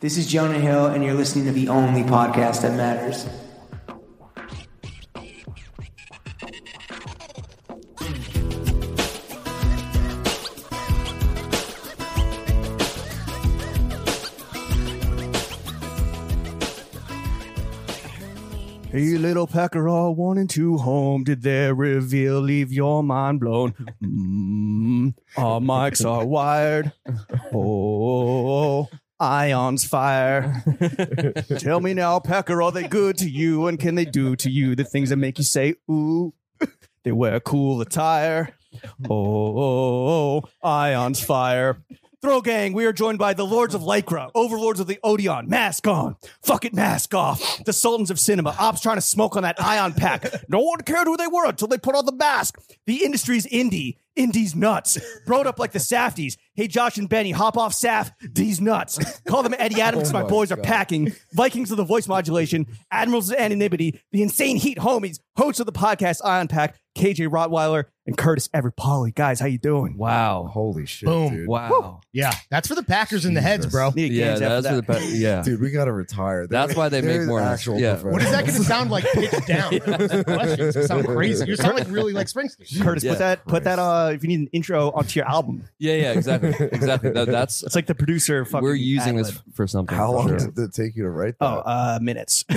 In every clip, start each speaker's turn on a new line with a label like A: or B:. A: This is Jonah Hill, and you're listening to the only podcast that matters.
B: A little pecker all one and two home. Did their reveal leave your mind blown? Mm, our mics are wired. Oh, ions fire. Tell me now, pecker, are they good to you? And can they do to you the things that make you say, ooh? They wear cool attire. Oh, ions fire. Throw gang, we are joined by the Lords of Lycra, Overlords of the Odeon, mask on, fuck it, mask off, the Sultans of Cinema, Ops trying to smoke on that ion pack. No one cared who they were until they put on the mask. The industry's indie, indie's nuts, broed up like the Safties. Hey, Josh and Benny, hop off Saf, D's nuts. Call them Eddie Adams, 'cause my, boys are packing. Vikings of the voice modulation, Admirals of anonymity, the insane heat homies, hosts of the podcast Ion Pack, KJ Rottweiler, and Curtis Everpolly. Guys, how you doing?
C: Wow.
D: Holy shit,
E: Boom.
D: dude.
C: Wow.
E: Yeah, that's for the Packers in the heads, bro.
B: Need a
C: Yeah,
B: Gans after that.
C: that's for the pe- yeah.
D: Dude, we gotta retire.
C: That's
D: They're-
C: why they
D: they're
C: make more
D: actual
C: Yeah.
D: professionals.
E: What is that going to sound like pitched down? Questions. You sound crazy. You sound like really like Springsteen.
B: Curtis,
C: Yeah.
B: put that put that uh if you need an intro onto your album.
C: Yeah, yeah, exactly. Exactly. That, that's
B: It's like the producer fucking
C: we're using this
B: ad-lib.
C: for something.
D: How
C: for
D: long
C: sure.
D: did it take you to write
B: Oh,
D: that?
B: uh minutes.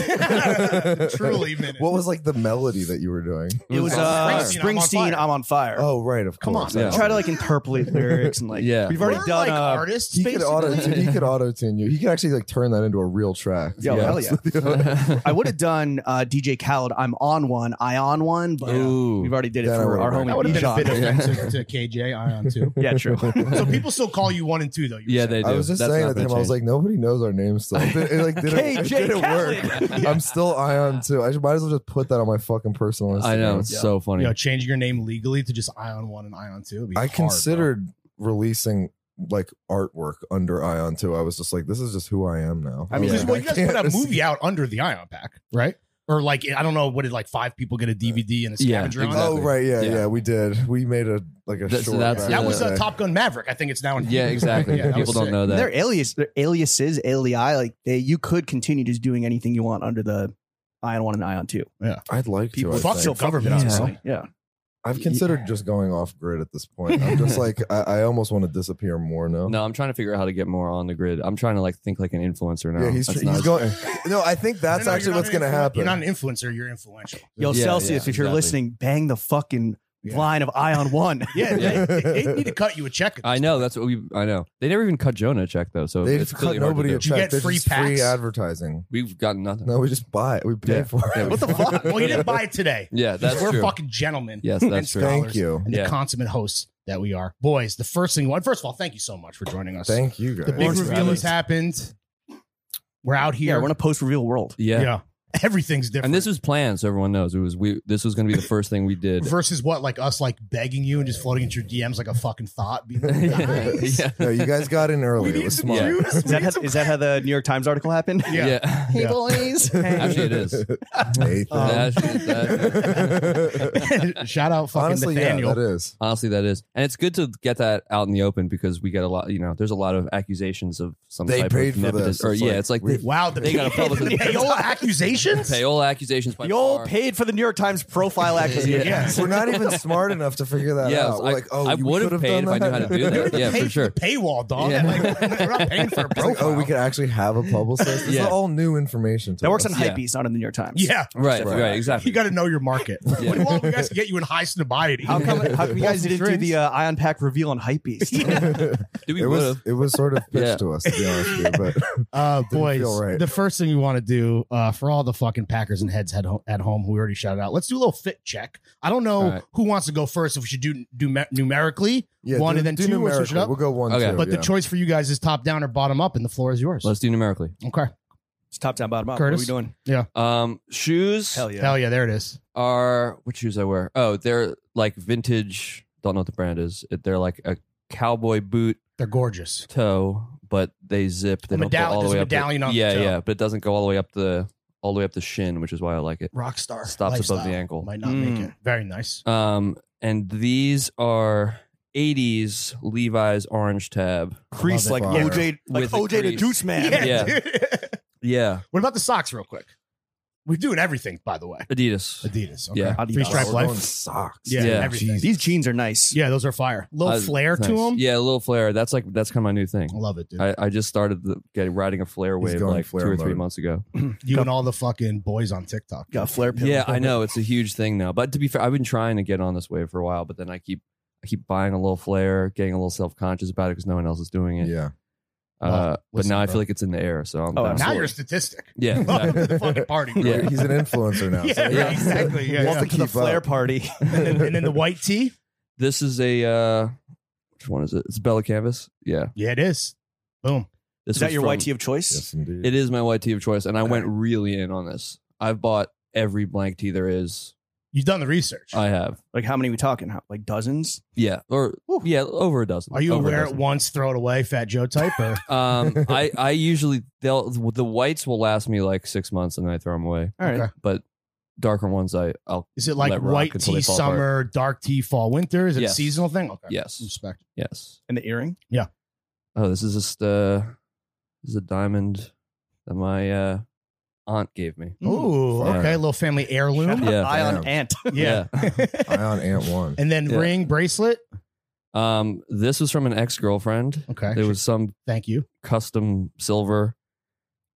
E: Truly, minute.
D: what was like the melody that you were doing?
B: It was
C: on
B: uh
C: fire.
B: Springsteen,
E: Springsteen,
B: I'm
E: I'm
B: on fire.
D: Oh, right, of
E: Come
D: course.
E: on.
C: Yeah.
B: Try to like interpolate lyrics and like
C: Yeah.
B: we've already
E: We're
B: done
E: like
B: uh,
E: artists.
D: He could
E: basically.
D: auto he could auto tune you. He could actually like turn that into a real track.
B: Yo, hell yeah. I would have done uh, DJ Khaled, I'm on one, I on one, but
C: Ooh.
B: we've already did it
D: That I
B: for our
D: would've
B: homie
E: that would have been a
B: Bijan.
E: bit offensive to KJ Ion too.
B: Yeah, true.
E: So people still call you one and two though. you were
C: Yeah,
E: saying.
C: they do.
D: I was just
C: That's
D: saying
C: not
D: at the
C: gonna
D: time, I was
C: change.
D: like, nobody knows our names still. It, it, like, didn't, it
B: KJ
D: didn't work. I'm still Ion too. I should, might as well just put that on my fucking personal Instagram.
C: I know. It's so funny.
E: you know, changing your name legally to just Ion One and Ion Two. would be
D: I
E: hard, bro.
D: considered releasing like artwork under Ion too. I was just like, this is just who I am now.
B: I mean,
E: Because,
B: Yeah.
E: well, you guys put
D: can't
E: a
D: just-
E: movie out under the Ion Pack, right? Or like, I don't know, what did like five people get a DVD and a
C: Yeah,
E: scavenger on
D: Oh
C: exactly.
D: right, yeah,
C: Yeah.
D: yeah, we did. We made a like a
C: That's-
D: short.
C: that's-
D: back
E: That
D: in
E: was
D: the
E: a
D: day.
E: Top Gun Maverick. I think it's now in
C: yeah, exactly.
E: Yeah, that
C: People
E: was
C: don't
E: sick.
C: know that.
B: They're alias they're aliases, ali, like they you could continue just doing anything you want under the Ion one and Ion two.
D: I'd like
B: People
D: to. I
B: fuck
E: Fuck
D: think.
E: the government,
C: Yeah.
E: honestly.
B: Yeah.
D: I've considered just going off grid at this point. I'm just like I, I almost want to disappear more now.
C: No, I'm trying to figure out how to get more on the grid. I'm trying to like think like an influencer now.
D: yeah, he's
C: That's
D: he's
C: not-
D: going. No, I think that's
E: No, no,
D: actually
E: you're not
D: what's
E: an
D: going to
E: influ-
D: happen.
E: You're not an influencer. You're influential.
B: Yo,
C: Yeah,
B: Celsius,
C: yeah,
B: if you're
C: exactly.
B: listening, bang the fucking
E: Yeah.
B: line of Ion one.
E: Yeah,
C: Yeah.
E: They, they- they need to cut you a check. at
C: I
E: this
C: know.
E: point.
C: That's what we. I know. They never even cut Jonah a check though. So
D: They've
C: it's
D: cut
C: really hard to
D: nobody a
C: do.
E: You
D: check.
E: get
D: They're
E: free
D: just free
E: packs.
D: advertising.
C: We've gotten nothing.
D: No, we just buy it. We pay
C: Yeah.
D: for
C: Yeah,
D: it.
C: we-
E: well, you didn't buy it today.
C: Yeah, that's
E: we're
C: true.
E: fucking gentlemen.
C: Yes,
E: and
C: that's true.
D: Thank
E: scholars
D: you.
E: And
C: Yeah.
E: the consummate hosts that we are, boys. The first thing, well, first of all, thank you so much for joining us.
D: Thank you
E: the
D: guys.
E: big
B: Lawrence
E: reveal
B: Bradley.
E: has happened. We're out
B: Yeah,
E: here.
B: we're in a post reveal world.
C: Yeah.
E: Yeah. everything's different.
C: And this was planned, so everyone knows it was. We this was going to be the first thing we did.
E: versus what, like us, like begging you and just floating into your DMs like a fucking thought. Being like, "Guys,
C: yeah.
D: No, you guys got in early.
E: we
D: It
E: need
D: was
E: some
D: smart.
E: juice.
B: Is that, how, is that how the New York Times article happened?
E: Yeah.
C: Yeah.
B: Hey
E: Yeah.
B: boys.
C: Actually, it is.
D: Nathan.
B: Um,
C: That's- that's-
E: Shout out fucking
D: Honestly, yeah,
E: Nathaniel.
D: that is.
C: honestly, that is, and it's good to get that out in the open because we get a lot. You know, there's a lot of accusations of some
D: They
C: type
D: paid
C: of
D: for
C: nepotism.
D: this.
C: Or
D: It's
C: yeah,
D: like,
C: it's like
D: we-
C: the
E: wow, the
C: They got a public-
E: the payola accusations.
C: payola accusations. By
B: You all
C: far.
B: paid for the New York Times profile acquisition.
E: Yeah.
D: We're not even smart enough to figure that
C: Yeah,
D: out. We're
C: I-
D: like, oh,
C: I
D: we
C: would've
D: could've
C: paid
D: done
C: if I knew how to do that.
E: They
C: Yeah, for
E: paid
C: sure.
E: The paywall, dog.
C: Yeah.
E: Like, we're not paying for a
D: It's
E: profile.
D: like, oh, we could actually have a publicist. This
C: Yeah.
D: is all new information. To
B: That works
D: us.
B: on
C: Yeah.
B: Hypebeast, not in the New York Times.
E: Yeah,
C: Right,
D: Right.
C: right,
E: you
C: exactly.
E: got to know your market.
C: Yeah.
E: We want you guys to get you in high snobiety.
B: How come, how come you guys didn't do the uh, Ion Pack reveal on Hypebeast?
C: Do we
D: it
C: would
D: was
C: have?
D: it was sort of pitched
C: Yeah.
D: to us to be honest with you, but
E: Uh, boys,
D: feel right.
E: the first thing we want to do uh, for all the fucking Packers and heads at home, at home who we already shouted out, let's do a little fit check. I don't know
C: All right.
E: who wants to go first, if we should do, do me- numerically
D: yeah,
E: one
D: do-
E: and then
D: do
E: two, or switch it
D: numerically.
E: up.
D: We'll go one,
C: Okay.
D: two,
E: but
D: yeah.
E: the choice for you guys is top down or bottom up, and the floor is yours.
C: Let's do numerically.
E: okay.
B: It's top down, bottom up.
E: Curtis?
B: What are we doing?
C: Um, shoes
B: Hell yeah.
E: Hell yeah, there it is.
C: are what shoes I wear? Oh, they're like vintage. Don't know what the brand is. They're like a cowboy boot
E: They're gorgeous.
C: toe, but they zip. They
E: A
C: don't go
E: medall-
C: all the
E: there's
C: way
E: a
C: up. the-
E: medallion on the
C: yeah,
E: toe.
C: yeah, but it doesn't go all the way up the all the way up the shin, which is why I like it.
E: Rock star.
C: Stops above
E: lifestyle.
C: the ankle.
E: Might not
B: Mm.
E: make it. Very nice.
C: Um, and these Um, are '80s Levi's orange tab.
A: Crease
E: Love
A: like
D: it.
A: OJ, like
C: With the
A: OJ the
C: crease.
A: Juice Man.
C: Yeah.
E: dude.
C: Yeah,
E: what about the socks, real quick? We're doing everything, by the way.
C: Adidas.
E: Adidas.
C: Yeah.
E: Three
A: Adidas.
E: stripe
D: We're going
E: life.
D: socks.
E: Yeah.
C: Yeah.
E: Everything.
D: Jesus.
A: These jeans are nice.
E: Yeah, those are flair. Little
C: Uh,
E: flair to Oh,
C: Nice.
E: them.
C: Yeah, a little flare. That's like that's kind of my new thing.
E: I love it, dude.
C: I, I just started the, getting riding a flare wave
D: going
C: like two
D: flare
C: or three
D: mode.
C: months ago.
E: you and all the fucking boys on TikTok.
A: Got flare pills.
C: yeah, I know it's a huge thing now. But to be fair, I've been trying to get on this wave for a while, but then I keep I keep buying a little flare, getting a little self conscious about it because no one else is doing it.
D: Yeah.
C: Uh, but
E: listen,
C: now I
E: bro.
C: feel like it's in the air, so I'm
A: Oh,
C: down.
E: Now
A: absolutely.
E: you're a statistic.
C: yeah,
E: Welcome
C: exactly.
E: to the fucking party. bro.
C: Yeah.
D: He's an influencer now.
E: Yeah,
D: so-
E: right, exactly. Yeah,
A: Welcome
D: Wants
A: to the
D: keep up.
A: flare party.
E: and, then, and then the white tee.
C: this is a uh, which one is it? It's Bella Canvas. Yeah,
E: Yeah, it is. Boom.
C: this
A: Is that
C: was
A: your
C: from-
A: white tee of choice?
D: Yes, indeed.
C: It is my white tee of choice, and I went really in on this. I've bought every blank tee there is.
E: You've done the research.
C: I have.
A: Like how many we talking? How, like dozens?
C: Yeah, or yeah, over a dozen.
E: Are you
C: Over a
E: aware it
C: dozen.
E: once, throw it away, Fat Joe type? Or
C: Um, I I usually they'll the whites will last me like six months, and then I throw them away.
A: All right.
E: Okay.
C: But darker ones, I I'll
E: is it like
C: Let rock
E: white
C: until they
E: tea
C: fall
E: summer, dark tea fall winter? Is it a
C: Yes.
E: seasonal thing? Okay.
C: yes
E: Respect.
C: yes.
A: And the earring?
C: Oh, this is just uh, this is a diamond that my uh aunt gave me.
E: Ooh,
C: Yeah.
E: okay. Little family heirloom.
C: Yeah.
A: Eye on
D: Damn.
A: ant.
E: Yeah.
D: Ion Ant One.
E: and then
C: Yeah.
E: ring, bracelet.
C: Um, this was from an ex girlfriend.
E: Okay.
C: There was some
E: Thank you.
C: custom silver.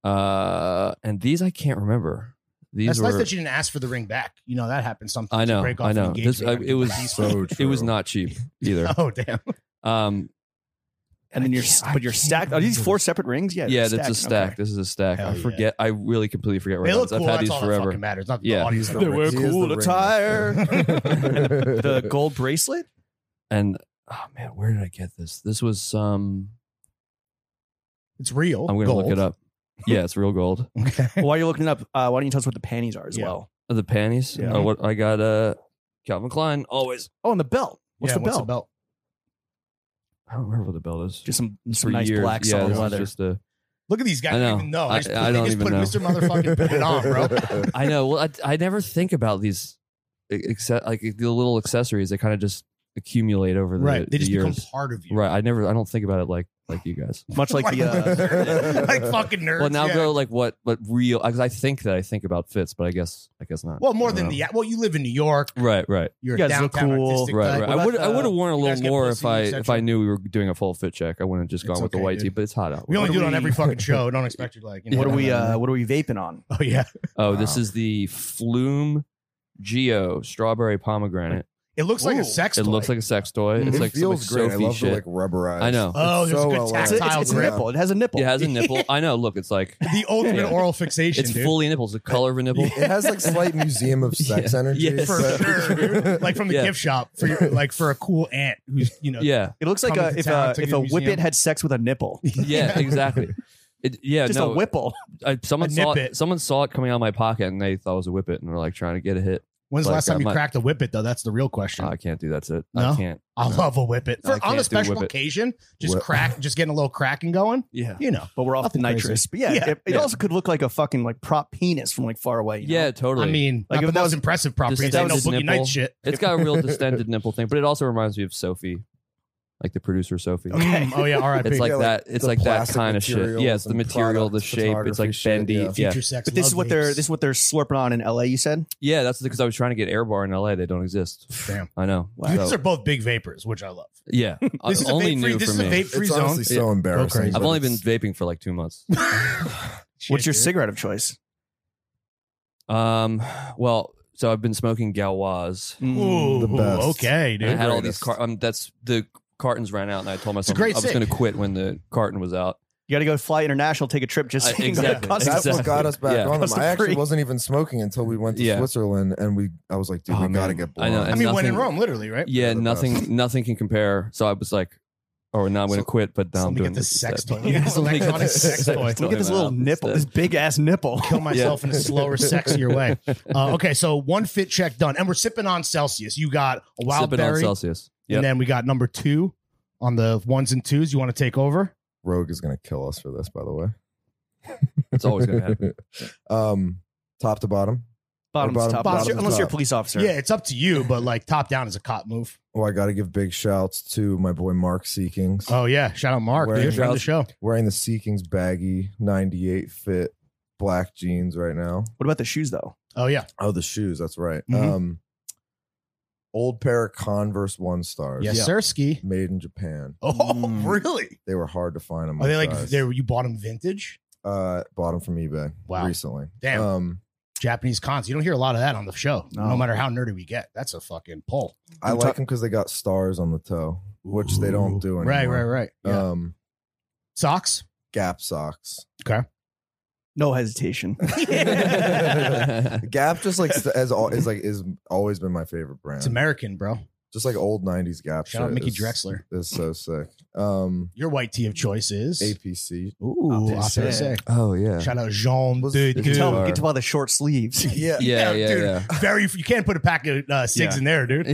C: Uh, and these I can't remember. These
E: That's
C: were
E: nice that you didn't ask for the ring back. You know, that happens sometimes.
C: I
E: You
C: know,
E: break off
C: I
E: an
C: know. This I,
E: engagement.
C: it was
D: So
C: it
D: true.
C: was not cheap either.
E: Oh, damn.
C: Um,
A: And then
C: I
A: you're,
C: can't- I
A: but you're
C: can't
A: stacked. Are these
C: remember.
A: four separate rings? Yeah.
C: yeah,
A: they're
C: that's a
A: stacked. Okay.
C: stack. This is a stack.
E: Hell
C: I
E: yeah.
C: forget. I really completely forget where
E: They
C: I
E: look
C: was.
E: cool.
C: I've had
E: That's
C: these
E: all that
C: forever.
E: fucking matters. Not the
C: Yeah.
E: audience.
D: He's the
A: They
D: ring-
A: were
D: he is
A: cool
D: the
A: attire.
D: ring
A: And
D: master.
A: The gold bracelet?
C: And oh man, where did I get this? This was um.
E: It's real.
C: I'm gonna
E: gold.
C: look it up. Yeah, it's real gold.
E: Okay.
A: While you're looking it up, uh, why don't you tell us what the panties are as
E: Yeah.
A: well?
C: Oh, The panties.
A: Yeah.
C: Oh, what I got? Uh, Calvin Klein. Always.
A: Oh, and the belt. What's
E: Yeah,
A: the belt?
E: belt?
C: I don't remember what the belt is.
A: Just some,
C: For
A: some nice
C: years.
A: black
C: yeah,
A: solid
C: this is
A: leather.
C: Just a,
E: Look at these guys.
C: I
E: I
C: know.
E: don't even know.
C: I-
E: They just,
C: I
E: they
C: don't
E: just
C: even
E: put
C: know.
E: Mr. Motherfucking put it on, bro.
C: I know. Well, I, I never think about these except like the little accessories. They kind of just accumulate over the,
E: right. They
C: the
E: just
C: years.
E: become part of you.
C: right. I never. I don't think about it like like you guys.
A: Much like the. Uh,
E: like fucking nerds.
C: well, now
E: yeah.
C: go like what what real? Because I think that I think about fits, but I guess I guess not.
E: Well,
C: I
E: more
C: don't
E: than
C: know.
E: the well, you live in New York.
C: Right, right,
E: You're
A: You
E: a
A: guys look
E: downtown
A: cool.
E: artistic
C: right,
E: type.
C: right.
A: Well,
C: I would I
A: that's, uh,
C: would have worn a
E: you guys
C: little
E: get
C: more if
E: pussy,
C: I
E: et
C: if
E: cetera.
C: I knew we were doing a full fit check. I wouldn't have just gone
E: It's
C: with the
E: okay,
C: white
E: dude.
C: tee, but it's hot out.
E: We only
A: What
E: do
A: do
E: it on
A: we-
E: every fucking show. Don't expect you to like. You know,
A: What are we?
E: whatever.
A: Uh, what are we vaping on?
E: oh yeah,
C: Oh,
D: Wow.
C: this is the Flume Geo Strawberry Pomegranate.
E: it looks like
A: Ooh.
E: a sex.
C: It
E: toy.
C: looks like a sex toy. It's
D: it
C: like some like
D: feels great. I
C: Sophie
D: love the
C: shit.
D: like rubberized.
C: I know.
E: Oh, there's a good
D: elegant.
A: It's, a- it's, it's a
E: Tactile
A: nipple. It has a nipple.
C: It has a nipple. I know. Look, it's like
E: the ultimate
C: Yeah.
E: oral fixation.
C: it's
E: dude.
C: fully a nipple. It's the color of a nipple.
D: It has like slight museum of sex
C: Yeah.
D: energy.
C: Yes.
E: for
D: but-
E: sure, dude. like from the
C: Yeah.
E: gift shop for your, like for a cool aunt who's you know
C: Yeah,
A: It looks like
E: Come
A: a,
E: to
A: if
E: town,
A: a
E: take it
A: if
E: to
A: a
E: the museum.
A: whippet had sex with a nipple.
C: yeah, exactly. It, yeah,
A: Just
C: no,
A: a whipple.
C: I, someone
E: A
C: saw
E: nippet.
C: it. Someone saw it coming out of my pocket, and they thought it was a whippet, and were like trying to get a hit.
E: When's the
C: Like,
E: last time
C: uh,
E: you
C: my-
E: cracked a whippet though? That's the real question.
C: Oh, I can't do that's it.
E: No?
C: I can't.
E: I love a whippet
C: I
E: for on
C: can't
E: a
C: do
E: special
C: whippet.
E: occasion. Just
D: Whip.
E: crack, just getting a little cracking going.
C: Yeah.
E: You know,
A: But we're off
E: Nothing
A: the
E: crazy.
A: nitrous. But yeah,
E: Yeah.
A: It, it
C: Yeah.
A: also could look like a fucking like prop penis from like far away. you know?
C: Yeah, totally.
E: I mean,
A: Like,
E: like
A: if
E: if
A: that
E: that was
A: was-
E: impressive property,
C: just
E: ain't no
C: that was
E: boogie
C: his
E: night
C: nipple.
E: shit.
C: it's got a real distended nipple thing, but it also reminds me of Sophie, like the producer Sophie.
A: Okay.
E: Mm, oh yeah, R.I.P.
C: It's like
D: Yeah, like
C: that. It's
D: the
C: like that
D: plastic
C: kind of shit.
D: materials
C: Yeah, it's the
D: and
C: material, the
D: products,
C: shape. It's like
D: photography shit,
C: bendy.
D: yeah.
C: Yeah,
E: Future sex.
A: But this is
E: love
A: what they're
E: vapes.
A: this is what they're slurping on in L.A. You said.
C: yeah. That's because I was trying to get airbar in L.A. They don't exist.
E: Damn.
C: I know.
E: These
C: So,
E: are both big vapors, which I love.
C: yeah, I-
E: This is a
C: only
E: vape free.
C: new
E: This
C: for
E: is a
C: me.
E: vape free
D: It's
E: zone.
D: honestly so embarrassing.
E: crazy.
C: I've
D: but
C: only been
D: it's-
C: vaping for like two months.
A: What's your
E: Shit, dude.
A: cigarette of choice?
C: Um, well, so I've been smoking Galois.
A: Mm.
E: Ooh,
D: The best.
E: okay,
C: I
E: dude.
C: had all these.
D: greatest.
C: Car- um, that's the cartons ran out, and I told myself
E: great
C: I was
E: sick.
C: going to quit when the carton was out.
A: You got to go fly international, take a trip. Just
C: I-
A: so you can go
C: exactly.
A: to customs.
D: That's what got us back
C: Yeah.
D: on them.
A: Custom
D: I actually
A: free.
D: wasn't even smoking until we went to
C: Yeah.
D: Switzerland, and we. I was like, dude,
C: Oh,
D: we gotta
C: man.
D: get
C: I
D: blonde.
C: know,
E: I
C: and
E: mean, when
C: nothing-
E: in Rome, literally, right?
C: Yeah,
D: They're the
C: nothing,
D: best.
C: nothing can compare. So I was like, "Oh, now I'm going to
E: So-
C: quit." But now
E: Let
C: I'm
E: me
C: doing
E: get this sex
C: instead.
E: toy. Yeah,
C: Let me get
E: electronic
C: this
E: sex toy. Let
A: Look at this
C: in my
A: little
C: mouth
A: nipple, this
C: instead.
A: big ass nipple.
E: Kill myself in a slower, sexier way. Uh, okay, so one fit check done, and we're sipping on Celsius. You got a wild
C: Sipping on
E: berry,
C: Celsius.
E: and
C: Yep.
E: then we got number two on the ones and twos. You want to take over?
D: Rogue is gonna kill us for this, by the way.
C: It's always going to happen.
D: um, top to bottom,
A: Bottoms
D: bottom-
A: top.
E: bottom
A: unless, you're,
D: top.
A: unless you're a police officer.
E: Yeah, it's up to you, but like top down is a cop move.
D: Oh, I got to give big shouts to my boy Mark Seekings
E: Oh yeah, shout out Mark,
D: Wearing
E: dude, friend of the show.
D: wearing the Seekings baggy 98 fit black jeans right now.
A: What about the shoes though?
E: Oh yeah,
D: Oh, the shoes. That's right.
E: Mhm.
D: Um, old pair of Converse One Stars.
E: yes, sir, ski.
D: Made in Japan.
E: Oh
A: Mm.
E: really?
D: They were hard to find. in my
E: Are they like
D: size.
E: they? You bought them vintage
D: Uh, bought them from eBay.
E: Wow.
D: Recently.
E: Damn.
D: Um,
E: Japanese cons. You don't hear a lot of that on the show, no,
A: No.
E: matter how nerdy we get. That's a fucking pull.
D: I
A: I'm
D: like
A: ta-
D: them because they got stars on the toe, which they don't do anymore.
E: Right, right, right. Yeah.
D: Um,
E: Socks.
D: Gap socks.
A: No hesitation.
D: Gap just like st- as al- is like is always been my favorite brand.
E: It's American, bro.
D: just like old '90s Gap.
E: Shout out
D: shit
E: Mickey
D: is-
E: Drexler.
D: is so sick. Um,
E: Your white tea of choice is.
D: APC.
E: Ooh,
A: Apte Se.
E: Apte Se.
D: Oh yeah.
E: Shout out Jean
D: Was-
E: de
A: You can,
E: Dieu.
A: tell, you can tell by the short sleeves.
D: Yeah.
C: yeah, yeah, yeah.
E: dude. Very. You can't put a pack of uh, cigs
A: Yeah.
E: in there, dude.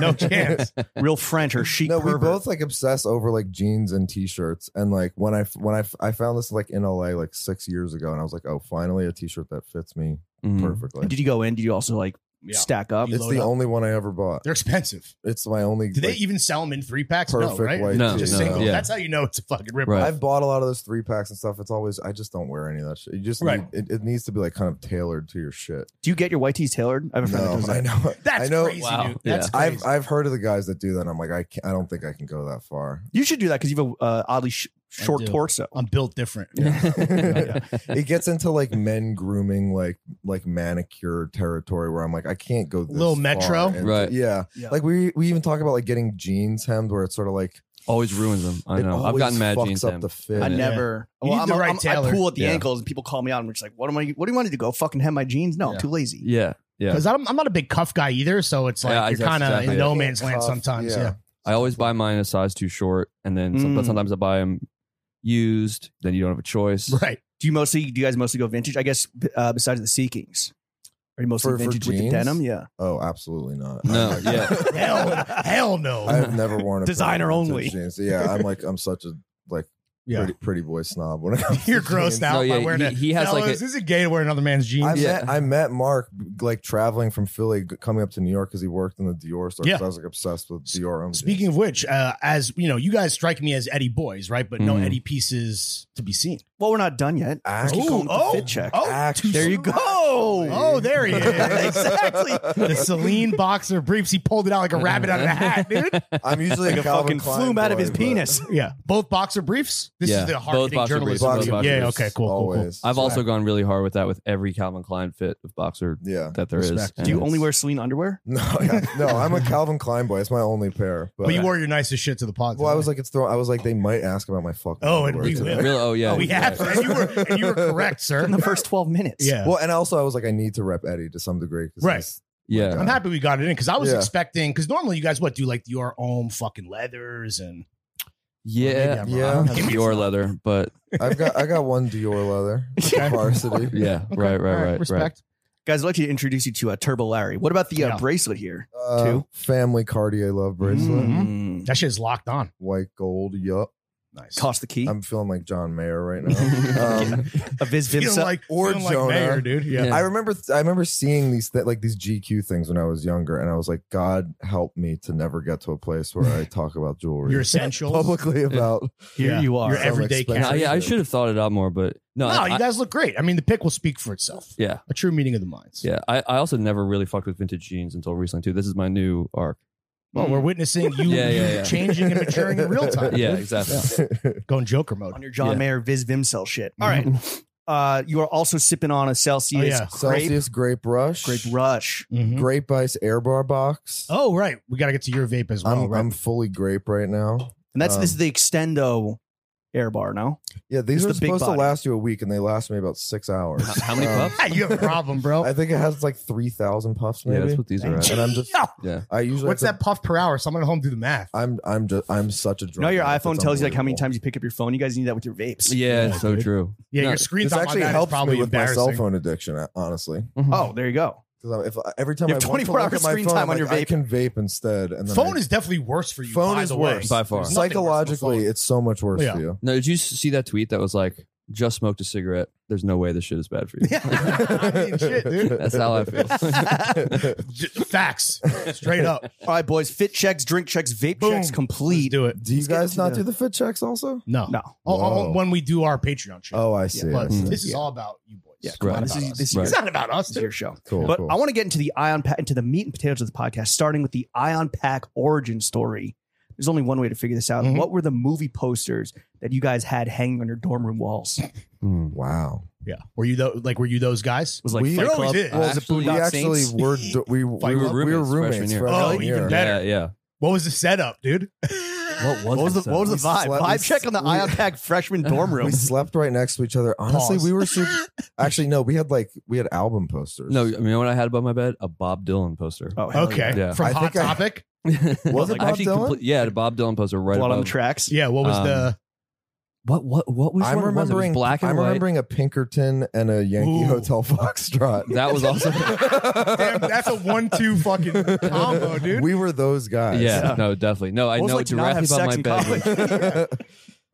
E: No chance.
A: Real French or chic
D: no,
A: pervert.
D: we both like obsess over like jeans and t-shirts, and like when I when I I found this like in LA like six years ago, and I was like, oh, finally a t-shirt that fits me
E: Hmm.
C: Mm.
D: perfectly.
A: Did you go in? Did you also like
E: Yeah.
A: stack up?
E: You
D: It's
E: load
D: the
E: up.
D: only one I ever bought.
E: They're expensive.
D: It's my only.
E: Do they
D: like,
E: even sell them in three packs? no,
D: perfect
E: right?
D: white
C: No,
E: Just
C: no,
E: single.
C: yeah.
E: That's how you know it's a fucking rip.
C: Right.
D: I've bought a lot of those three packs and stuff. It's always I just don't wear any of that shit. You just
E: Right.
D: need- it, it needs to be like kind of tailored to your shit.
A: Do you get your white tees tailored? I have a friend that
D: No,
A: does that.
D: I know.
E: That's
D: I know.
E: crazy,
C: Wow.
E: dude. That's crazy.
D: I've I've heard of the guys that do that. and I'm like I can't, I don't think I can go that far.
A: You should do that because you have a uh, oddly sh-
E: I
A: short
E: do.
A: torso.
E: I'm built different.
C: Mm.
D: it gets into like men grooming, like like manicure territory where I'm like I can't go this
E: Little
D: far
E: metro?
D: into-
C: Right.
D: Yeah.
A: Yeah.
D: Like we we even talk about like getting jeans hemmed where it's sort of like
C: Always ruins them. I
D: it
C: know. I've
D: always
C: gotten mad
D: fucks
C: jeans.
D: up
C: Sam.
D: the fit.
A: I
C: Yeah.
A: never.
E: You
A: Well,
E: need
A: I'm,
E: the
A: a-
E: right
A: I'm-
E: tailor.
A: I pull at the
D: Yeah.
A: ankles and people call me out. and I'm just like, what am I? What do you want to do? Go fucking hem my jeans? No,
E: Yeah.
A: I'm too lazy.
C: Yeah, yeah.
E: Because I'm, I'm not a big cuff guy either, so it's like
C: Yeah,
E: you're
C: that's
E: kind of
C: exactly
E: in
C: it.
E: no man's land
D: Cuff,
E: sometimes. Yeah.
C: I always buy mine a size too short, and then some- but
A: Mm.
E: Hmm.
C: sometimes I buy them used. Then you don't have a choice.
E: right.
A: Do you mostly? Do you guys mostly go vintage? I guess b- uh, besides the Seekings, are you mostly
D: For- for
A: vintage with the
D: jeans?
A: denim? Yeah.
D: Oh, absolutely not.
C: No, yeah.
E: Hell, hell no.
D: I've never worn a pair of
A: Designer
D: vintage
A: only.
D: Jeans. Yeah, I'm like I'm such a like
E: Yeah.
D: pretty pretty boy snob when it comes to
E: You're grossed
D: jeans.
E: out
C: No, yeah,
E: by wearing
C: he-
E: it.
C: he has, like,
E: Fellas,
C: a-
E: is it gay to wear another man's jeans?
D: I
C: Yeah.
D: met I met Mark like traveling from Philly, g- coming up to New York because he worked in the Dior store. 'cause
E: Yeah.
D: I was like obsessed with Dior. own
E: Speaking
D: jeans.
E: of which, uh, as you know, you guys strike me as Eddie boys, right? But no
C: Mhm.
E: Eddie pieces to be seen.
A: Well, we're not done yet. Let's keep
D: Ooh,
A: going with the
E: oh,
A: fit check.
E: oh,
D: Actually-
A: there you go.
E: Oh, there he is.
A: Exactly.
E: the Celine boxer briefs. He pulled it out like a rabbit out of a hat, dude.
D: I'm usually
A: Like
D: a,
A: a
D: Calvin
A: fucking
D: Klein
A: flume out of
D: boy,
A: his
D: but-
A: penis.
E: Yeah, both boxer briefs. This
C: Yeah,
E: is the
C: both
E: hard hitting
C: boxer
E: journalist.
C: briefs,
E: in
C: both
E: the room.
C: boxer
E: Yeah.
D: briefs,
E: Okay. Cool. Cool. Cool.
D: always.
C: I've also gone really hard with that with every Calvin Klein fit of boxer
D: yeah.
C: that there is.
E: Respect.
C: and
A: Do you
C: it's-
A: only wear Celine underwear?
D: No, yeah. no, I'm a Calvin Klein boy. It's my only pair. But,
E: But you wore your nicest shit to the pod.
D: well, I
E: today.
D: was like, it's throw. I was like, they might ask about my fucking.
E: Oh, and
D: underwear
E: we
D: today.
E: will.
C: Really? Oh yeah.
E: Oh, we
C: yeah.
E: have. And you were, and you were correct, sir.
A: In the first 12 minutes.
E: Yeah.
D: Well, and also I was like, I need to rep Eddie to some degree. 'cause
E: Right.
D: he's-
C: Yeah.
E: I'm happy we got it in because I was
D: Yeah.
E: expecting because normally you guys what do like your own fucking leathers and
C: Yeah.
E: Maybe I'm
D: Yeah.
E: wrong.
C: Give me your leather, but
D: I've got I got one Dior leather
E: Okay.
D: varsity.
C: yeah,
E: All
C: right, right, right, right.
E: Respect.
A: Guys, I'd like to introduce you to uh, Turbo Larry. What about the uh,
E: Yeah.
A: bracelet here?
D: Uh,
A: Two.
D: family Cartier love bracelet,
C: Hmm.
A: Mm.
E: That shit is locked on.
D: white gold. Yup.
E: Nice.
A: Toss the key.
D: I'm feeling like John Mayer right now. Um,
A: a Viz
E: Feeling
A: Vivsa.
E: like
D: or
E: feeling like
D: Jonah.
E: mayor, dude. Yeah.
C: Yeah.
D: I remember I remember seeing these th- like these GQ things when I was younger, and I was like, God help me to never get to a place where I talk about jewelry
E: Your essentials.
D: publicly about.
A: Here
E: Yeah.
A: you are.
E: Your everyday
D: expensive.
E: cat.
C: No, yeah, I should have thought it out more, but no,
E: No,
C: I,
E: you guys look great. I mean, the pick will speak for itself.
C: yeah,
E: A true meeting of the minds.
C: yeah. I, I also never really fucked with vintage jeans until recently too. This is my new arc.
E: Well, we're witnessing you,
C: Yeah, yeah,
E: you
C: yeah.
E: changing and maturing in real time.
C: Yeah, exactly.
E: Going Joker mode.
A: on your John
C: Yeah.
A: Mayer Viz Vimsel shit. All right. Uh, you are also sipping on a Celsius
E: Oh, yeah.
A: grape,
D: Celsius grape rush,
A: grape rush.
E: Mhm.
D: grape ice air bar box.
E: Oh, right. We got to get to your vape as well.
D: I'm
E: right?
D: I'm fully grape right now.
A: And that's this is
D: Um,
A: the Extendo air bar, no?
D: Yeah,
A: It's
D: these are
A: the big
D: supposed to
A: body.
D: last you a week, and they last me about six hours.
C: How- how many puffs?
E: you have a problem, bro.
D: I think it has like three thousand puffs.
C: yeah,
D: Maybe.
C: that's what these are. At.
D: and I'm just-
E: Yo,
C: Yeah,
D: I usually
E: what's
D: have
E: that
D: to-
E: puff per hour? Someone at home do the math.
D: I'm I'm just I'm such a drunk.
A: You know your
D: addict.
A: iPhone
D: It's
A: tells you like how many
D: unbelievable.
A: times you pick up your phone. You guys need that with your vapes.
C: yeah,
E: Yeah,
C: so
E: dude.
C: true.
E: yeah,
C: No,
E: your screen
D: This
E: time on
D: actually
E: that is
D: helps
E: probably
D: me with my cell
E: embarrassing.
D: phone addiction. Honestly,
A: Oh, there you go.
D: because if every time
A: You
D: I
A: have
D: want to
A: 24
D: look
A: hour
D: at my
A: screen
D: phone,
A: time
D: I'm
A: on
D: like,
A: your
D: I
A: vape.
D: can vape instead. And then
E: Phone
D: I,
E: is definitely worse for you.
D: Phone
E: by
D: is
E: the
D: worse.
E: way.
C: by far.
E: There's nothing worse than a
D: psychologically,
E: phone.
D: it's so much worse
E: Yeah.
D: for you.
C: No, did you see that tweet that was like, just smoked a cigarette. There's no way this shit is bad for you.
E: I mean, shit, dude.
C: That's how I feel.
E: J- Facts, straight up.
B: All right, boys. Fit checks, drink checks, vape
E: Boom.
B: checks
E: Please
B: complete.
E: do it.
D: do you
B: Let's get
D: guys
B: into
D: not
B: the-
D: do the fit checks also?
E: No,
B: No.
E: Oh, oh,
D: Whoa.
E: when we do our Patreon shit.
D: Oh, I see. I
E: but
D: see.
C: Mm-hmm.
E: this is
B: Yeah.
E: all about you boys.
B: Yeah,
E: It's
C: come
E: not
C: on.
E: about
B: This is-
E: us.
B: this is-
E: It's not about us.
B: It's your show.
D: cool.
B: But
D: cool.
B: I want to get into the ion pack, into the meat and potatoes of the podcast, starting with the ion pack origin story. There's only one way to figure this out.
C: Mm-hmm.
E: Mhm.
B: What were the movie posters that you guys had hanging on your dorm room walls? It
C: Hmm.
D: wow.
E: Yeah. Were you tho- like were you those guys?
B: was like
D: We-
B: Fight
E: You're
B: Club.
E: always in.
B: Uh,
C: Well,
D: we
C: is it
B: actually-
C: Boondock
D: actually
C: Saints?
D: were do- we, we,
C: Fight
D: were,
C: Club?
D: we were
C: Roommates freshman
D: roommates
C: year.
D: for
E: Oh,
D: a
E: even
D: year.
E: better.
C: Yeah, yeah.
E: What was the setup, dude?
C: What was,
B: What was the what was the
D: We
B: vibe?
D: slept- we
B: Vibe check on the
D: slept-
B: ion pack freshman dorm room.
D: We slept right next to each other. Honestly,
E: Pause.
D: we were super. Actually, no, we had like we had album posters.
C: No, you know what I had above my bed? A Bob Dylan poster.
B: Oh, hell
E: okay.
B: yeah.
C: Yeah.
E: From
D: I
E: Hot
D: think I-
E: Topic.
D: Was it
C: I
D: Bob
C: actually
D: Dylan?
C: complete- yeah, the Bob Dylan poster right
B: Bottom
C: above.
B: tracks.
E: Yeah. What was
C: Um,
E: the?
C: what what what was
D: I'm
C: one it was? It was
D: remembering.
C: black and
D: I'm
C: white.
D: remembering a Pinkerton and a Yankee
E: Ooh.
D: Hotel Foxtrot.
C: That was also
E: Damn, that's a one-two fucking combo, dude.
D: We were those guys.
C: yeah, no, definitely. No, I
B: What was it
C: know
B: like to not
C: directly
B: have
C: above
B: sex
C: my
B: in
C: bed. was-
B: college?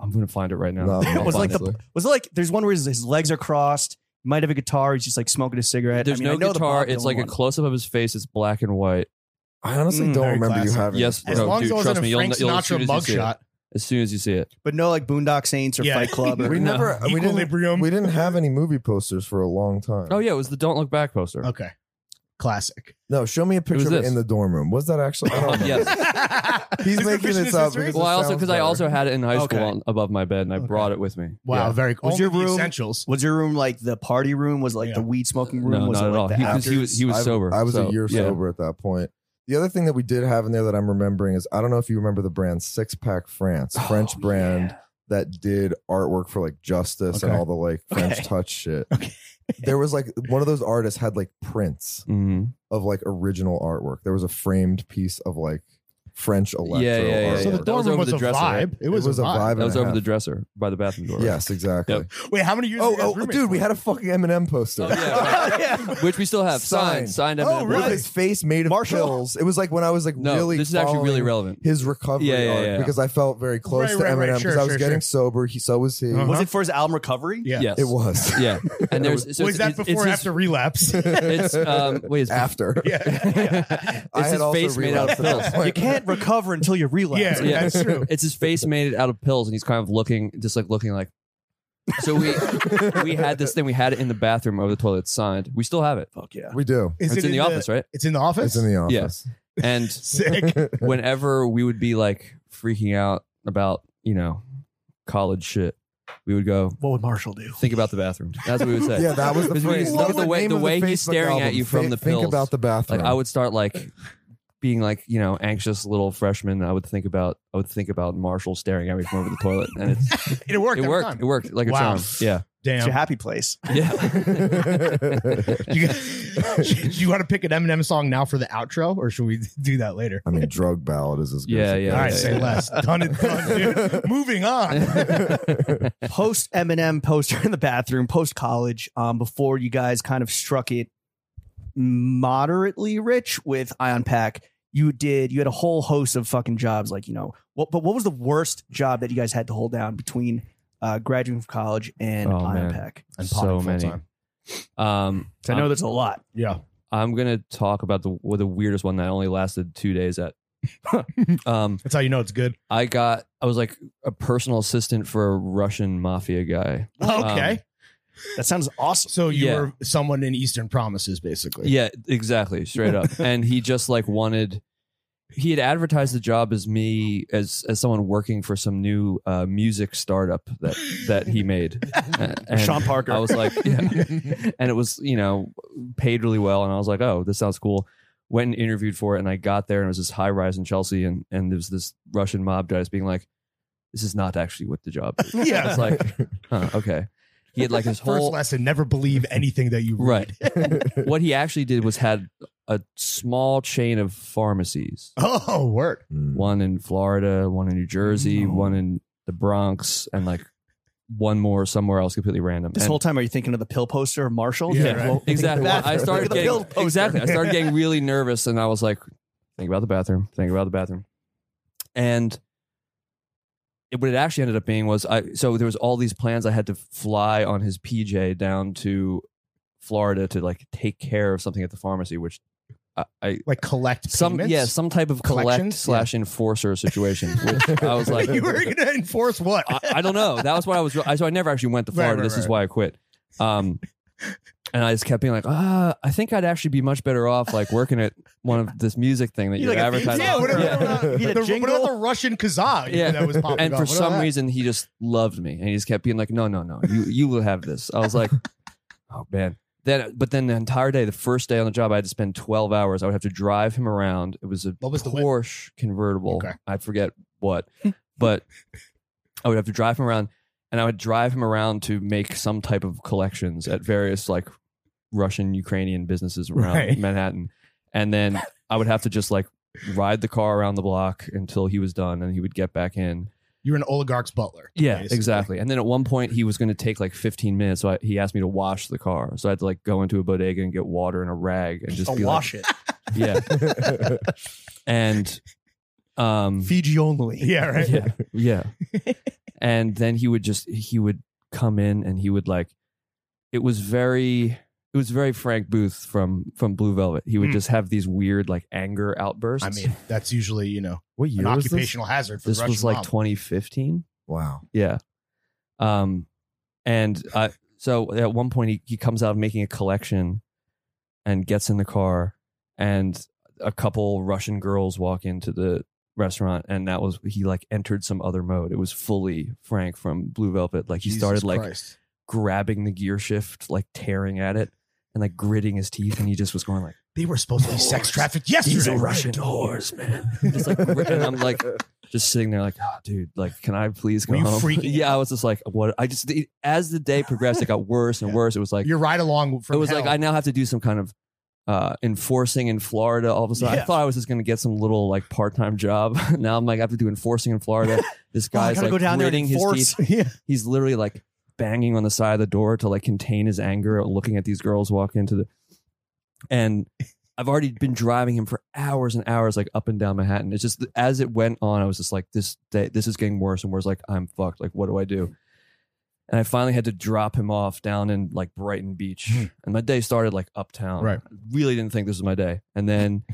C: I'm gonna find it right now.
D: No,
C: I'll
B: It was
C: find
B: like
C: it.
B: the was it like there's one where his, his legs are crossed, he might have a guitar, he's just like smoking a cigarette.
C: There's
B: I mean, I
C: no
B: know the
C: guitar.
B: Bob
C: It's
B: Dylan
C: like a
B: one.
C: close up of his face. It's black and white.
D: I honestly
B: Mm,
D: don't
E: very
D: remember you
E: classic.
D: having.
C: Yes,
E: as
C: bro,
E: long
C: dude,
E: as I
C: trust
E: wasn't
C: me,
E: a
C: you'll-
E: Frank
C: you'll- as soon
E: Sinatra
C: as you see it.
E: mugshot.
C: As soon as you see it,
B: but no like Boondock Saints or
E: Yeah.
B: Fight Club. Or,
D: we
B: no.
D: never. We didn't.
E: Equilibrium.
D: We didn't have any movie posters for a long time.
C: oh yeah, it was the Don't Look Back poster.
E: Okay. Classic.
D: No, show me a
C: was
D: picture of it
C: this.
D: in the dorm room. Was that actually? I don't know.
C: Yes.
D: He's
E: Is
D: making
E: revisionist
D: this up
E: history?
D: because
C: Well, I also
D: sounds
C: because I
D: better.
C: also had it in high school
B: Okay.
C: on, above my bed, and I
E: Okay.
C: brought it with me.
E: Wow,
C: Yeah.
E: very
B: Was
E: only
B: your
E: the
B: room-
E: essentials.
B: Was your room like the party room? Was like
E: Yeah.
B: the weed smoking room?
C: No,
B: was
C: not
B: it
C: at
B: like
C: all.
B: the
C: He, 'cause he was he was
D: I-
C: sober.
D: I was
C: so,
D: a year
C: yeah.
D: sober at that point. The other thing that we did have in there that I'm remembering is I don't know if you remember the brand Six Pack France,
B: Oh,
D: French brand
B: yeah.
D: that did artwork for like Justice and
E: Okay.
D: all the like French
B: Okay.
D: Touch shit.
E: Okay.
D: there was like one of those artists had like prints
C: Mhm.
D: of like original artwork. There was a framed piece of like French electro
C: yeah, yeah,
D: artwork.
E: so the
C: That
E: dorm
C: was
E: room
C: over
E: was
C: the
E: a
C: dresser, right?
E: vibe. It was, a vibe.
D: and
C: That was
D: a
C: over the
D: half.
C: dresser by the bathroom door.
D: Yes, exactly.
C: Yep.
E: Wait, how many years?
D: Oh,
E: were you guys
D: oh,
E: roommates
D: dude, we
E: for?
D: had a fucking Eminem poster.
C: Oh, yeah. which we still have
D: Signed.
C: signed, signed. up
D: Oh,
C: in a
D: really?
C: book.
D: His face made of
B: Marshall?
D: pills. It was like when I was like
C: No,
D: really.
C: this is actually really
D: following
C: relevant.
D: His recovery
C: Yeah, yeah,
D: arc
C: yeah.
D: because I felt very close
E: Right,
D: to
E: right,
D: Eminem
E: right.
D: because
E: Sure,
D: I was
E: sure,
D: getting
E: sure.
D: sober. He so was he.
E: Uh-huh.
B: Was it for his album recovery?
E: Yeah.
C: Yes,
D: It was
C: Yeah, and there's so
E: was
C: it's-
E: that
C: it's-
E: before or
C: it's
E: after relapse?
C: His, it's um wait, it's
D: after.
E: yeah.
C: it's
D: I had
C: his
D: also
C: face made out of
D: relapsed at
C: pills.
D: that
B: You
D: point.
B: can't recover until you relapse.
E: Yeah,
C: Yeah.
E: that's true.
C: It's his face made out of pills, and he's kind of looking, just like looking like. So we we had this thing. We had it in the bathroom over the toilet, signed. We still have it.
B: Fuck yeah.
D: We do.
E: Is
C: It's in the, office, right?
E: It's in the
D: It's
E: office.
D: in the office.
C: Yes. And
E: Sick.
C: whenever we would be like freaking out about you know college shit, we would go
B: What would Marshall do?
C: think about the bathroom. That's what we would say.
D: Yeah, that was the
C: Because we
D: phrase.
C: just
D: What
C: look at
D: was
C: the way-
D: name
C: the
D: of
C: way he's
D: Facebook
C: staring at
D: album?
C: you from
D: Thi-
C: the
D: Think
C: pills.
D: about the bathroom.
C: like I would start like being like you know anxious little freshman. I would think about I would think about Marshall staring at me from over the toilet, and it's,
E: it worked.
C: it
E: every
C: worked.
E: time.
C: It worked like a
E: Wow.
C: charm. Yeah,
B: It's your
E: Damn.
B: happy place.
C: yeah.
E: You, guys- you want to pick an Eminem song now for the outro, or should we do that later?
D: I mean, drug ballad is as good.
C: Yeah,
D: as it
C: yeah,
E: All right,
D: gets.
E: say less. Done and done, dude. Moving on.
B: Post Eminem poster in the bathroom, post college, um, before you guys kind of struck it moderately rich with Ion Pack. You did. You had a whole host of fucking jobs, like you know. What, but what was the worst job that you guys had to hold down between uh, graduating from college and
C: Oh,
B: Ion
C: man.
B: Pack?
E: And potting
C: so
E: full
C: many.
E: time.
C: Um,
B: 'Cause I know there's a lot.
E: Yeah.
C: I'm gonna talk about the well, the weirdest one that only lasted two days at. um,
E: That's how you know it's good.
C: I got I was like a personal assistant for a Russian mafia guy.
E: Okay.
C: Um,
B: That sounds awesome.
E: so you
C: yeah.
E: were someone in Eastern Promises, basically.
C: Yeah, exactly, straight up. and he just like wanted he had advertised the job as me as as someone working for some new uh, music startup that that he made. A- and
B: Sean Parker.
C: I was like, yeah. and it was you know paid really well, and I was like, oh, this sounds cool. Went and interviewed for it, and I got there, and it was this high rise in Chelsea, and and there was this Russian mob guy just being like, this is not actually what the job is.
E: Yeah.
C: it's like, huh, okay. He had like his
E: First
C: whole
E: lesson: never believe anything that you read.
C: right. what he actually did was had a small chain of pharmacies,
E: Oh, word.
D: Mm.
C: one in Florida, one in New Jersey, one in the Bronx, and like one more somewhere else, completely random.
B: This
C: And-
B: whole time, are you thinking of the pill poster of Marshall?
E: Yeah, right.
C: exactly.
B: Think of the
C: I
B: bathroom.
C: started
B: Think of the
C: getting
B: pill poster.
C: exactly. I started getting really nervous, and I was like, "Think about the bathroom. Think about the bathroom." And it- what it actually ended up being was I so there was all these plans I had to fly on his PJ down to Florida to like take care of something at the pharmacy, which I, I
E: like collect
C: some
E: payments?
C: yeah some type of collect
E: Collections?
C: slash enforcer situation. Which I was like,
E: you were going to enforce what?
C: I, I don't know. That was what I was. I, so I never actually went to
E: Right,
C: Florida.
E: right,
C: this is
E: right.
C: why I quit. Um, and I just kept being like, ah, I think I'd actually be much better off like working at one of this music thing that
B: You
C: you're
B: like a-
C: advertising.
E: yeah, whatever.
C: Yeah.
E: whatever.
B: You get a
E: uh, The- what about
B: jingle?
E: the Russian Kazaa
C: Yeah.
E: that was popping
C: And
E: up?
C: for
E: What about
C: some
E: that?
C: reason, he just loved me, and he just kept being like, no, no, no, you you will have this. I was like, oh man. Then, but then the entire day, the first day on the job, I had to spend twelve hours. I would have to drive him around. It was a
E: What was the whip?
C: Porsche convertible.
E: Okay.
C: I forget what, but I would have to drive him around, and I would drive him around to make some type of collections at various like Russian Ukrainian businesses around
E: Right.
C: Manhattan, and then I would have to just like ride the car around the block until he was done, and he would get back in.
E: you're an oligarch's butler.
C: Yeah,
E: basically.
C: exactly. And then at one point, he was going to take like 15 minutes, so I, he asked me to wash the car. So I had to like go into a bodega and get water and a rag and just
B: I'll
C: be
B: wash it.
C: like, yeah, and um,
A: Fiji only.
E: Yeah, right.
C: yeah, yeah. and then he would just he would come in and he would like it was very it was very Frank Booth from from Blue Velvet. He would
E: Mm.
C: just have these weird like anger outbursts.
E: I mean, that's usually you know
D: what
E: an
D: year was this?
E: occupational hazard for
C: this
E: the Russian
C: was like
E: mob.
C: 2015.
D: Wow.
C: Yeah. Um, and I so at one point he, he comes out making a collection, and gets in the car, and a couple Russian girls walk into the restaurant, and that was he like entered some other mode. It was fully Frank from Blue Velvet. Like he
E: Jesus
C: started like
E: Christ.
C: grabbing the gear shift, like tearing at it, and like gritting his teeth, and he just was going like,
E: they were supposed to be sex trafficked yesterday.
C: "These are
E: right?
C: Russian whores, man." Just like, gri- and I'm like, just sitting there like, oh, dude, like, can I please go
E: Were you
C: home?
E: freaking
C: yeah, I was just like, what? I just it- as the day progressed, it got worse and
E: Yeah.
C: worse. It was like
E: Your ride along from
C: it was like
E: hell.
C: I now have to do some kind of uh enforcing in Florida. All of a sudden, I
E: Yeah.
C: thought I was just going to get some little like part time job. now I'm like, I have to do enforcing in Florida. This
B: Oh, I
C: guy's
B: gotta
C: like
B: go down there and
C: gritting his
B: enforce.
C: teeth.
E: yeah.
C: He's literally like banging on the side of the door to like contain his anger, looking at these girls walk into the and. I've already been driving him for hours and hours, like up and down Manhattan. It's just as it went on, I was just like, this day, this is getting worse and worse. Like I'm fucked. Like what do I do? And I finally had to drop him off down in like Brighton Beach,
E: Hmm.
C: and my day started like uptown.
E: Right.
C: Really didn't think this was my day, and then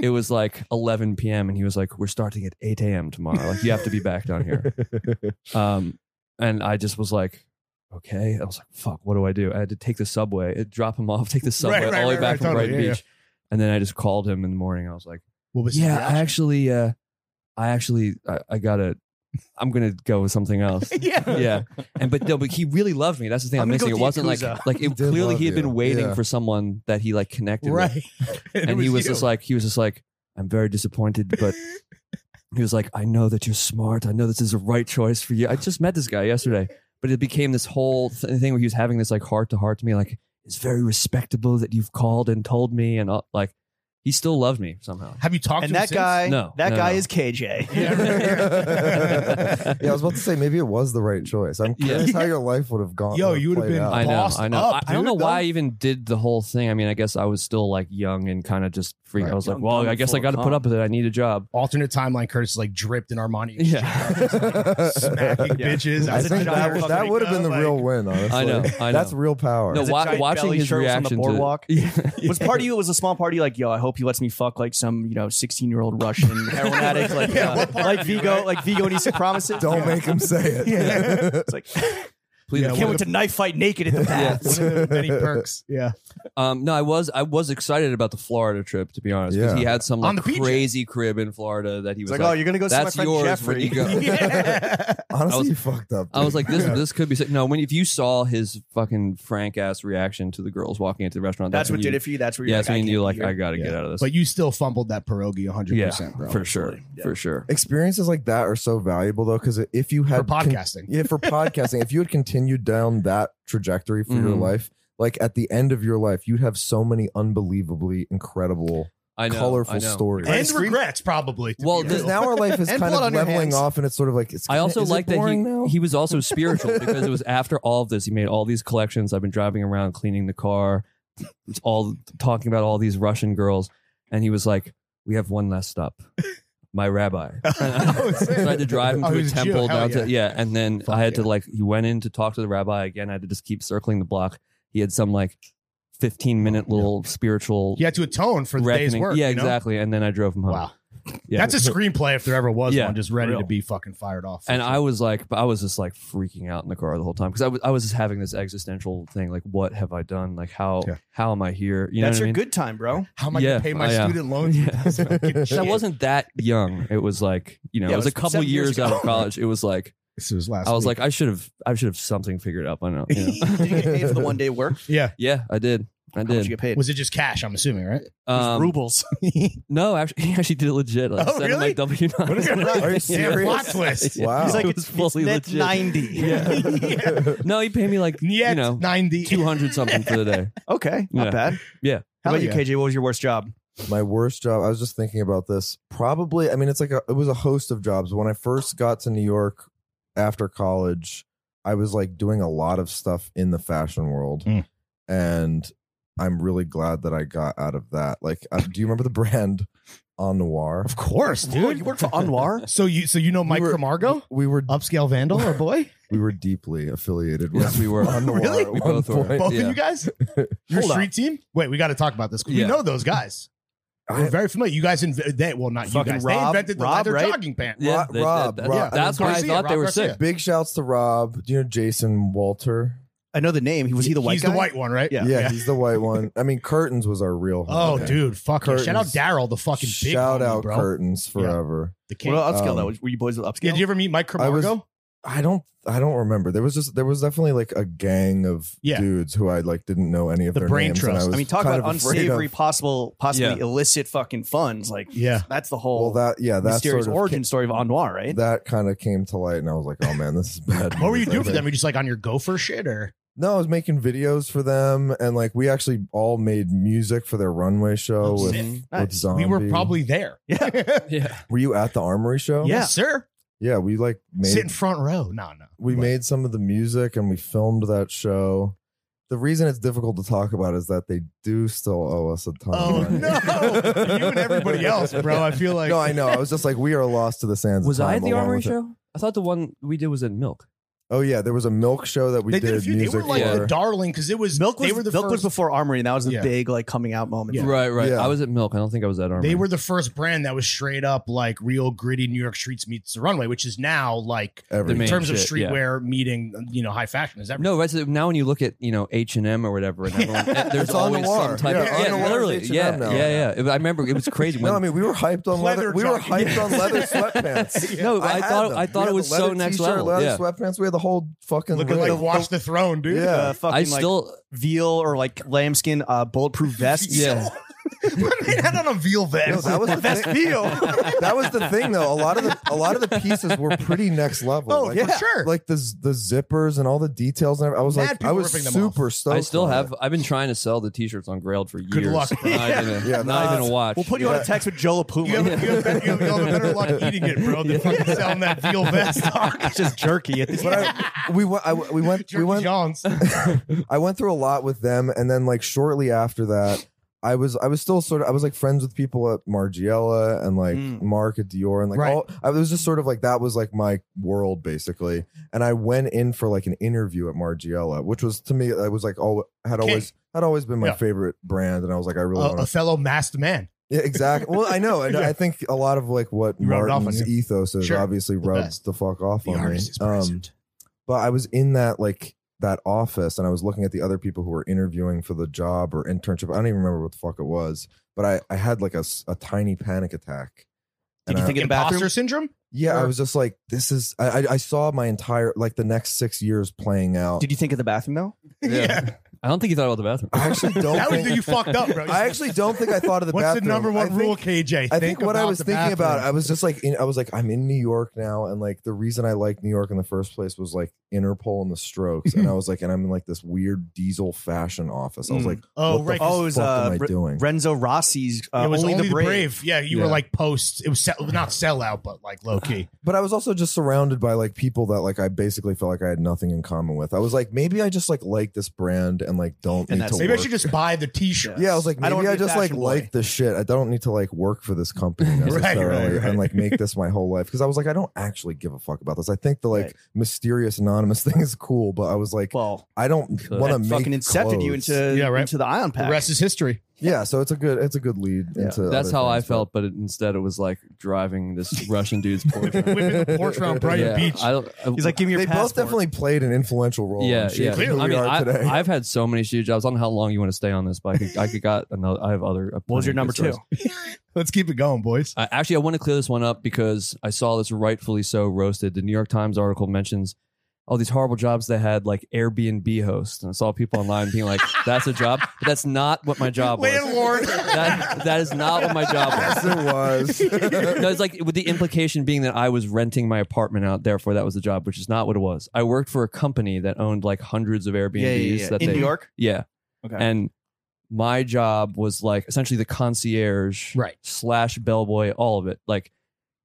C: it was like 11 p.m. and he was like, "We're starting at 8 a.m. tomorrow. Like you have to be back down here." Um, and I just was like, okay. I was like, fuck, what do I do? I had to take the subway, uh, drop him off, take the subway
E: right,
C: all the way
E: right,
C: back
E: right,
C: from
E: totally,
C: Brighton
E: yeah,
C: Beach. And then I just called him in the morning. I was like,
E: What was his
C: yeah, I
E: reaction?
C: actually, uh, I actually, I, I gotta, I'm gonna go with something else.
B: yeah.
C: yeah, and but no, but he really loved me. That's the thing
B: I'm
C: I'm,
B: gonna
C: missing.
B: go
C: It wasn't like
B: Yakuza.
C: like
D: He
C: it
D: did
C: clearly
D: love
C: he had
D: you.
C: been waiting
D: Yeah.
C: for someone that he like connected with
E: right.
C: and, he was just
E: like,
C: like he was just like i'm very disappointed but he was like i know that you're smart i know this is the right choice for you i just met this guy yesterday but it became this whole th- thing where he was having this like heart to heart to me like it's very respectable that you've called and told me and all, like he still loved me somehow
E: "Have you talked?"
B: And
E: to
B: that
E: him
B: guy,
C: No,
B: that
C: no,
B: guy
C: no.
B: is KJ.
D: yeah, I was about to say maybe it was the right choice. I'm
C: Yeah.
D: curious how your life would have gone.
E: Yo,
D: would've
E: you would've
D: played
E: been-
D: out.
C: I know,
E: bossed
C: I know.
E: up,
C: I, I don't
E: dude,
C: know why I
E: though.
C: even did the whole thing. I mean, I guess I was still like young and kind of just freaking.
D: Right.
C: I was like,
B: Dumb,
C: well,
B: dumb,
C: I guess I
B: full of
C: got to put
B: cum.
C: up with it. I need a job.
E: since? alternate timeline. Curtis is like dripped in Armani,
C: Yeah.
E: smacking
B: Yeah.
E: bitches.
D: I
B: As a
D: think
B: giant
D: that,
B: fucking
D: that would have been the
B: gun,
D: real
B: like-
D: win. Honestly,
C: I know, I
D: that's
C: know.
D: real power.
C: No,
B: As a
C: wa-
B: giant
C: watching
B: belly
C: his
B: shirt was on the
C: reaction
B: boardwalk.
C: to yeah.
B: Was part of you it was a small party like yo? I hope he lets me fuck like some you know sixteen year old Russian heroin addict like
E: Yeah,
B: uh,
E: what part
B: like
E: of you,
B: Vigo
E: right?
B: like Vigo needs to promise it.
D: Don't make him say it.
B: Yeah. It's like
C: Please,
E: Yeah,
B: I
E: what
B: can't wait to knife fight naked at the bath.
E: One of the many perks. Yeah.
C: Um, no, I was I was excited about the Florida trip to be honest because
D: Yeah.
C: he had some
E: On
C: like,
E: the PJ.
C: crazy crib in Florida that he
B: It's
C: was
B: like,
C: like,
B: oh, you're gonna go see my
C: that's
B: friend
C: yours when
B: Jeffrey.
C: you go.
D: Honestly,
C: I was-
D: you fucked up.
C: I was like, this
D: dude.
C: this could be sick. no. When if you saw his fucking frank ass reaction to the girls walking into the restaurant,
B: That's what
C: when
B: did
C: you,
B: it for you. That's where
C: yeah,
B: you're
C: that's when you knew
B: like,
C: like
B: I
C: I
B: can't
C: got to
E: Yeah.
C: get out of this.
E: But you still fumbled that pierogi 100%,
C: yeah,
E: bro.
C: for sure,
B: Yeah.
C: for sure.
D: experiences like that are so valuable though, because if you
E: For
D: had con-
E: podcasting.
D: yeah, for podcasting, if you had continued down that trajectory for your
C: Mhm.
D: life, like at the end of your life, you'd have so many unbelievably incredible,
C: I know,
D: colorful
C: I know.
D: stories.
B: Right.
E: and
B: Scream-
E: regrets, probably. to
C: Well,
E: be
D: Because
C: this-
E: honest.
D: now our life is
B: And
D: kind
B: blood
D: of
B: on your
D: leveling
B: hands.
D: off, and it's sort of like it's.
C: I also
D: is it
C: like that he,
D: boring now?
C: he was also spiritual because it was after all of this. He made all these collections. I've been driving around cleaning the car, it's all talking about all these Russian girls, and he was like, "We have one last stop. my rabbi.
E: Oh,
C: so I had to drive him
E: Oh,
C: to
E: he
C: a
E: was a Jew.
C: temple
E: Hell
C: down to yeah, and then
E: Fuck
C: I had to like he went in to talk to the rabbi again. I had to just keep circling the block. He had some like fifteen minute little spiritual
E: You had to atone Oh, for the day's
C: reckoning.
E: work.
C: yeah,
E: you know?
C: exactly. And then I drove him home.
E: Wow.
C: Yeah.
E: That's a screenplay if there ever was
C: Yeah,
E: one, just ready
C: real.
E: to be fucking fired off.
C: and I was like, I was just like freaking out in the car the whole time because I was I was just having this existential thing like, what have I done? Like how
E: Yeah.
C: how am I here? You know
B: That's
C: what
B: your
C: I mean?
B: good time, bro.
E: How am I
C: Yeah,
E: gonna pay my
C: I, uh,
E: student loans?
C: yeah.
E: That
C: I wasn't that young. It was like you know,
B: Yeah,
C: it was a couple
B: seven years
C: years, out
B: ago.
C: of college. It was like
E: This was last.
C: I was
E: week.
C: like I should have I should have something figured out by now. you know?
B: did you get paid for the one day work?
E: yeah.
C: yeah, I did. I
B: How much you
C: did.
B: get paid?
E: Was it just cash? I'm assuming, right?
C: Um,
B: rubles.
C: No, actually, he actually did it legit. Like,
E: Oh,
C: sent him,
E: really?
C: like W
E: What is that?
C: nine.
D: Are you
E: Plot
D: serious?
E: twist.
D: Wow.
B: He's like,
C: It was
B: it's,
C: fully
B: that's
C: legit.
B: 90.
E: Yeah.
C: No, he paid me like
E: Niet
C: you know
E: 90.
C: two hundred something for the day.
B: Okay, not
C: Yeah.
B: bad.
C: Yeah.
B: How about
E: Hell
B: you, KJ? What was your worst job?
D: My worst job. I was just thinking about this. Probably, I mean, it's like a, it was a host of jobs. When I first got to New York after college, I was like doing a lot of stuff in the fashion world,
E: Mm.
D: and I'm really glad that I got out of that. Like, uh, do you remember the brand On Noir?
E: Of course,
B: Dude,
E: dude.
B: you worked for Anwar?
E: So you so you know Mike
D: were-
E: Camargo,
D: We were
E: upscale vandal or boy?
D: we were deeply affiliated with.
C: Yes, we were.
D: On Noir
E: Really?
D: at
C: We
D: one
C: both were.
D: point.
E: Both
C: Yeah.
E: of you guys, your
B: Hold
E: street team. Wait, we got to talk about this. 'cause
C: Yeah.
E: We know those guys. We're
D: I-
E: very familiar. You guys, inv- they well, not you
B: Fucking
E: guys.
B: Rob-
E: they invented the
B: Rob,
E: leather
B: right?
E: jogging pant.
C: Yeah,
D: Rob-
C: they-
D: Rob,
C: that-
D: Rob.
C: That's why I
E: Garcia,
C: thought they
E: Rob
C: were
E: Garcia.
C: sick.
D: Big shouts to Rob. Do you know Jason Walter?
B: I know the name. He was he the white
E: He's
B: guy?
E: the white one, right?
B: Yeah.
D: Yeah, he's the white one. I mean, Curtains was our real.
E: Oh,
D: homie.
E: dude, fuck her. Shout out
D: Curtains.
E: Daryl, the fucking big
D: Shout
E: homie,
D: out
E: bro.
D: Curtains forever.
E: The king.
B: What about upscale
D: Um,
B: though? Were you boys with upscale?
E: yeah, did you ever meet Mike
D: I
E: Camargo?
D: was- I don't. I don't remember. There was just. There was definitely like a gang of
E: Yeah.
D: dudes who I like didn't know any of
E: The
D: their
E: brain
D: names. and
E: trust.
D: was
B: I mean, talk
D: kind
B: about
D: of afraid
B: unsavory,
D: Of,
B: possible, possibly
C: Yeah.
B: illicit fucking funds. Like,
E: Yeah.
B: that's the
D: well,
B: whole
D: that yeah, that
B: mysterious
D: sort of
B: origin story of Anwar,
D: Came,
B: right?
D: that kind of came to light, and I was like, oh man, this is bad.
E: What were you
D: news, I
E: doing for
D: think.
E: them? Were you just like on your gopher shit or?
D: No, I was making videos for them, and like we actually all made music for their runway show
E: Oh,
D: with,
E: sick.
D: with
B: Nice.
D: Zombie.
E: We were probably there.
B: Yeah.
C: Yeah,
D: Were you at the Armory show?
B: Yeah.
E: Yes, sir.
D: yeah. We like made
E: Sit in front row. No, no.
D: we
E: But-
D: made some of the music and we filmed that show. The reason it's difficult to talk about is that they do still owe us a ton.
E: Oh
D: of money.
E: no! you and everybody else, bro. I feel like
D: no, I know. I was just like, we are lost to the sands. of
C: was I
D: time
C: at the
D: along
C: armory
D: with it.
C: show? I thought the one we did was at Milk.
D: Oh yeah, there was a milk show that we
E: they
D: did,
E: did a few. They
D: music
E: were like
D: for.
E: the darling because it was
B: Milk was,
E: they were the
B: Milk was
E: first.
B: before Armory, and that was the
E: Yeah.
B: big like coming out moment.
E: Yeah.
C: Right, right.
D: Yeah.
C: I was at Milk. I don't think I was at armory.
E: They were the first brand that was straight up like real gritty New York streets meets the runway, which is now like
D: Every-
C: the
E: in
C: main
E: terms of
C: shit, yeah.
E: streetwear meeting, you know, high fashion. Is that
C: No, right. So now when you look at you know H and M or whatever, and everyone,
E: Yeah.
C: there's
D: It's on the
C: always
D: war.
C: some type
E: Yeah,
C: of
E: on
C: yeah,
E: the war is
C: literally,
D: H&M
C: yeah,
D: now.
C: yeah, yeah. I remember it was crazy. When,
D: no, I mean we were hyped on leather.
E: Pleather
D: We were
E: jogging.
D: hyped on leather sweatpants.
C: no, I,
D: had
C: thought
D: them.
C: I
D: We
C: thought
D: had
C: it
D: the
C: was so
D: leather
C: next
D: t-shirt,
C: level.
D: Leather
C: Yeah,
D: sweatpants. We had the whole fucking.
E: looking
D: rig.
E: like watch the throne, dude?
D: Yeah.
B: Uh, fucking
C: I
B: like
C: still
B: veal or like lambskin uh, bulletproof vest.
C: Yeah.
E: they had on a veal
D: No,
E: vest.
D: that was the
B: Vest
D: thing-
B: veal.
D: that was the thing though. A lot of the a lot of the pieces were pretty next level.
E: oh,
D: like,
E: for sure.
D: like the z- the zippers and all the details and everything. I was
E: Mad
D: like,
E: people
D: I was
E: ripping them off.
D: super stoked.
C: I still
D: on
C: have.
D: it.
C: I've been trying to sell the T-shirts on Grailed for years.
E: luck.
C: Not even a,
D: Yeah,
C: not even a watch.
B: We'll put you on
D: Yeah.
B: a text with Joel Apuma.
E: you have, you, have better, you have- you'll have a better luck eating it, bro, than fucking selling that veal vest. dog.
B: it's just jerky at this
D: But I, we went. I, we went. We
E: Jerky
D: went.
E: Johns.
D: I went through a lot with them, and then like shortly after that, I was I was still sort of I was like friends with people at Margiela and like
B: Mm.
D: Mark at Dior and like
E: Right.
D: all. I was just sort of like that was like my world basically, and I went in for like an interview at Margiela, which was to me I was like all had
E: King.
D: always had always been my
E: Yeah. Uh,
D: favorite brand, and I was like I
E: A,
D: really want
E: a
D: to
E: fellow masked man.
D: Yeah, exactly. Well, I know, and
E: Yeah.
D: I think a lot of like what
E: You rubbed off on
D: Martin's
E: you.
D: ethos is
E: Sure.
D: obviously
E: The
D: rubbed
E: best.
D: the fuck off
E: The
D: on me.
E: artist is
D: Um,
E: present.
D: but I was in that like that office, and I was looking at the other people who were interviewing for the job or internship. I don't even remember what the fuck it was, but I I had like a, s- a tiny panic attack.
B: Did
D: And
B: you
D: I-
B: think in the bathroom?
E: Imposter syndrome?
D: Yeah, I
E: or-
D: was just like, this is. I I- I saw my entire like the next six years playing out.
B: Did you think of the bathroom though?
C: Yeah. I don't think you thought about the bathroom.
D: I actually don't.
E: That was
D: think,
E: the you fucked up, bro.
D: I actually don't think I thought of the
E: What's
D: bathroom.
E: the number
D: I
E: one
D: think-
E: rule, KJ?
D: I think what I
E: about
D: was
E: the
D: thinking about,
E: bathroom.
D: I was just like, in, I was like, I'm in New York now, and like the reason I liked New York in the first place was like Interpol and the Strokes, and I was like, and I'm in like this weird diesel fashion office. I was
B: Mm.
D: like,
E: Oh,
D: what
E: right.
D: the
B: Oh, it was,
D: fuck
B: uh,
D: am I
B: Re-
D: doing?
B: Renzo Rossi's
C: Oh,
B: uh,
E: it was
B: only, the brave.
E: Yeah, you were
D: Yeah.
E: like post. It was sell, not sell out, but like low key.
D: but I was also just surrounded by like people that like I basically felt like I had nothing in common with. I was like, maybe I just like like this brand and like
B: And
D: don't need to.
B: that's-
E: Maybe
D: work.
E: I should just buy the T-shirt.
D: Yeah, I was like,
B: I
D: maybe
B: don't
D: I,
B: wanna be a
D: just like
B: fashion boy.
D: like this shit. I don't need to like work for this company
E: Right, right,
D: necessarily
E: right.
D: and like make this my whole life. Because I was like, I don't actually give a fuck about this. I think the like
B: Right.
D: mysterious anonymous thing is cool, but I was like,
B: Well,
D: I don't
C: That
D: want to
B: that
D: make
B: fucking incepted you
D: clothes.
B: into
E: Yeah, right.
B: into the Ion Pack.
E: The rest is history.
D: yeah. So it's a good it's a good lead
B: Yeah.
D: into
C: That's
D: other
C: how I
D: things, but-
C: felt, but it, instead it was like driving this Russian dude's Porsche.
E: Whipping the Porsche around Brighton
C: Yeah,
E: Beach.
C: I don't- I-
B: He's like, give me your
D: They
B: passport.
D: both definitely played an influential role. in
C: yeah,
D: shaping
C: yeah.
D: who
E: Clearly.
D: we
C: I mean,
D: are today.
C: I, I've had so many shitty jobs. I don't know how long you want to stay on this, but I could, I could got another. I have other.
B: What was your number two?
E: Let's keep it going, boys.
C: Uh, actually, I want to clear this one up because I saw this rightfully so roasted. The New York Times article mentions all these horrible jobs they had, like Airbnb host, and I saw people online being like, "That's a job," but that's not what my job was.
E: Landlord.
C: That that is not what my job
D: yes,
C: was.
D: it was.
C: No, it's like with the implication being that I was renting my apartment out, therefore that was the job, which is not what it was. I worked for a company that owned like hundreds of Airbnbs.
B: yeah, yeah, yeah.
C: That
B: in
C: they,
B: New York.
C: yeah.
B: Okay.
C: And my job was like essentially the concierge
E: Right.
C: slash bellboy, all of it. Like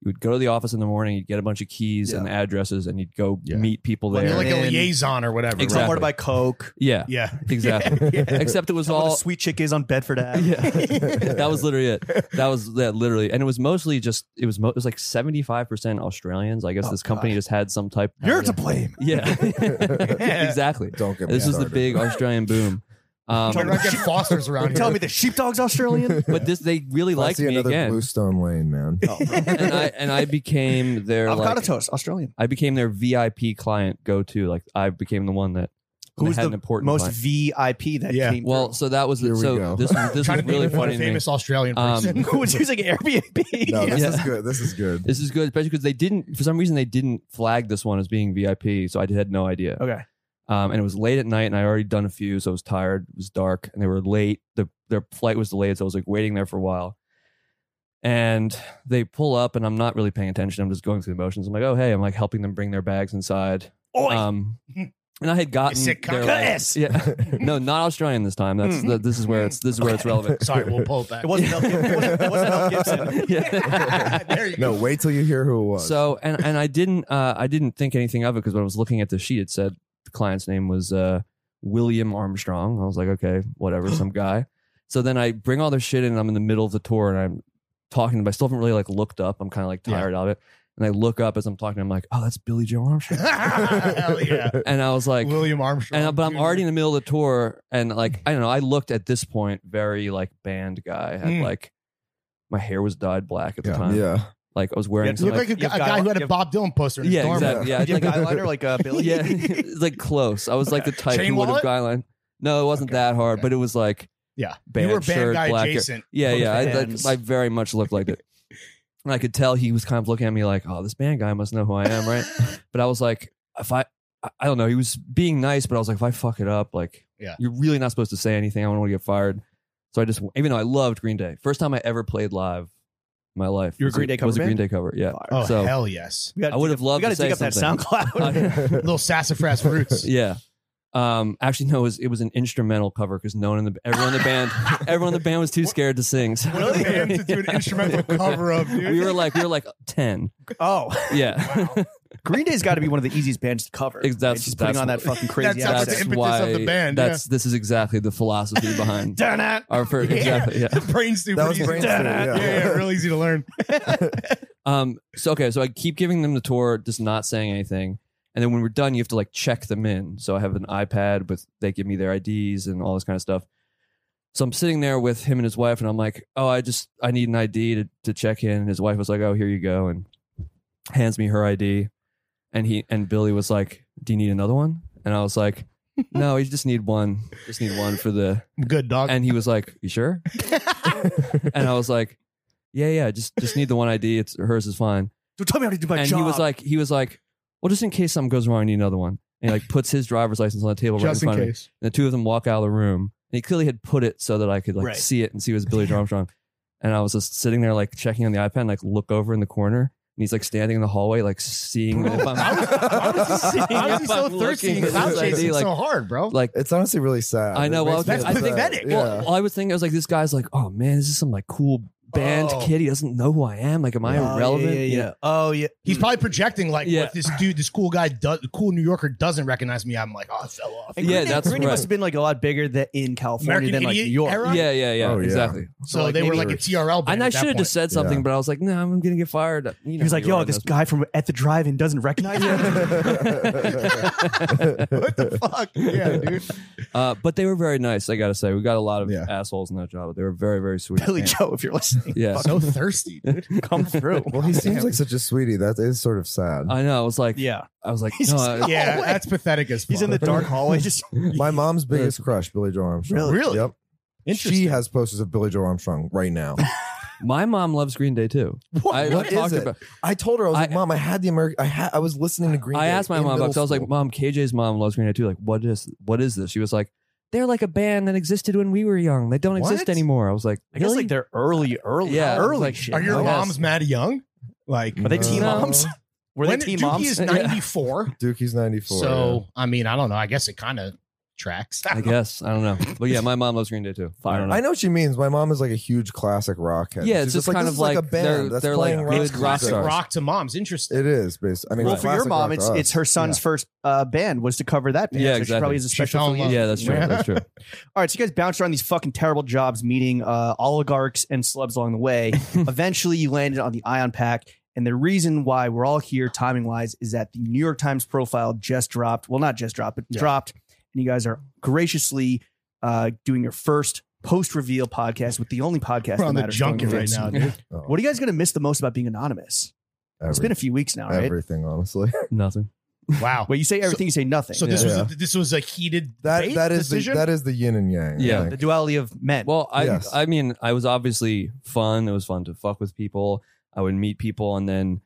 C: you would go to the office in the morning, you'd get a bunch of keys and addresses, and you'd go
E: Yeah.
C: meet people
B: Well,
C: there.
E: You're like a
B: And-
E: liaison or whatever. right?
C: Exactly.
B: Somewhere to buy Coke.
C: yeah,
E: Yeah.
C: exactly. Except it was
B: All the
C: all
B: sweet chick is on Bedford Ave.
C: yeah. that was literally it. That was that literally, and it was mostly just it was mo- it was like seventy five percent Australians. I guess
B: Oh,
C: this company
B: God.
C: just had some type.
B: You're to blame.
C: yeah, exactly.
D: Don't get me
C: This was the
D: started.
C: big Australian boom. Um,
E: We're not getting Foster's around here.
B: Tell me the sheepdog's Australian.
C: but this they really
D: If I
C: liked
D: see
C: me
D: another
C: again.
D: Bluestone Lane, man.
E: Oh.
C: and I and I became their
B: Avocado
C: like
B: toast, Australian.
C: I became their VIP client go to. Like I became the one that that
B: Who's
C: had
B: the
C: an important
B: most
C: client.
B: VIP that
E: Yeah.
B: came?
C: well.
B: through?
C: So that was
D: Here we
C: so
D: go.
C: this was- this
E: Trying
C: was
E: to
C: really
E: think of
C: funny.
E: a
C: to me.
E: famous Australian
C: Um,
E: person.
B: was using Airbnb?
D: No, this
C: Yeah.
D: is good. This is good.
C: This is good, especially because they didn't for some reason they didn't flag this one as being VIP, so I had no idea.
B: Okay.
C: Um, and it was late at night, and I already done a few, so I was tired. It was dark, and they were late. The their flight was delayed, so I was like waiting there for a while. And they pull up, and I'm not really paying attention. I'm just going through the motions. I'm like, oh hey, I'm like helping them bring their bags inside.
B: Oi.
C: Um, and I had gotten
E: sick
C: their,
E: cock.
C: like-
B: Yes.
C: yeah, no, not Australian this time. That's
B: Mm.
C: the, this is where it's this is where it's relevant.
E: Sorry, we'll pull it back.
B: it wasn't Mel Gibson. It wasn't, it wasn't Mel Gibson.
C: Yeah.
E: there you go.
D: No, wait till you hear who it was.
C: So and and I didn't uh, I didn't think anything of it because when I was looking at the sheet, it said the client's name was uh, William Armstrong. I was like, okay, whatever, some guy. So then I bring all their shit in. and I'm in the middle of the tour and I'm talking, but I still haven't really like looked up. I'm kind of like
E: Yeah.
C: tired of it. And I look up as I'm talking. I'm like, oh, that's Billy Joe Armstrong.
E: Hell yeah.
C: and I was like,
E: William Armstrong.
C: and uh, but I'm
E: Jr.
C: already in the middle of the tour, and like I don't know, I looked at this point very like band guy. I had
E: Mm.
C: like my hair was dyed black at the
D: yeah,
C: time.
D: yeah.
C: Like I was
E: You
C: wearing
E: look
C: some
E: like a,
B: you've
E: guy- a
B: got-
E: guy who had a
B: you've-
E: Bob Dylan poster in his
C: yeah,
E: dorm room.
C: exactly. Yeah,
B: Did you
C: like,
B: like eyeliner like uh, Billy?
C: yeah, it's like close. I was like the type
E: Chain
C: who would have
E: wallet?
C: guideline. No, it wasn't
E: Okay,
C: that hard,
E: okay.
C: but it was like
E: Yeah.
C: band
E: you were band
C: shirt,
E: guy
C: black hair.
E: adjacent.
C: Yeah,
B: Both
C: yeah. I,
B: bands.
C: I, I very much looked like it. And I could tell he was kind of looking at me like, "Oh, this band guy must know who I am, right?" but I was like, "If I, I- I don't know." He was being nice, but I was like, "If I fuck it up, like,
E: Yeah.
C: you're really not supposed to say anything. I don't want to get fired." So I just, even though I loved Green Day, first time I ever played live, in my life.
B: You were a
C: was
B: Green Day cover
C: was a Green
B: band?
C: Day cover. Yeah,
B: Fire.
E: Oh,
C: So-
E: hell yes.
B: We gotta
C: I would
B: dig
C: have
B: up-
C: loved
B: We gotta
C: to say
B: dig up that
C: something.
B: SoundCloud.
E: Little sassafras roots.
C: Yeah. Um, actually, no, it was, it was an instrumental cover because no one in the everyone in the band everyone in the band was too scared to sing. So.
E: One of the bands to do an instrumental cover of, dude.
C: We were like we were like ten.
B: oh,
C: Yeah,
B: Green Day's got to be one of the easiest bands to cover.
C: Ex- that's-
B: It's just putting
C: that's-
B: on that fucking crazy
E: That's
B: accent.
E: the
C: that's
E: impetus
C: why.
E: of the band,
C: That's this is exactly the philosophy behind
B: Darn it.
C: our first.
E: Yeah.
C: Exactly. Yeah.
E: the brain soup.
D: That was
E: easy.
D: brain soup,
E: Yeah,
D: yeah.
E: yeah, real easy to learn.
C: Um. So okay. So I keep giving them the tour, just not saying anything. And then when we're done, you have to like check them in. So I have an iPad with they give me their IDs and all this kind of stuff. So I'm sitting there with him and his wife, and I'm like, "Oh, I just I need an ID to to check in." And his wife was like, "Oh, here you go," and hands me her ID. And he and Billy was like, "Do you need another one?" And I was like, "No, you just need one. Just need one for the."
E: Good
B: Uh,
E: dog.
C: And he was like, "You sure?" and I was like, "Yeah, yeah. Just just need the one ID. It's hers is fine."
B: Don't tell me how to do my
C: and
B: job.
C: he was like, he was like, well, just in case something goes wrong, I need another one. And he like puts his driver's license on the table right in
E: just in
C: front of me.
E: case.
C: And the two of them walk out of the room. And he clearly had put it so that I could like
B: Right.
C: see it and see it was Billy Joe Armstrong. And I was just sitting there like checking on the iPad, and, like look over in the corner, he's like standing in the hallway, like seeing if I'm
E: How is he, how is he
C: if
E: so
C: I'm
E: thirsty?
C: looking
E: Because
C: at
E: I'm
C: this
E: chasing
C: ID, like,
E: so hard, bro.
C: like
D: It's honestly really sad.
C: I know,
D: It
C: well,
D: makes me
C: that's
D: upset.
E: pathetic.
D: Yeah.
C: Well, all I was thinking, I was like, this guy's like, oh man, this is some like cool band
E: Oh.
C: kid. He doesn't know who I am. Like, am I
B: Oh,
C: irrelevant?
B: Yeah,
C: You
B: yeah,
C: know?
B: yeah. Oh yeah.
E: He's probably projecting like
C: Yeah.
E: what this dude, this cool guy, does, cool New Yorker doesn't recognize me. I'm like, oh, I fell off.
B: And
C: Yeah,
B: Greeny-
C: that's
B: Greeny
C: right.
B: must have been like a lot bigger than in California
E: American
B: than like
E: Idiot
B: New York.
E: era?
C: Yeah, yeah, yeah,
D: Oh, yeah.
C: exactly.
E: So,
B: So, like,
E: they were
B: maybe
E: like a
B: they were-
E: TRL band.
C: And I
E: at that
C: should have
E: point.
C: just said something,
D: Yeah.
C: but I was like, no, I'm gonna get fired. You know,
B: He was like,
C: you
B: "Yo,
C: are
B: this
C: in
B: guy from at the drive-in doesn't recognize me."
E: what the fuck? Yeah, dude.
C: Uh, but they were very nice. I gotta say, we got a lot of
E: Yeah.
C: assholes in that job. But they were very, very sweet.
B: Billy
C: And-
B: Joe, if you're listening,
C: Yeah,
E: So thirsty. Dude.
B: come through.
D: well, he seems like such a sweetie. That is sort of sad.
C: I know. I was like,
B: yeah,
C: I was like,
B: He's
C: no,
B: just-
C: I-
E: Yeah,
B: Oh, wait.
E: that's pathetic as fuck.
B: he's in the dark hallway. Just
D: My mom's biggest crush, Billy Joe Armstrong.
E: Really?
D: Yep.
E: Interesting.
D: She has posters of Billy Joe Armstrong right now.
C: my mom loves Green Day too. I,
D: What
C: I
D: is
C: talked
D: it?
C: about.
D: I told her I was like,
C: I-
D: Mom, I had the American. I had. I was listening to Green.
C: I
D: Day
C: asked my
D: in
C: mom about.
D: middle
C: It. I was like,
D: school.
C: Mom, KJ's mom loves Green Day too. Like, what is what is this? She was like, they're like a band that existed when we were young. They don't exist
E: What?
C: anymore. I was like,
B: I guess
C: really?
B: like they're early, early,
C: Yeah,
B: early
C: like-
B: shit.
E: Are your
C: I guess.
E: moms mad young? Like
B: Are they
D: No.
B: team moms? Were they
E: when
B: team
E: Dookie
B: moms?
E: is 94.
D: Dookie's ninety four.
E: so I mean, I don't know. I guess it kind of tracks.
C: I guess I don't know, but yeah, my mom loves Green Day too. I don't know.
D: I know what she means. My mom is like a huge classic rock head.
C: Yeah,
D: She's just
C: it's just
D: like,
C: kind
D: this
C: of
D: is like a
C: like
D: band
C: they're-
D: that's
C: they're
D: playing
C: like
D: rock
C: good
D: music.
E: classic
C: stars.
E: rock to moms. Interesting.
D: It is based. I mean,
B: well,
D: it's
B: for your
D: classic rock
B: mom,
D: to
B: it's
D: us.
B: it's her son's first uh, band was to cover that band.
C: Yeah,
B: so She
C: exactly.
B: probably has a
E: She
B: special
E: fell in
B: affiliation.
E: love.
C: yeah, that's true. That's true.
B: All right, so you guys bounced around these fucking terrible jobs, meeting uh, oligarchs and celebs along the way. Eventually, you landed on the Ion Pack, and the reason why we're all here, timing wise, is that the New York Times profile just dropped. Well, not just dropped, but
E: Yeah.
B: dropped, and you guys are graciously uh, doing your first post reveal podcast with the only podcast
E: We're
B: that
E: on the
B: matters
E: junket
B: going
E: right now,
B: forward.
E: dude.
D: Oh,
B: What are you guys going to miss the most about being anonymous? It's been a few weeks now, right?
D: everything. Honestly,
C: Nothing.
E: Wow.
B: Well, you say everything, you say nothing.
E: So this
D: Yeah.
E: was a, this was a heated
D: that
E: debate
D: that is the,
E: decision.
D: that is the yin and yang. I
C: Yeah.
D: think.
B: the duality of men.
C: Well, I
D: Yes.
C: I mean, I was obviously fun. It was fun to fuck with people. I would meet people and then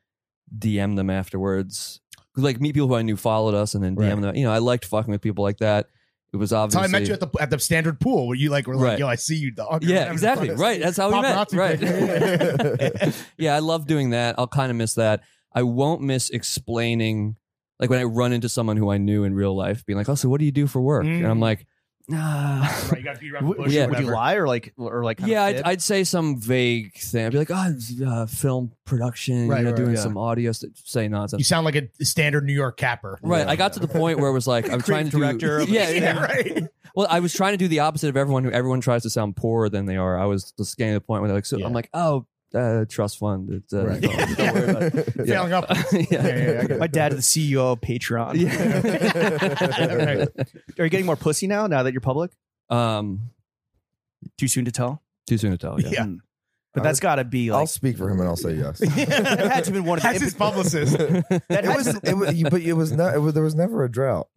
C: DM them afterwards. Like meet people who I knew followed us and then DM them. You know, I liked fucking with people like that. It was
E: That's how
C: obviously
E: I met you at the at the standard pool where you like were like,
C: Right.
E: yo, I see you, dog. We're
C: yeah,
E: having
C: exactly.
E: fun.
C: Right. That's how we met.
E: Paparazzi
C: Right. yeah, I love doing that. I'll kind of miss that. I won't miss explaining, like when I run into someone who I knew in real life, being like, "Oh, so what do you do for work?" And I'm
E: Mm.
C: like, "Ah,
E: Right, you got beat around the
B: W-
E: bush.
C: yeah.
E: or
B: would you
E: whatever.
B: lie or like or like? kind of
C: yeah,
B: fib?
C: I'd, I'd say some vague thing. I'd be like, oh, it's, uh, film production,
E: Right,
C: you know,
E: right,
C: doing
E: yeah.
C: some audio, st- say nonsense.
E: You sound like a standard New York capper.
C: right. I got to the point where it was like, I'm trying to
B: director
C: do,
B: of-
C: yeah, yeah.
E: Yeah, right.
C: Well, I was trying to do the opposite of everyone who everyone tries to sound poorer than they are. I was just getting to the point where they're like, so
E: Yeah.
C: I'm like, oh, uh, trust fund. It's, uh,
E: Right.
C: don't, don't worry about it. Yeah.
E: Failing up. Yeah, yeah, yeah, I get
B: My dad is the CEO of Patreon.
C: Yeah.
B: Are you getting more pussy now? Now that you're public?
C: um,
B: Too soon to tell.
C: too soon to tell. Yeah.
E: Yeah.
B: Mm. But that's got to be
D: I'll
B: like
D: speak for him and I'll say yes.
B: that had to be one of the
E: As
B: impetus-
E: his publicist.
B: that
D: It
B: had
D: was,
B: to-
D: it was, but it was not. It was, there was never a drought.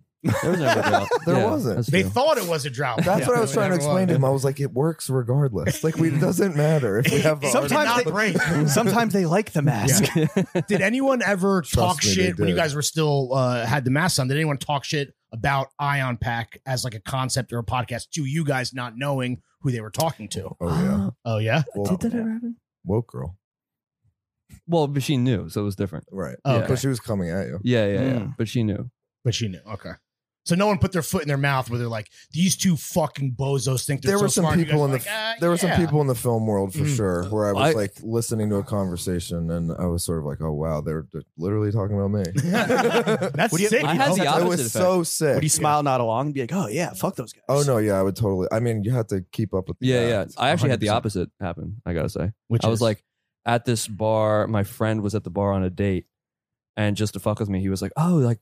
C: There was never a doubt.
D: There
C: Yeah,
D: wasn't.
C: that's
E: They
C: true.
E: thought it was a drought.
D: That's what I was
E: It
D: trying to
E: never
D: explain to
E: was.
D: him. I was like, it works regardless. Like, we, it doesn't matter if we have the
E: It did
B: Sometimes
E: not
B: they-
E: break.
B: Sometimes they like the mask.
E: Did anyone ever
D: Trust
E: talk
D: me, they
E: shit when you
D: did.
E: guys were still uh, had the mask on? Did anyone talk shit about Ion Pack as like a concept or a podcast to you guys not knowing who they were talking to?
D: Oh yeah,
E: Oh yeah.
D: well,
C: Did that ever happen?
D: woke girl.
C: Well, but she knew, so it was different.
D: Right.
E: Oh,
D: But
E: okay.
D: she was coming at you.
C: Yeah, yeah,
E: Hmm.
C: yeah.
B: Mm.
C: But she knew.
E: But she knew. Okay. So no one put their foot in their mouth where they're like, these two fucking bozos think they're
D: There
E: so
D: were some
E: smart. You
D: people
E: guys
D: in
E: were
D: the
E: like, uh,
D: There were some
E: yeah.
D: people in the film world for
E: Mm.
D: sure where I was
C: I-
D: like listening to a conversation and I was sort of like, oh wow, they're, they're literally talking about me.
E: That's
B: What do you-
E: sick.
B: I
C: I
E: bro.
C: had the
D: it
C: opposite
D: was
C: effect.
D: so sick.
B: Would you smile not along and be like, "Oh yeah, fuck those guys"?
D: Oh no, yeah, I would totally. I mean, you have to keep up with. The
C: Yeah, yeah. I actually had the
E: 100%.
C: opposite happen. I gotta say,
E: Which
C: I was
E: is-
C: like at this bar. My friend was at the bar on a date, and just to fuck with me, he was like, "Oh, like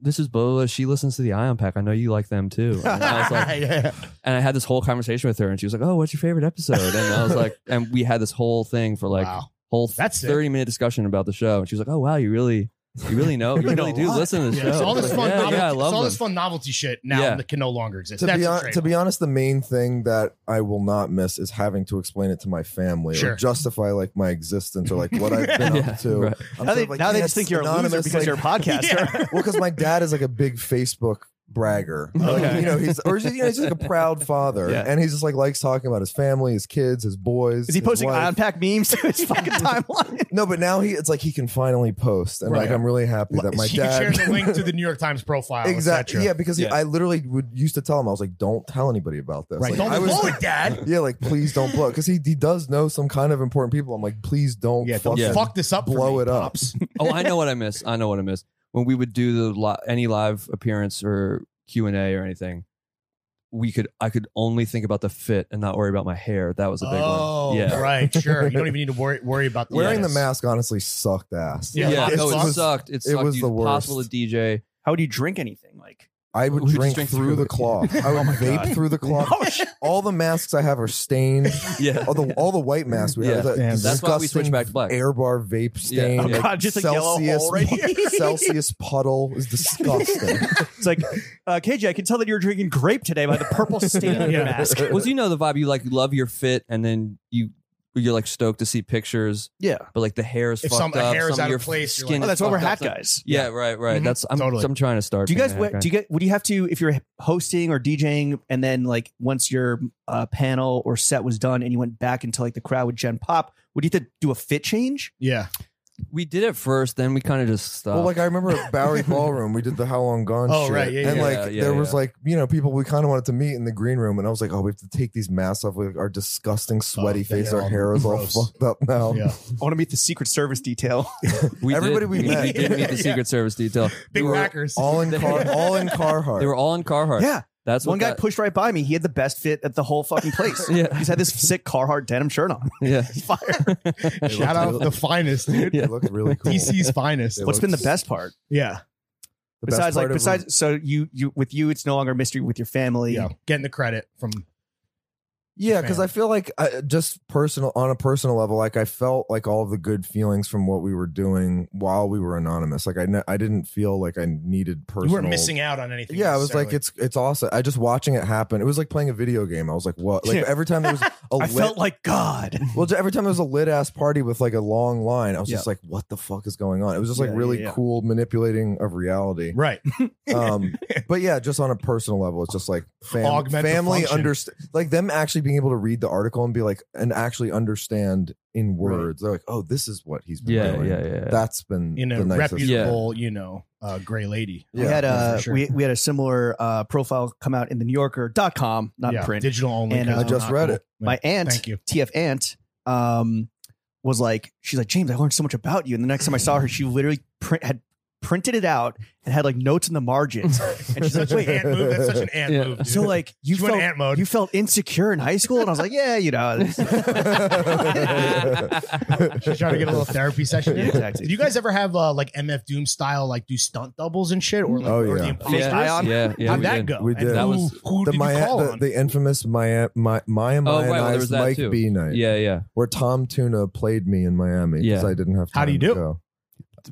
C: this is Bola. She listens to the Ion Pack. I know you like them too." And I was like,
E: Yeah.
C: and I had this whole conversation with her, and she was like, "Oh, what's your favorite episode?" And I was like, and we had this whole thing for like
E: wow.
C: whole
E: That's sick.
C: thirty minute discussion about the show, and she was like, "Oh, wow, you really." You really know, you
B: You know
C: really
B: a
C: do
B: lot.
C: listen to the
E: Yeah,
C: show.
E: it's all this
C: Like,
E: fun,
C: yeah,
E: novelty,
C: yeah, I
E: it's
C: love
E: all
C: them.
E: this fun novelty shit now
C: Yeah.
E: that can no longer exist.
D: To
E: That's
D: be,
E: the
D: on, to
E: trade-off.
D: be honest, the main thing that I will not miss is having to explain it to my family or
E: Sure.
D: justify like my existence or like what I've been
C: Yeah,
D: up to.
C: right.
D: I'm
B: Now
D: sort
B: they,
D: of like,
B: now they
D: yeah,
B: just think
D: it's
B: you're a loser
D: anonymous,
B: because
D: like-
B: you're a podcaster.
E: Yeah.
D: well, because my dad is like a big Facebook bragger.
C: Okay.
D: Like, you know, he's or he's, you know, he's just like a proud father,
C: Yeah.
D: and he's just like likes talking about his family, his kids, his boys.
B: Is he
D: his
B: posting
D: wife.
B: Ion Pack memes to his fucking timeline?
D: No, but now he it's like he can finally post, and like
E: Right.
D: I'm really happy that my
E: she
D: dad
E: shares a link to the New York Times profile.
D: exactly.
E: et
D: Yeah,
E: cetera.
D: because he,
C: Yeah.
D: I literally would used to tell him I was like, don't tell anybody about this.
E: Right.
D: Like,
E: Don't
D: I was-
E: blow it, Dad.
D: Yeah, like please don't blow because he he does know some kind of important people. I'm like, please don't.
E: Yeah, don't
D: fucking-
E: fuck this up. for
D: Blow
E: me,
D: it up.
E: Pops.
C: oh, I know what I miss. I know what I miss. When we would do the li- any live appearance or Q and A or anything, we could I could only think about the fit and not worry about my hair. That was a big
E: oh,
C: one. Yeah,
E: right. Sure. You don't even need to worry, worry about the
D: Wearing the
E: lettuce.
D: mask honestly sucked ass.
E: Yeah.
C: yeah.
E: It
C: No, it
D: was-
C: sucked. It, sucked.
D: was
C: It
D: the
C: was possible to
D: worst.
C: DJ.
B: How would you drink anything? Like,
D: I would
C: We just
D: drink,
C: drink
D: through,
C: through
D: the
C: it.
D: cloth. I would vape through the cloth. all the masks I have are stained.
C: Yeah.
D: All
E: Oh,
D: the all the white masks we
C: Yeah.
D: have.
B: Damn.
D: That's
C: That's why we switched back to black.
D: Air bar vape stain.
C: Yeah. Oh,
D: like,
B: God, just a yellow hole right here.
D: Celsius puddle is disgusting.
B: it's like, uh, KJ, I can tell that you're drinking grape today by the purple stain on your mask.
C: Was you know the vibe? You like love your fit, and then you you're like stoked to see pictures,
B: Yeah.
C: but like the hair is
E: If
C: fucked
E: some- the
C: up.
E: hair is
C: some
E: out of
C: your
E: place, you're
C: Skin
B: Oh,
C: is
B: that's why we're
C: fucked
B: hat
C: up. So-
B: guys.
C: Yeah, right, right.
E: Mhm.
C: That's I'm,
E: Totally.
C: so I'm trying to start.
B: Do you
C: being
B: guys
C: a hat guy.
B: do you get would you have to if you're hosting or DJing and then like once your uh, panel or set was done and you went back into like the crowd with Gen Pop, would you have to do a fit change?
E: Yeah.
C: we did it first, then we kind of just stopped.
D: well, like I remember at Bowery Ballroom, we did the How Long Gone
E: Oh,
D: shit,
E: right, yeah,
D: and
E: yeah.
D: like
C: Yeah, yeah,
D: there was
C: yeah.
D: like you know people we kind of wanted to meet in the green room, and I was like, oh, we have to take these masks off. We our disgusting sweaty
E: Oh,
D: face,
E: they're
D: our
E: all
D: hair is all
E: gross.
D: fucked up now.
E: Yeah.
B: I want to meet the Secret Service detail.
C: we
D: everybody
C: did,
D: we met.
C: we did meet the
E: Yeah.
C: Secret Service detail. They
E: Big
C: were-
E: Packers.
D: All in car, all in Carhartt.
C: They were all in Carhartt.
B: yeah,
C: that's
B: one
C: what
B: guy
C: that-
B: pushed right by me. He had the best fit at the whole fucking place.
C: Yeah.
B: he's had this sick Carhartt denim shirt on.
C: Yeah,
B: Fire.
E: Shout out the finest, dude.
D: It looked really cool.
E: DC's finest.
D: It
B: What's been the
D: looks-
B: best part?
E: Yeah.
D: The best
B: besides, like
D: part of-
B: besides, so you you with you, it's no longer a mystery with your family.
E: Yeah. Getting the credit from
D: Yeah, because
E: fan.
D: I feel like I, just personal on a personal level, like I felt like all of the good feelings from what we were doing while we were anonymous. Like I, ne- I didn't feel like I needed personal.
E: you weren't missing out on anything.
D: Yeah, I was like,
E: necessarily.
D: it's it's awesome. I just watching it happen. It was like playing a video game. I was like, what? Like
B: Yeah.
D: every time there was a
B: I
D: lit,
B: felt like God.
D: well, every time there was a lit ass party with like a long line, I was
B: Yeah.
D: just like, what the fuck is going on? It was just like
B: Yeah,
D: really
B: yeah, yeah.
D: cool manipulating of reality.
E: right.
D: um but yeah just on a personal level it's just like fam-
E: Augment the
D: family
E: function.
D: understand like them actually being able to read the article and be like and actually understand in words they're like oh this is what he's been
C: yeah, yeah,
D: doing
C: yeah.
D: that's been
E: In a
D: the nicest
E: reputable, you know, uh, gray lady.
B: we
D: Yeah,
B: had
E: yeah,
B: a
E: for sure.
B: we, we had a similar uh, profile come out in the New Yorker.com, not
E: yeah,
B: print.
E: Digital only.
B: And,
E: 'cause
B: uh, I
E: I'm
D: just
E: not
D: read
E: cool.
D: it.
E: Yeah.
B: my aunt,
E: Thank you.
B: TF aunt, um, was like, she's like, James, I learned so much about you. And the next time I saw her, she literally print had printed it out and had like notes in the margins. And she's like,
E: Such an
B: wait,
E: ant move. That's such an ant
C: Yeah.
E: move. Dude.
B: so like you
E: She went
B: felt
E: ant mode.
B: you felt insecure in high school? And I was like, yeah, you know, this-
E: She's trying to get a little therapy session. in.
B: Exactly.
E: Did you guys ever have uh, like MF Doom style, like do stunt doubles and shit, or like
D: Oh,
E: or
D: yeah.
E: the imposters?
C: Yeah, yeah, yeah,
E: How'd
C: we
E: that
C: did.
E: go?
D: We
E: And
D: did.
E: Who,
C: That was-
E: who
D: the,
E: did you
D: Maya,
E: call
D: the,
E: on?
D: the infamous Maya, my, Maya,
C: Oh,
D: Maya
C: right, well, there was that
D: Mike
C: too.
D: B night,
C: yeah, yeah.
D: where Tom Tuna played me in Miami because
C: Yeah.
D: I didn't have time
E: How'd he do?
D: To go.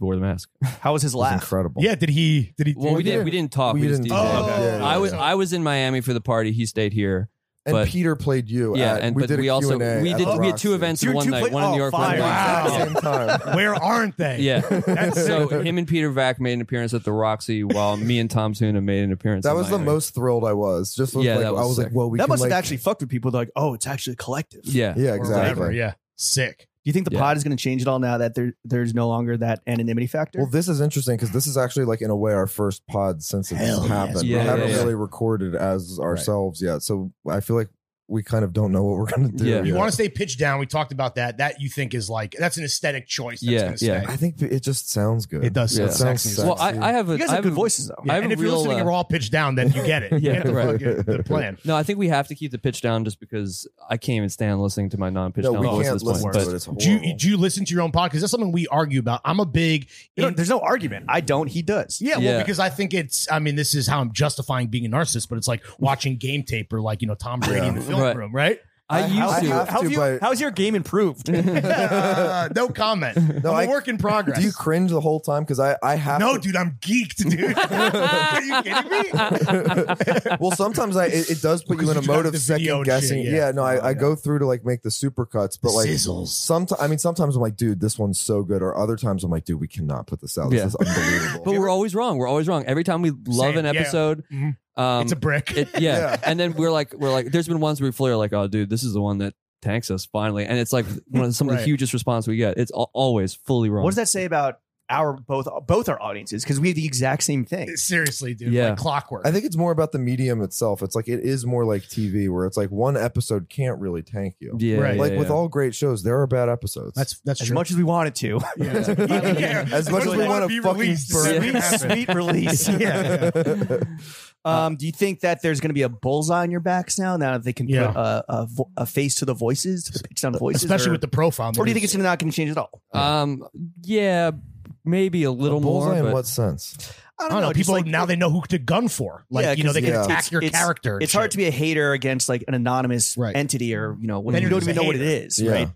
C: Wore the mask.
B: how was his
D: It was
B: laugh?
D: incredible.
E: yeah, did he? Did he?
C: Well, we
D: we
C: did.
D: didn't-
C: We didn't talk.
D: we
C: We just
D: didn't
C: DJed.
D: talk.
E: Oh, Yeah, yeah,
C: I was
E: yeah.
C: I was in Miami for the party. He stayed here.
D: and
C: but-
D: Peter played you.
C: Yeah,
D: at-
C: and
D: we
C: but
D: did a
C: we also
D: Q&A
C: we
D: at
C: did
D: the
C: we had
D: Roxy
C: two events
B: You
C: in one
B: two
C: night,
B: played-
C: one in
B: oh,
C: New York, one
B: fire.
C: in
D: at the
E: Wow.
D: same time.
E: Where aren't they?
C: Yeah.
E: That's
C: so
E: sick.
C: him and Peter Vac made an appearance at the Roxy, while me and Tom Tuna made an appearance.
D: That
C: in
D: was the
C: Miami.
D: most thrilled I was. Just was
C: Yeah,
D: like,
C: that was
D: I was
C: sick.
D: like, well, we
B: that
D: can,
B: must
D: like,
B: have actually fucked with people. They're like, oh, it's actually a collective.
C: Yeah.
D: Yeah,
E: Or whatever,
D: exactly.
E: Yeah, sick.
B: Do you think the
C: Yeah.
B: pod is going to change it all now that there there's no longer that anonymity factor?
D: Well, this is interesting because this is actually like in a way our first pod since it
E: Hell yes.
D: happened.
C: Yeah,
D: we
C: yeah,
D: haven't
C: yeah.
D: really recorded as ourselves yet, so I feel like we kind of don't know what we're gonna do.
C: Yeah.
D: yet.
E: You want to stay pitched down? We talked about that. That you think is like that's an aesthetic choice. That's
C: Yeah,
E: gonna
C: yeah.
E: stay.
D: I think it just sounds good.
E: It does
C: Yeah.
E: sound
D: Sounds
E: sexy.
D: sexy.
E: as
C: Well, I, I have a
B: you guys
C: I
B: have
C: have
B: good
C: a-
B: voices though.
C: I have
E: and
C: a
E: if
C: real,
E: you're listening,
C: uh,
E: and we're all pitched down, then you get it.
C: Yeah,
E: you get the,
C: right.
E: fucking- the plan.
C: No, I think we have to keep the pitch down just because I can't even stand listening to my non-pitch
D: No,
C: down
D: we
C: voice at
D: can't
C: this
D: listen
C: point.
D: to
C: But
D: it. It's
E: Do you,
D: horrible.
E: do you listen to your own podcast? That's something we argue about. I'm a big
B: You don't- there's no argument. I don't. He does.
E: Yeah, well,
C: Yeah.
E: because I think it's, I mean, this is how I'm justifying being a narcissist, but it's like watching game tape or like, you know, Tom Brady in the film
C: Right.
E: room, right?
C: I
D: I
C: used
D: have-
C: to.
D: I have
B: How's,
D: to,
B: you-
D: but-
B: how's your game improved?
E: Uh, no comment. I'm
D: No,
E: a
D: I-
E: work in progress.
D: Do you cringe the whole time? Because I, I have
E: no,
D: to-
E: dude, I'm geeked, dude. Are you kidding me?
C: Um,
D: well, sometimes I it, it does put you in
E: Because you
D: a
E: got
D: mode
E: the
D: of
E: video
D: second
E: and
D: guessing.
E: shit,
D: Yeah.
E: yeah.
D: no, I, I go through to like make the supercuts, but like
E: sizzles.
D: sometimes I mean sometimes I'm like, dude, this one's so good, or other times I'm like, dude, we cannot put this out. This
C: Yeah.
D: is unbelievable.
C: but we're always wrong. We're always wrong. Every time we love
E: Same,
C: an
E: yeah.
C: episode,
E: Mhm.
C: um,
E: it's a brick.
C: it, yeah.
D: Yeah.
C: And then we're like, we're like, there's been ones where we fully are like, oh, dude, this is the one that tanks us finally. And it's like one of the, some of the
E: Right.
C: hugest response we get. It's al- always fully wrong.
B: What does that say about our both both our audiences? Because we have the exact same thing.
E: Seriously, dude.
C: Yeah.
E: Like clockwork.
D: I think it's more about the medium itself. It's like it is more like TV, where it's like one episode can't really tank you.
C: Yeah.
E: Right.
C: yeah,
D: like with
C: yeah.
D: all great shows, there are bad episodes.
E: that's that's
B: As
E: true.
B: much as we wanted to,
E: Yeah.
D: As much as we
E: wanna
D: wanna
E: be
D: fucking
E: released,
D: burn
E: it
B: sweet,
E: happened.
B: sweet release. Yeah. Um, do you think that there's going to be a bullseye on your backs now? Now that they can
E: Yeah.
B: put a, a, vo- a face to the voices, to the pitch down voices,
E: especially
B: or,
E: with the profile.
B: Or do you
E: moves.
B: think it's not going to change at all?
C: Um, yeah, maybe a little more.
D: bullseye in
C: but-
D: what sense?
E: I don't know.
B: just
E: people
B: like-
E: now they know who to gun for. Like
B: Yeah,
E: you know, they
B: 'cause-
E: can
D: yeah.
E: attack
B: It's-
E: your
B: it's-
E: character. and
B: It's hard
E: shit.
B: to be a hater against like an anonymous
E: Right.
B: entity or you know when
E: Then
B: you
E: you're
B: don't
E: just
B: even
E: a
B: know what it
E: hater.
B: is,
D: Yeah.
B: right?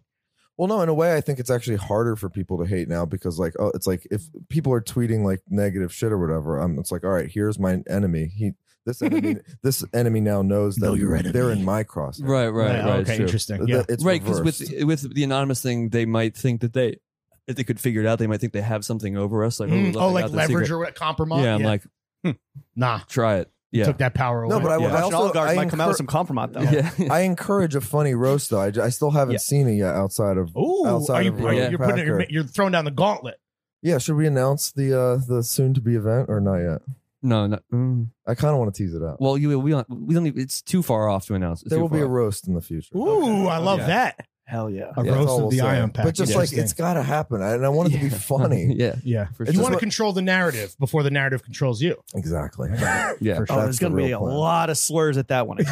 D: Well, no, in a way, I think it's actually harder for people to hate now because, like, oh, it's like if people are tweeting like negative shit or whatever, um, it's like, all right, here's my enemy. He, this enemy, this enemy now knows that
E: Know your enemy.
D: they're in my crosshair.
C: Right, right,
E: Yeah,
C: right.
E: okay,
C: sure.
E: interesting.
D: Th-
E: Yeah.
D: it's
C: right, because
D: reversed.
C: with with the anonymous thing, they might think that they if they could figure it out, they might think they have something over us. Like, oh,
E: Mm,
C: look,
E: oh,
C: I
E: like
C: got the
E: leverage
C: secret.
E: or what, compromise.
C: yeah, I'm like,
E: nah,
C: try it. Yeah,
E: took that power away.
D: no, but I,
C: Yeah.
D: I
B: Russian
D: also
B: oligarchs
D: I,
B: might come out with
D: encour-
B: some compromise though.
C: yeah.
D: I encourage a funny roast though. I, j- I still haven't
C: Yeah.
D: seen it yet outside
E: Oh.
D: of.
E: Ooh,
D: outside
E: are you,
D: of
E: are you-
C: Ray
E: you're putting it, you're,
D: Parker.
E: you're throwing down the gauntlet.
D: Yeah, should we announce the uh the soon to be event or not yet?
C: no, no. mm.
D: I kind of want to tease it out.
C: Well, you we don't we don't. even- It's too far off to announce. It's
D: there
C: too
D: will be a
C: far off.
D: roast in the future.
E: Ooh, I love
C: Yeah.
E: that.
B: Hell yeah.
E: A
D: Yeah, that's
E: roast
D: all
E: of
D: we'll
E: the
D: say.
E: ion pack.
D: But just like
E: Interesting.
D: it's got to happen, I- and I want it to be funny.
C: yeah,
E: yeah.
C: for
D: It's
E: You
C: sure.
E: want to
D: what-
E: control the narrative before the narrative controls you.
D: Exactly.
C: yeah.
E: For
B: Oh,
E: sure.
B: there's
D: That's the
B: going to be
D: real
B: a
D: plan.
B: lot of slurs at that one.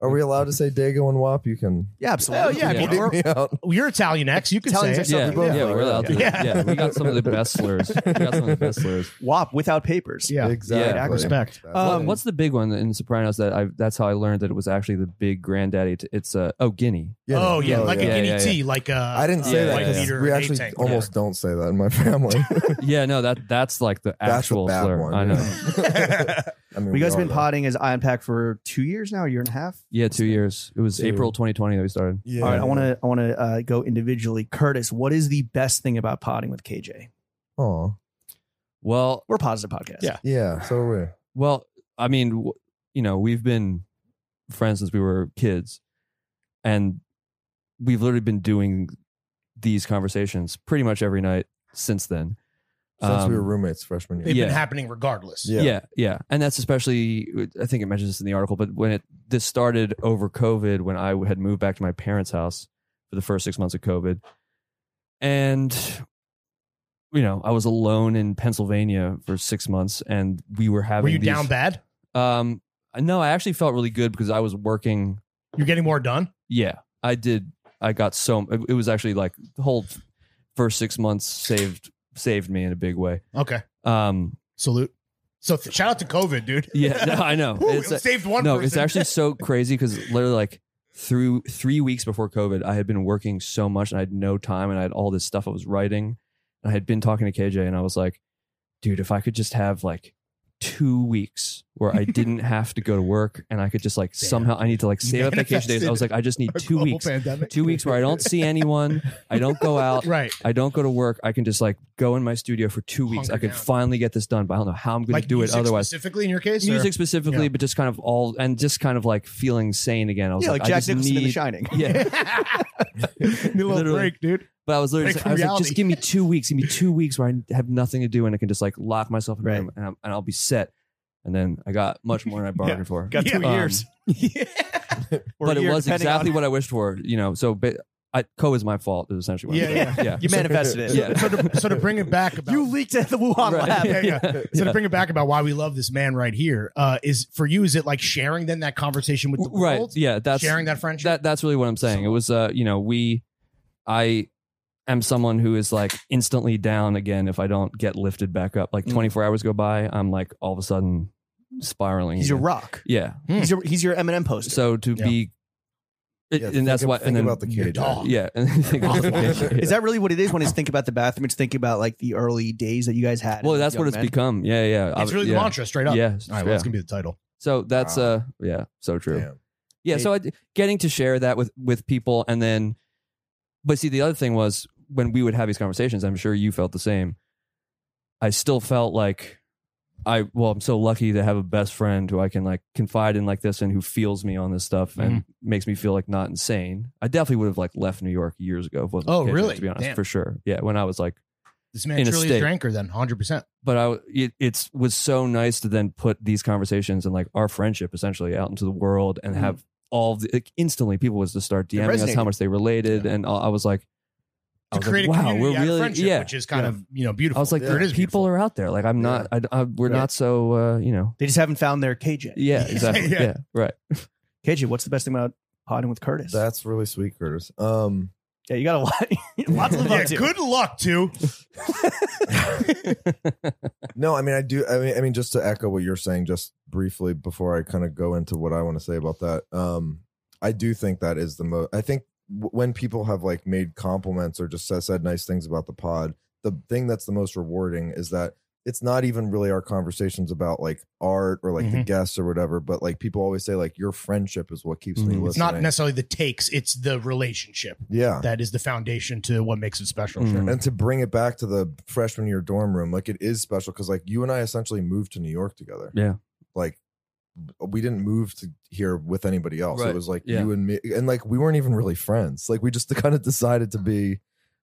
D: Are we allowed to say Dago and WAP? You can
B: yeah, absolutely.
E: Hell yeah,
B: You
E: Yeah.
B: know,
D: beat me out.
E: You're Italian X. You can
B: Italians
E: say
B: are
E: it.
B: so- something.
C: Yeah, yeah,
B: Yeah.
C: we're allowed to.
E: Yeah.
C: Yeah. we got some of the best slurs. We got some of the best slurs.
B: WAP without papers.
E: Yeah.
D: Exactly.
C: Yeah,
E: respect.
D: That's-
B: Um,
C: What's the big one in The Sopranos that I? That's how I learned that it was actually the big granddaddy. To, it's uh, oh Guinea.
E: Oh yeah, like a
C: yeah.
E: guinea
C: Yeah, yeah,
E: tea, like a.
D: I didn't
E: a
B: uh,
D: say that
E: white
C: yeah.
D: because
E: beater
D: we
E: A
D: actually
E: tank.
D: almost don't say that in my family.
C: yeah, no, that that's like the
D: That's a
C: actual
D: bad
C: slur.
D: one.
C: I know.
D: yeah. I mean,
B: We guys
D: all
B: been
D: know.
B: potting as Ion Pack for two years now, a year and a half.
C: Yeah, two years. It was
D: Two.
C: April 2020 that we started.
D: Yeah.
B: All right, I want to I want to uh, go individually. Curtis, what is the best thing about potting with KJ?
D: Oh
C: Well,
B: We're a positive podcast.
E: Yeah.
D: yeah. So are we.
C: well, I mean, w- you know, we've been friends since we were kids, and we've literally been doing these conversations pretty much every night since then.
D: Since
C: Um,
D: we were roommates freshman year.
E: They've
C: Yeah.
E: been happening regardless.
D: Yeah.
C: Yeah. yeah, and that's especially. uh, I think it mentions this in the article, but when it this started over COVID, when I had moved back to my parents' house for the first six months of COVID, and you know I was alone in Pennsylvania for six months, and we were having.
E: Were you
C: these-
E: down bad?
C: Um, no, I actually felt really good because I was working.
E: You're getting more done.
C: Yeah, I did. I got so. It, it was actually like the whole first six months saved saved me in a big way.
E: Okay,
C: Um,
E: salute. So th- shout out to COVID, dude.
C: yeah, no, I know.
E: Woo,
C: It's-
E: it saved one.
C: no,
E: person.
C: it's actually so crazy because literally like through three weeks before COVID, I had been working so much and I had no time and I had all this stuff I was writing. And I had been talking to KJ and I was like, dude, if I could just have like two weeks where I didn't have to go to work and I could just like
E: Damn.
C: somehow I need to like
E: You
C: save up vacation days. I was like, I just need
E: A
C: two
E: global
C: weeks.
E: pandemic.
C: Two weeks where I don't see anyone, I don't go out,
E: Right.
C: I don't go to work. I can just like go in my studio for two weeks.
E: Hunker
C: I could
E: down.
C: finally get this done, but I don't know how I'm gonna
E: Like
C: do it
E: music
C: otherwise
E: specifically in your case, or-
C: music specifically,
E: Yeah.
C: but just kind of all and just kind of like feeling sane again. I was
B: Yeah, like
C: I
B: Jack
C: just
B: Nicholson in The
C: need-
B: Shining.
C: Yeah,
E: New little
C: Literally.
E: break, dude.
C: but I was literally,
E: Break
C: just,
E: from
C: I was like,
E: reality.
C: just give me two weeks, give me two weeks where I have nothing to do and I can just like lock myself in my
B: Right.
C: room and, I'm, and I'll be set. And then I got much more than I bargained for.
B: Got two
C: Um,
B: years. Or
C: but
B: a year,
C: it was
B: depending
C: exactly
B: on-
C: what I wished for, you know. So, but I, co is my fault, is essentially what I'm
E: Yeah,
C: saying. yeah,
B: you manifested it.
C: Yeah.
E: So to, so to bring it back about
B: You leaked at the Wuhan
C: Right.
B: lab.
E: yeah, yeah.
C: Yeah.
E: So to bring it back about why we love this man right here uh, is for you. Is it like sharing then that conversation with the
C: right.
E: world?
C: Yeah, that's
E: sharing that friendship.
C: that that's really what I'm saying. It was uh, you know, we I am someone who is like instantly down again if I don't get lifted back up. Like
B: Mm.
C: 24 hours go by, I'm like all of a sudden spiraling.
B: He's your
C: again.
B: rock.
C: yeah.
B: He's your he's your Eminem poster.
C: So to
E: Yeah.
C: be, it-
D: Yeah,
C: and that's
D: think
C: why.
D: ab-
C: and
D: think
C: then,
D: about the
E: your
D: cage.
E: dog.
C: yeah, and think about the cage.
B: is that really what it is when it's think about the bathroom? It's think about like the early days that you guys had.
C: Well,
B: as
C: that's
B: young
C: what it's
B: men.
C: become. Yeah, yeah.
E: It's
C: I-
E: really
C: yeah.
E: the mantra, straight up.
C: Yeah,
E: All right, well,
C: yeah.
E: that's gonna be the title.
C: So that's
D: Wow.
C: uh, yeah, so true.
D: Damn.
C: Yeah,
B: It-
C: so I, getting to share that with with people, and then, but see, the other thing was when we would have these conversations. I'm sure you felt the same. I still felt like I well, I'm so lucky to have a best friend who I can like confide in like this and who feels me on this stuff and
E: Mm-hmm.
C: makes me feel like not insane. I definitely would have like left New York years ago. If it wasn't
E: Oh,
C: for Kendrick,
E: really?
C: To be honest,
E: Damn.
C: for sure. Yeah, when I was like
E: This man
C: In a
E: truly is
C: state.
E: dranker then, hundred percent.
C: but I it it's was so nice to then put these conversations and like our friendship essentially out into the world
E: Mm-hmm.
C: and have all the, like instantly people was to start DMing us how
B: resonated.
C: much they related and I I was like, I
E: To
C: was
E: create
C: like,
E: a
C: wow,
E: community
C: we're
E: out of
C: really
E: friendship,
C: yeah.
E: which is kind
B: yeah.
E: of you know beautiful.
C: I was like,
E: it is
C: people are out there. Like I'm not, I, I, we're
B: Right.
C: not so uh, you know,
B: They just haven't found their cage yet.
C: yeah, exactly,
E: Yeah.
C: yeah. right.
B: KJ, what's the best thing about potting with Curtis?
D: That's really sweet, Curtis. Um,
B: yeah, you got a lot, lots of
E: beautiful.
B: love
E: Yeah,
B: to.
E: good luck to
D: no, I mean, I do. I mean, I mean, just to echo what you're saying, just briefly before I kind of go into what I want to say about that. Um, I do think that is the most. I think w- when people have like made compliments or just said, said nice things about the pod, the thing that's the most rewarding is that it's not even really our conversations about like art or like
E: Mm-hmm.
D: the guests or whatever, but like people always say like your friendship is what keeps me listening.
C: Mhm.
E: Mm-hmm. It's not necessarily the takes; it's the relationship
D: yeah.
E: that is the foundation to what makes it special.
C: Mm.
D: and to bring it back to the freshman year dorm room like it is special because like you and i essentially moved to new york together
C: Yeah.
D: like b- we didn't move to here with anybody else
C: Right.
D: it was like
C: Yeah.
D: you and me and like we weren't even really friends like we just kind of decided to be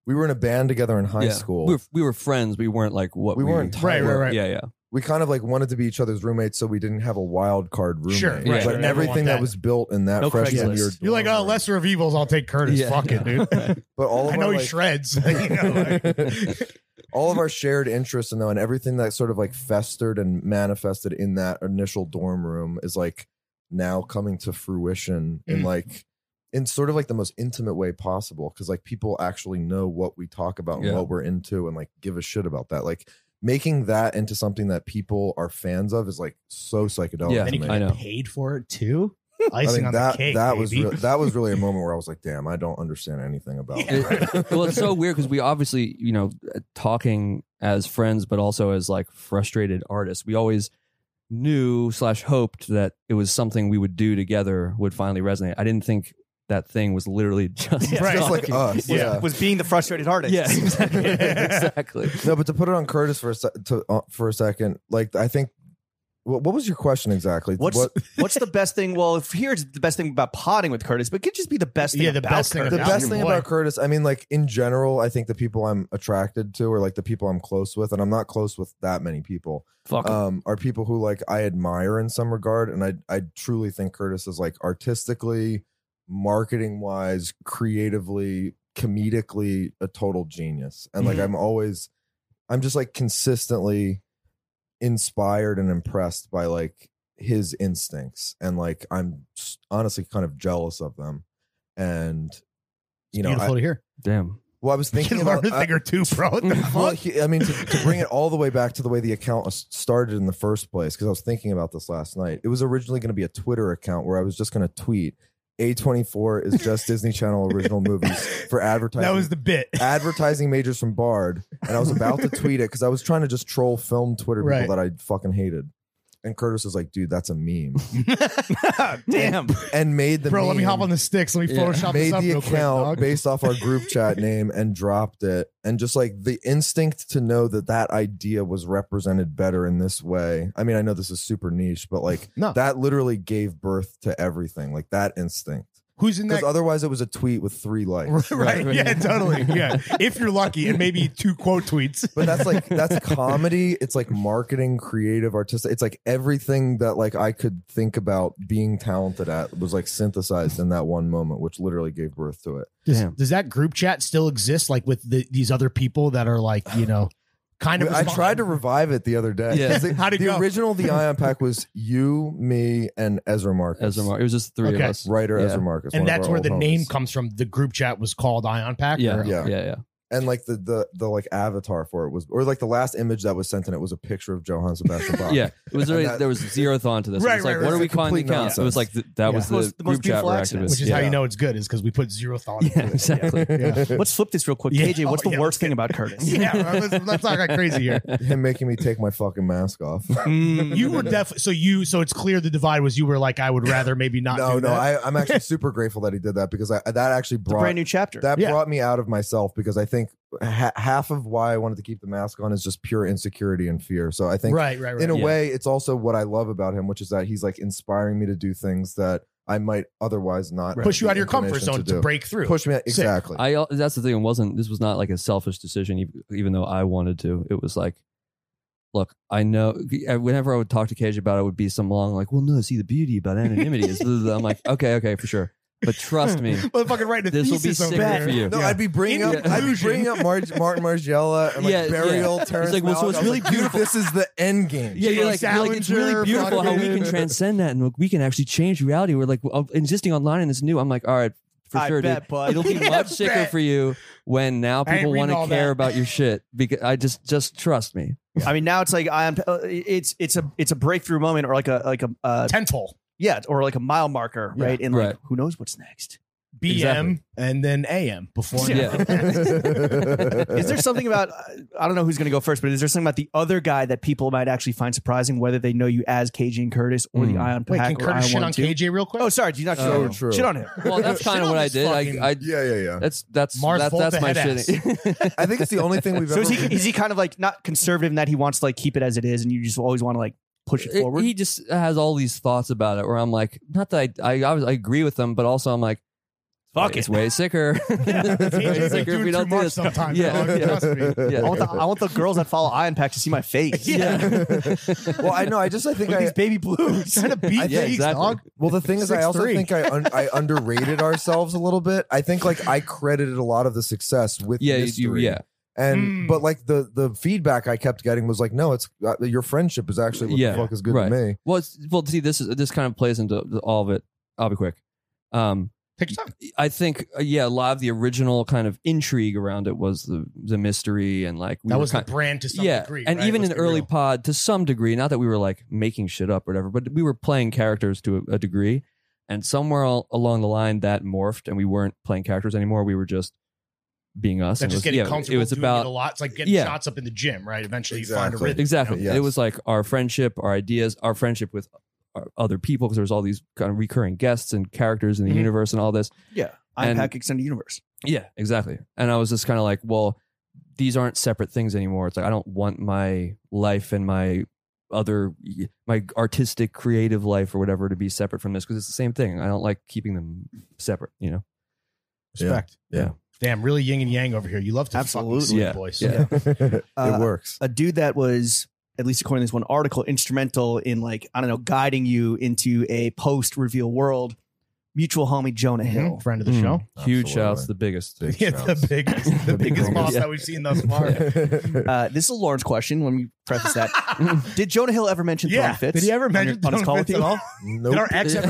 D: we were in a band together in high
C: Yeah.
D: school
C: We were, we were friends. We weren't like what
D: We
C: we,
D: weren't tight.
E: Right, right, right.
C: Yeah, yeah.
D: we kind of like wanted to be each other's roommates so we didn't have a wild card roommate
E: Sure,
C: right,
D: but
C: right.
E: Everyone
D: everything that.
E: that.
D: was built in that
C: No
D: freshman
C: Craigslist.
D: year
E: You're like,
D: dorm
E: oh,
D: room-
E: lesser of evils. I'll take Curtis.
C: Yeah.
E: Fuck it, dude.
D: but all of
E: I
D: our,
E: know he
D: like-
E: shreds. you know, like-
D: all of our shared interests and though and everything that sort of like festered and manifested in that initial dorm room is like now coming to fruition in
E: Mm.
D: like in sort of like the most intimate way possible because like people actually know what we talk about and
C: Yeah.
D: what we're into and like give a shit about that like making that into something that people are fans of is like so psychedelic
C: Yeah,
D: to
E: and you
D: me.
C: I
E: get
C: know.
E: paid for it too.
D: I
E: Icing
D: think
E: on
D: that
E: the cake.
D: that
E: baby.
D: was re- that was really a moment where I was like, "Damn, I don't understand anything about."
E: Yeah.
D: that."
C: well, it's so weird because we obviously, you know, talking as friends, but also as like frustrated artists, we always knew slash hoped that it was something we would do together would finally resonate. I didn't think that thing was literally just
B: Yeah.
E: Right.
D: just like
C: talking.
D: us.
E: Yeah.
D: yeah.
B: Was being the frustrated artist.
C: yeah, exactly, exactly.
D: No, but to put it on Curtis for a se- to, uh, for a second, like I think, what, what was your question exactly?
B: What's
D: What-
B: what's the best thing? Well, if here's the best thing about potting with Curtis, but it could just be the best thing.
E: Yeah, the
B: about
E: best thing
B: Curtis.
D: the
E: about-
D: best
E: your
D: thing
E: boy.
D: about Curtis? I mean, like in general, I think the people I'm attracted to or like the people I'm close with, and I'm not close with that many people,
B: Fuck.
C: Uh,
D: um, are people who like I admire in some regard, and I I truly think Curtis is like artistically, marketing wise, creatively, comedically a total genius, and like
B: Mhm.
D: I'm always, I'm just like consistently inspired and impressed by like his instincts, and like I'm s- honestly kind of jealous of them, and you know,
E: beautiful
D: I,
E: to hear.
C: Damn.
D: well, I was
E: You
D: thinking
E: can learn
D: about.
E: a
D: I-
E: thing or two, bro. What the
D: well,
E: fuck?
D: he, I mean, to, to bring it all the way back to the way the account was started in the first place, because I was thinking about this last night. It was originally going to be a Twitter account where I was just going to tweet A24 is just Disney Channel original movies for advertising.
E: That was the bit.
D: advertising majors from Bard. And I was about to tweet it because I was trying to just troll film Twitter people
E: Right.
D: that I fucking hated. And Curtis was like, dude, that's a meme.
B: Damn.
D: And made the
E: Bro, let me
D: meme-
E: hop on the sticks. Let me
C: Yeah.
E: Photoshop this
D: made
E: up
D: the
E: real quick.
D: account
E: dog.
D: based off our group chat name and dropped it and just like the instinct to know that that idea was represented better in this way i mean i know this is super niche but like
E: No.
D: that literally gave birth to everything like that instinct
E: Who's in
D: because
E: that?
D: otherwise it was a tweet with three likes
E: right, Yeah, totally. Yeah. If you're lucky, and maybe two quote tweets.
D: but that's like that's comedy it's like marketing creative artistic it's like everything that like i could think about being talented at was like synthesized in that one moment which literally gave birth to it
E: Does,
C: Damn.
E: does that group chat still exist? Like with the, these other people that are like, you know, kind of.
D: I tried to revive it the other day.
C: Yeah.
D: 'Cause The,
E: How'd it
D: the
E: go?
D: original The Ion Pack was you, me, and Ezra Marcus.
C: Ezra Mar- it was just three
E: Okay.
C: of us.
D: Writer
C: Yeah.
D: Ezra Marcus. one
E: and
D: of
E: that's
D: our
E: where
D: old
E: the name
D: homies.
E: comes from. The group chat was called Ion Pack.
C: Yeah.
E: or-
C: Yeah. yeah, yeah,
D: and like the the the like avatar for it was, or like the last image that was sent in it was a picture of Johann Sebastian Bach.
C: Yeah, it was
D: And
C: really,
D: that-
C: there was zero thought to this.
E: Right,
C: it was like,
E: right,
C: what
E: right.
C: are we
D: It's
C: calling the
D: complete
C: counts? It was like
D: nonsense.
C: th- that was
B: Yeah.
C: the,
B: Most- the most
C: group chat
B: beautiful
C: for
B: accident. Which
C: activists.
E: which is how
C: Yeah.
E: you know it's good is because we put zero thought into
C: Yeah,
E: it.
C: exactly.
E: Yeah.
B: Let's flip this real quick.
E: Yeah.
B: KJ, what's
E: Oh,
B: the
E: yeah,
B: worst thing about Curtis?
E: yeah, let's, let's not get crazy here.
D: Him making me take my fucking mask off.
B: Mm.
E: You were definitely so you so it's clear the divide was you were like I would rather maybe not.
D: no,
E: do
D: no,
E: that.
D: I, I'm actually super grateful that he did that because I, that actually
B: It's a
D: brought
B: brand new chapter.
D: that
E: Yeah.
D: brought me out of myself because I think ha- half of why I wanted to keep the mask on is just pure insecurity and fear. So I think
E: right, right, right.
D: in a
C: Yeah.
D: way, it's also what I love about him, which is that he's like inspiring me to do things that I might otherwise not
E: push
D: have
E: you
D: the
E: out of your comfort
D: inclination
E: zone to,
D: do.
E: break through.
D: Push me out,
E: Sick.
D: exactly.
C: I al- that's the thing. It wasn't. This was not like a selfish decision, ev- even though I wanted to. It was like, look, I know. Whenever I would talk to Cage about it, it would be some long like, well, no, see, the beauty about anonymity is. blah, blah, blah." I'm like, okay, okay, for sure. But trust me,
E: Motherfucking writing a
C: This will be
E: thesis over
C: sicker
E: here.
C: for you.
D: no, I'd be bringing
E: In
D: up, I'd be
E: conclusion.
D: bringing up Mar- Martin Margiela and like
C: Yeah, yeah.
D: burial.
C: He's
D: Terrence
C: like, well, so
D: Malick.
C: it's
D: I was
C: really
D: like, dude,
C: beautiful.
D: This is the end game.
C: yeah, you're like, you're like, it's really beautiful how we can transcend that and like, we can actually change reality. We're like well, insisting on line and it's new. I'm like, all right, for
B: I
C: sure, dude.
B: bet, bud.
C: It'll be
E: Yeah,
C: much sicker
E: bet.
C: for you when
E: I
C: now
E: ain't
C: people
E: reading
C: want to
E: all
C: care
E: that.
C: about your shit. Because I just, just trust me.
B: I mean, now it's like I am. uh, It's it's a it's a breakthrough moment, or like a like a uh,
E: Tentpole,
B: yeah, or like a mile marker,
D: Yeah.
B: right? And like,
C: Right.
B: who knows what's next?
E: BM,
C: Exactly.
E: and then AM before.
B: Yeah.
D: beautiful.
B: Is there something about uh, I don't know who's going to go first, but is there something about the other guy that people might actually find surprising, whether they know you as KG and Curtis or the
C: Mm.
B: Ion
E: Wait,
B: Pack
E: can
B: or Ion
E: Curtis shit on
B: 1-2?
E: KJ real quick?
B: Oh, sorry, did you not
D: So
B: shit on
D: true.
B: Shit on him.
C: Well, that's
E: Shit
C: kind of
E: on
C: what I
E: this
C: did.
E: fucking-
C: I, I,
D: Yeah, yeah, yeah.
C: that's that's
E: Mars
C: that,
E: Volta
C: that's my
E: head ass.
C: shitting.
D: I think it's the only thing we've
B: So
D: ever.
B: is he is he kind of like not conservative in that he wants to like keep it as it is, and you just always want to like push it
C: It-
B: forward?
C: He just has all these thoughts about it where I'm like, not that I I, I, was, I agree with them, but also I'm like,
B: Fuck
C: it's
B: it.
C: way sicker. It's way
E: KJ's like
C: sicker if
E: doing
C: we
E: too
C: don't do
E: much
C: this.
E: sometimes.
C: Yeah,
E: dog,
C: yeah.
E: trust me.
C: Yeah.
B: I want, the, I want the girls that follow Ion Pack to see my face.
D: well, I know. I just I think
B: With
D: I
B: these baby blues.
E: Trying to beat
D: I
C: Yeah,
E: these,
C: exactly.
E: dog.
D: Well, the thing is, I also
E: 6'3".
D: think I un- I underrated ourselves a little bit. I think like I credited a lot of the success with
C: Yeah, you- you,
D: mystery.
C: yeah,
D: and
E: Mm.
D: but like the the feedback I kept getting was like, no, it's uh, your friendship is actually what
C: Yeah,
D: the fuck is good
C: right.
D: to me.
C: Well, it's, well, see, this is this kind of plays into all of it. I'll be quick. Um,
E: Take your time.
C: I think, uh, yeah, a lot of the original kind of intrigue around it was the the mystery and like we
E: That
C: were
E: was
C: kind,
E: the brand to some
C: yeah,
E: degree.
C: and
E: right?
C: even
E: Let's
C: in
E: be
C: early
E: real.
C: pod, to some degree, not that we were like making shit up or whatever, but we were playing characters to a, a degree. And somewhere al- along the line, that morphed, and we weren't playing characters anymore. We were just being us.
E: That's
C: and
E: just
C: it was,
E: getting
C: yeah,
E: comfortable.
C: It was
E: doing
C: about
E: it a lot. It's like getting
C: yeah.
E: shots up in the gym, right? Eventually, you find a
D: Exactly.
E: rhythm.
C: Exactly.
D: Yes.
C: It was like our friendship, our ideas, our friendship with our- other people because there was all these kind of recurring guests and characters in the
E: Mhm.
C: universe and all this.
B: Yeah, Ion
C: And-
B: Pack extended universe.
C: Yeah, exactly. And I was just kind of like, well, these aren't separate things anymore. It's like I don't want my life and my other my artistic creative life or whatever to be separate from this because it's the same thing. I don't like keeping them separate, you know.
E: Respect.
D: Yeah. Yeah.
E: Damn, really yin and yang over here. You love to
B: Absolutely.
E: fucking sleep,
C: Yeah.
E: boys.
C: Yeah.
D: it
B: Uh,
D: works.
B: a dude that was at least according to this one article instrumental in like i don't know guiding you into a post reveal world mutual homie jonah
E: Mm-hmm.
B: hill
E: Friend of the show.
C: Huge
D: Absolutely.
C: shouts, the biggest.
D: Big
E: Yeah,
D: shouts.
E: the biggest, the biggest
C: The biggest.
E: boss
C: Yeah.
E: that we've seen thus far.
B: uh, this is a lawrence question let me preface that did jonah hill ever mention
E: Yeah.
B: throwing fits
E: Did he ever
B: on your-
E: mention
B: on his
E: throwing
B: call with
E: fits
B: you
E: at all?
D: nope.
E: Did our ex ever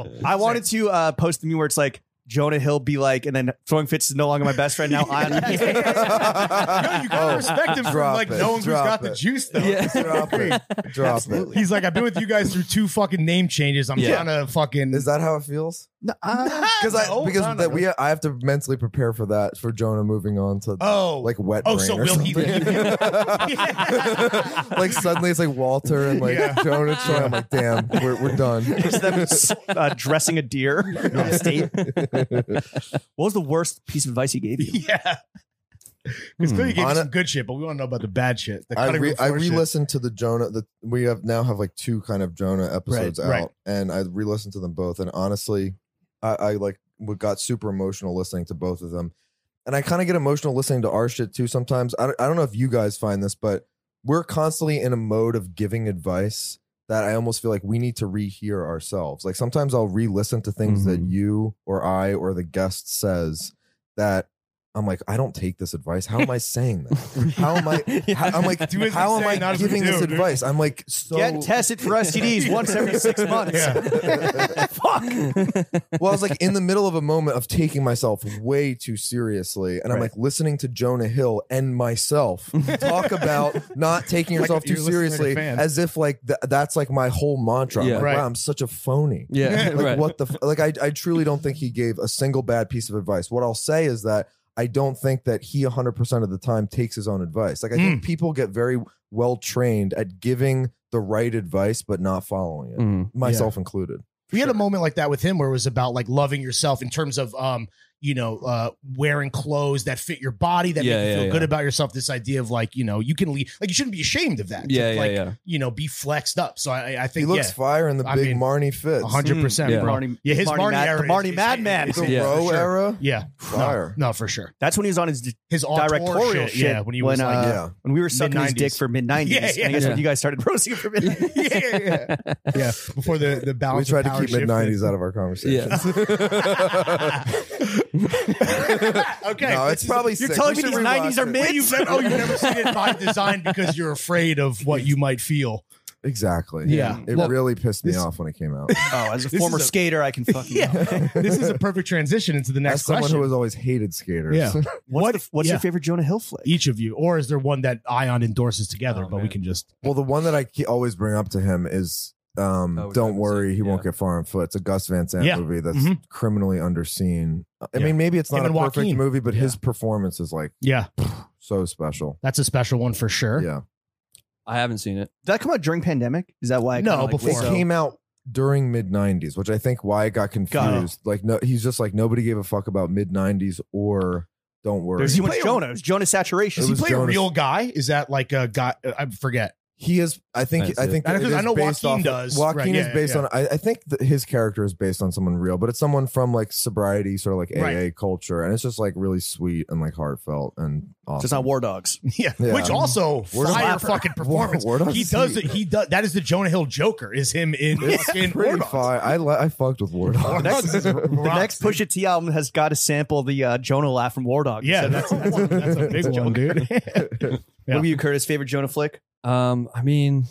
E: mention
B: i wanted to uh, post the meme where it's like jonah hill be like and then throwing fits is no longer my best friend now i'm
E: No, you gotta
D: Oh,
E: respect him for
D: drop
E: like
D: it,
E: knowing who's
D: drop
E: got the
D: it.
E: juice though.
C: Yeah.
D: Drop it. Drop
B: Absolutely.
E: He's like, I've been with you guys through two fucking name changes. I'm
C: Yeah.
E: trying to fucking
D: it. Is that how it feels?
B: No,
E: uh,
B: I-
D: Because I
E: No,
D: because
E: no, no,
D: that
E: no.
D: we I have to mentally prepare for that for Jonah moving on to
E: Oh
D: like wet.
E: Oh,
D: brain
E: so
D: or
E: will he-
D: something.
E: Yeah.
D: like suddenly it's like Walter and like
E: Yeah.
D: Jonah Troy. I'm like, damn, we're, we're done.
B: just them uh, dressing a deer in a state. What was the worst piece of advice he gave you?
E: Yeah. Because
C: Hmm.
E: clearly you gave us
D: Hon-
E: some good shit, but we want to know about the bad shit. The
D: I
E: cutting
D: re
E: room
D: I
E: floor shit.
D: re-listened to the Jonah. The we have now have like two kind of Jonah episodes
E: Right,
D: out,
E: right.
D: and I re-listened to them both. And honestly, I, I like w- got super emotional listening to both of them, and I kind of get emotional listening to our shit too sometimes. I don't, I don't know if you guys find this, but we're constantly in a mode of giving advice that I almost feel like we need to rehear ourselves. Like
E: Mm-hmm.
D: sometimes I'll re-listen to things that you or I or the guest says that I'm like, I don't take this advice. How am I saying that? How am I? how- I'm like,
E: Do as
D: how am
E: we say,
D: I
E: not as we
D: giving
E: do,
D: this
E: dude."
D: advice? I'm like, so
B: Get tested for STDs once every six months. Fuck.
D: well, I was like in the middle of a moment of taking myself way too seriously, and I'm
B: Right.
D: like listening to Jonah Hill and myself talk about not taking
E: Like
D: yourself
E: if
D: too
E: you're
D: seriously,
E: listening to fans.
D: as if like th- that's like my whole mantra. I'm
C: Yeah.
D: like,
E: Right.
D: wow, I'm such a phony.
C: Yeah,
D: Like
C: right.
D: what the f- like I I truly don't think he gave a single bad piece of advice. What I'll say is that I don't think that he 100% of the time takes his own advice. Like I
E: Hmm.
D: think people get very well trained at giving the right advice but not following it.
E: Hmm.
C: Mm.
D: Myself included.
E: we had a moment like that with him where it was about like loving yourself in terms of um you know uh wearing clothes that fit your body that
C: Yeah,
E: make you
C: yeah,
E: feel
C: yeah.
E: good about yourself this idea of like you know you can leave like you shouldn't be ashamed of that
C: Yeah,
E: To,
C: yeah,
E: like
C: yeah.
E: you know be flexed up so i i
D: He
E: think
D: looks
E: yeah
D: fire in the
E: I
D: big
E: mean,
D: Marnie fits.
E: 100%
B: Mm,
C: Yeah.
E: bro.
B: Marty-
E: yeah his
B: Marty
E: marty,
B: Mad-
E: era
B: the Marty
E: is- is-
B: Madman.
E: is-
D: The
C: Yeah.
D: Row
E: for sure.
D: era,
E: yeah
D: fire.
E: no for sure
B: That's when he was on his
E: his auteur
B: Directorial
E: shit,
B: shit
E: yeah when he was
B: when,
E: like
B: uh,
D: yeah,
B: when we were sucking his
E: Mid-nineties.
B: dick for mid nineties.
E: Yeah, yeah.
B: I guess
C: Yeah.
B: when you guys started roasting for mid nineties.
E: yeah, yeah, yeah. yeah. Before the the
D: we
E: balance,
D: tried
E: of
D: to
E: power
D: keep mid
E: shifted.
D: nineties out of our conversation.
C: Yeah.
E: okay,
D: no, it's probably.
B: You're
D: sick.
B: telling
D: We
B: me
D: should
B: these
D: rewatch
B: 90s are
D: it.
B: mid?
E: Hey, you've never, oh, you've never seen it by design because you're afraid of what you might feel.
D: Exactly.
E: Yeah.
D: it
E: Well,
D: really pissed me
E: this-
D: off when it came out.
B: Oh, as a
E: This
B: former
E: is a-
B: skater, I can fucking.
E: this is a perfect transition into the
D: As
E: next
D: someone
E: question.
D: who has always hated skaters.
E: Yeah.
B: What's, the, what's
E: yeah.
B: your favorite Jonah Hill flick?
E: Each of you, or is there one that Ion endorses together?
C: Oh,
E: but we
C: man.
E: can just
D: well, the one that I ke- always bring up to him is. Um,
C: Oh, we
D: don't
C: haven't
D: worry,
C: seen-
D: he won't
C: yeah.
D: get far on foot. It's a Gus Van Sant
E: Yeah.
D: movie that's
E: Mhm.
D: criminally underseen. I
E: Yeah.
D: mean, maybe it's
E: Him
D: not a
E: and
D: perfect
E: Joaquin.
D: movie, but
C: Yeah.
D: his performance is like
E: yeah,
D: so special.
E: that's a special one for sure.
D: Yeah,
C: I haven't seen it.
B: Did that come out during pandemic? Is that why? it
E: No,
B: kinda, like,
E: before.
D: It
B: was
E: So-
D: came out during mid '90s, which I think why it got confused.
B: Got it.
D: Like, no, he's just like nobody gave a fuck about mid '90s or Don't Worry.
B: There's
E: Does
B: too
E: he
B: much
E: play a-
B: Jonah. It was Jonah saturation.
E: Does he
D: was
E: play a
D: Jonas.
E: real guy? Is that like a guy? I forget.
D: He is. I think.
C: That's
D: I
C: it.
D: think.
E: I know-
D: it
E: 'cause I
D: is
E: know
D: based
E: Joaquin
D: off-
E: does.
D: Joaquin
E: Right,
D: is
E: yeah,
D: based
E: yeah.
D: on. I, I think that his character is based on someone real, but it's someone from like sobriety, sort of like AA culture, and it's just like really sweet and like heartfelt and awesome.
B: So it's not War Dogs.
E: Yeah,
D: Yeah.
E: which also
D: Word of
E: fire
D: mouth.
E: fucking performance.
D: Word of
E: he does
D: mouth.
E: it. He does. That is the Jonah Hill Joker. Is him in in
D: pretty
E: Orlok.
D: fire. I li- I fucked with War Dogs.
B: Next, the
E: Rocks,
B: next Pusha T album has got to sample the uh, Jonah laugh from War Dogs.
E: Yeah,
B: So
E: that's, that's, a, that's a big one, dude.
B: What were you, Curtis? Favorite Jonah flick?
C: Um, I mean,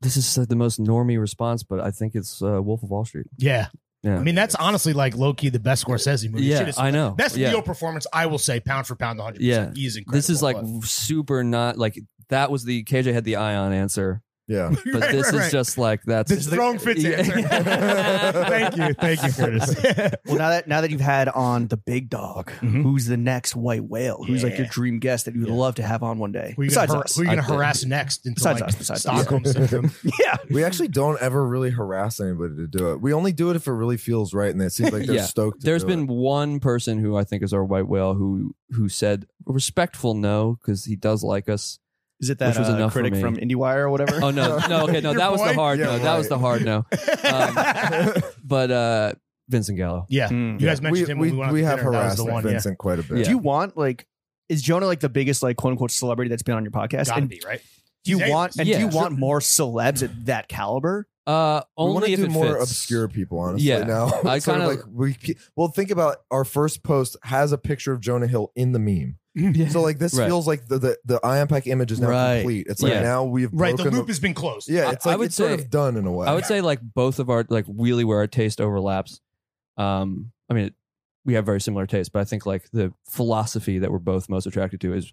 C: this is uh, the most normie response, but I think it's uh, Wolf of Wall Street.
E: yeah.
C: Yeah,
E: I mean, that's honestly like low key the best Scorsese movie. Shit
C: yeah,
E: is
C: I know.
E: Best
C: yeah.
E: Neo performance, I will say, pound for pound, 100%.
C: Yeah.
E: He is incredible.
C: This is like
E: but-
C: super not like that was the KJ had the ion answer,
D: Yeah.
C: but
E: Right,
C: this
E: right,
C: is
E: right.
C: just like that's
E: the strong fits
C: Yeah.
E: answer. thank you. Thank you, Curtis.
B: Well, now that now that you've had on the big dog,
E: Mhm.
B: who's the next white whale? Who's like your
E: Yeah.
B: dream guest that you would
E: Yeah.
B: love to have on one day?
E: Who you
B: Besides
E: gonna, har-
B: us.
E: Who you going to
C: I think.
E: harass next until
B: Besides
E: like
B: us, besides us.
E: Stockholm Syndrome?
B: yeah.
D: We actually don't ever really harass anybody to do it. We only do it if it really feels right, and it seems like they're
C: Yeah.
D: stoked. to
C: There's
D: do
C: been
D: it.
C: one person who I think is our white whale who who said a respectful no because he does like us.
B: Is it that
C: Which was
B: uh,
C: enough for
B: critic
C: me.
B: from IndieWire or whatever?
C: Oh no, no, okay, no,
E: Your
C: that was
E: boy?
C: the hard
D: Yeah,
C: no, that was
D: right.
C: the hard no. Um, But uh Vincent Gallo,
E: yeah.
B: Mm.
E: You guys mentioned him when we, went out
D: we
E: to
D: have
E: dinner. That was
D: harassed
E: the one, yeah.
D: Vincent quite a bit.
B: Do you want like is Jonah like the biggest like quote unquote celebrity that's been on your podcast?
E: Gotta
B: And
E: be, right?
B: do you
E: He's
B: want and do you
C: Yeah.
B: want more celebs at that caliber?
C: uh,
D: We wanna
C: only if
D: do
C: it
D: more
C: fits.
D: obscure people, honestly.
C: Yeah.
D: now
C: I
D: It's sort
C: kinda-
D: of like we. ke- Well, think about our first post has a picture of Jonah Hill in the meme.
C: Yeah.
D: So like this
C: Right.
D: feels like the the, the Impact image is now
B: Right.
D: complete. It's like
C: Yeah.
D: now we've
E: Right. The
D: broken
E: loop has been closed.
D: yeah,
C: I-
D: it's like
C: I would
D: it's sort
C: say-
D: of done in a way.
C: I would say like both of our like really where our taste overlaps. Um, I mean, we have very similar tastes, but I think like the philosophy that we're both most attracted to is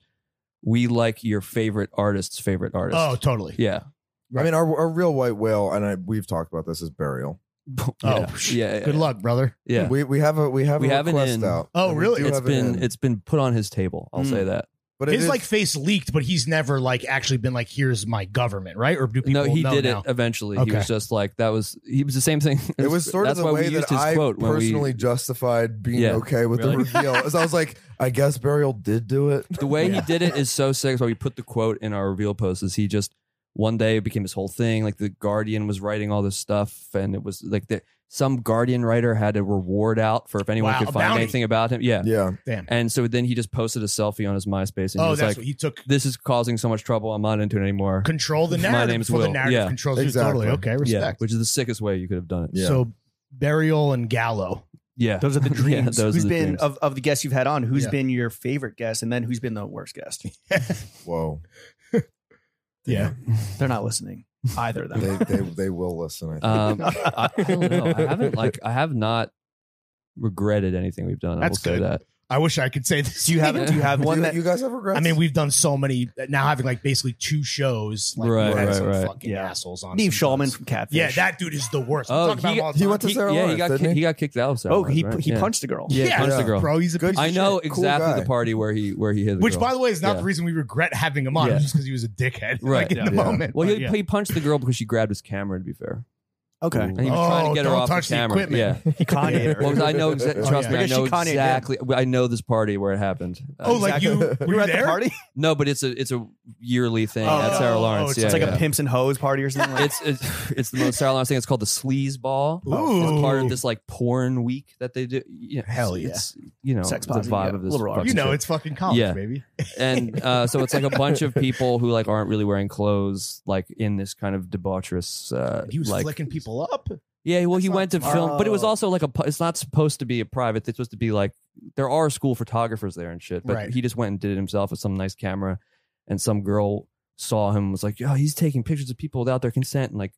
C: we like your favorite artist's favorite artist.
E: Oh, totally.
C: yeah.
D: I mean, our, our real white whale, and I, we've talked about this is burial.
E: Oh,
C: yeah.
E: psh.
C: yeah, yeah,
E: Good luck, brother.
C: yeah.
D: We we have a we have
C: We
D: a
C: have it
D: request
C: in.
D: out.
E: Oh,
D: And we
E: really?
D: do
C: It's
D: have
C: been
D: in.
C: it's been put on his table. I'll
B: Mm.
C: say that.
D: but it
E: His
D: is-
E: like face leaked, but he's never like actually been like, "Here's my government," right? Or do people
C: No, he
E: know
C: did
E: now?
C: it eventually. He
E: Okay.
C: was just like that was he was the same thing.
D: It was sort of
C: that's
D: the
C: why
D: way
C: we used
D: that
C: his
D: I
C: quote when
D: personally
C: we
D: justified being
C: Yeah.
D: okay with
C: Really?
D: the reveal. As I was like, I guess Burial did do it.
C: the way
E: Yeah.
C: he did it is so sick. So we put the quote in our reveal post. Is he just one day it became his whole thing? Like the Guardian was writing all this stuff, and it was like the, some Guardian writer had a reward out for if anyone
E: Wow, a
C: could find
E: bounty.
C: anything about him. Yeah.
D: Yeah.
C: and so then he just posted a selfie on his MySpace, and he
E: Oh,
C: was
E: that's
C: like,
E: what he took.
C: "This is causing so much trouble. I'm not into it anymore."
E: Control the
C: My
E: narrative.
C: name's
E: before The
C: Will.
E: narrative
C: Yeah.
E: controls you
D: Exactly.
E: totally. Okay,
C: Yeah,
E: respect.
C: which is the sickest way you could have done it.
D: Yeah.
E: So burial and gallow.
C: Yeah.
B: Those are the
C: Yeah,
B: dreams.
C: those are
B: Who's
C: the
B: been
C: dreams.
B: of of the guests you've had on? Who's
E: Yeah.
B: been your favorite guest, and then who's been the worst guest?
D: Whoa.
E: Yeah.
B: They're not listening either of them.
D: they, they they will listen. I think.
C: Um, I, I don't know. I haven't like I have not regretted anything we've done.
E: That's
C: I will
E: good.
C: say that.
E: I wish I could say this.
B: do you have do you have
D: Do
B: one
D: you,
B: that
D: you guys have regrets?
E: I mean, we've done so many now, having like basically two shows. Like,
C: Right,
E: we've had
C: right,
E: some
C: right.
E: Fucking
B: Yeah.
E: assholes on.
B: Neve
E: sometimes.
B: Shulman from Catfish?
E: Yeah, that dude is the worst.
C: Oh,
E: we talk about
C: he-
E: him all the
D: he
E: time.
D: went to
C: He-
D: Sarah
C: yeah, he
D: Lawrence,
C: got
D: didn't
C: ki-
D: he?
C: he got kicked out of Sarah
B: Oh,
C: Lawrence,
B: he
C: right?
B: he
C: Yeah.
B: punched a girl.
C: Yeah,
E: Yeah,
C: punched the girl.
E: bro. He's a
D: Good
E: piece
C: I
E: of
C: know
E: shit.
D: Cool
C: exactly
D: guy.
C: the party where he where he hit. The
E: Which,
C: girl.
E: by the way, is not
C: Yeah.
E: the reason we regret having him on.
C: Yeah.
E: It's just because he was a dickhead,
C: Right,
E: Like, in
B: yeah.
E: the
D: Yeah.
E: moment.
C: Well,
E: but
C: he,
E: yeah.
C: he punched the girl because she grabbed his camera. To be fair,
B: Okay.
C: and he was
E: Oh,
C: trying to get her
E: don't
C: off
E: touch the
C: the camera.
E: equipment.
C: yeah.
B: He Kanye.
C: Well, 'cause I know exactly.
D: Oh,
C: Trust
E: yeah.
C: me, I
B: Because she
C: know
B: Kanye did.
C: exactly. I know this party where it happened.
E: Oh, like you
D: Exactly.
E: were
B: we were
E: you
B: at
E: there?
B: the party.
C: no, but it's a it's a yearly thing
B: Oh,
C: at Sarah Lawrence.
E: it's
C: yeah,
B: it's like
C: yeah.
B: a pimps and hoes party or something. Like
C: it's, it's it's the most Sarah Lawrence thing. It's called the sleaze ball.
E: Ooh.
C: It's part of this like porn week that they do. You know,
E: Hell yeah.
C: It's, you know,
B: Sex
C: the
B: positive,
C: vibe
B: yeah.
C: of this.
B: Liberal
C: fucking
E: You know,
C: shit.
E: it's fucking college,
C: Yeah.
E: baby.
C: and uh, so it's like a bunch of people who like aren't really wearing clothes, like in this kind of debaucherous. Uh,
E: He was
C: like,
E: flicking people up.
C: Yeah, well, he
E: That's
C: went to
E: not
C: film, but it was
B: Oh.
C: also like a. pu- It's not supposed to be a private. It's supposed to be like there are school photographers there and shit. But
E: Right.
C: he just went and did it himself with some nice camera, and some girl saw him and was like, "Yo, he's taking pictures of people without their consent," and like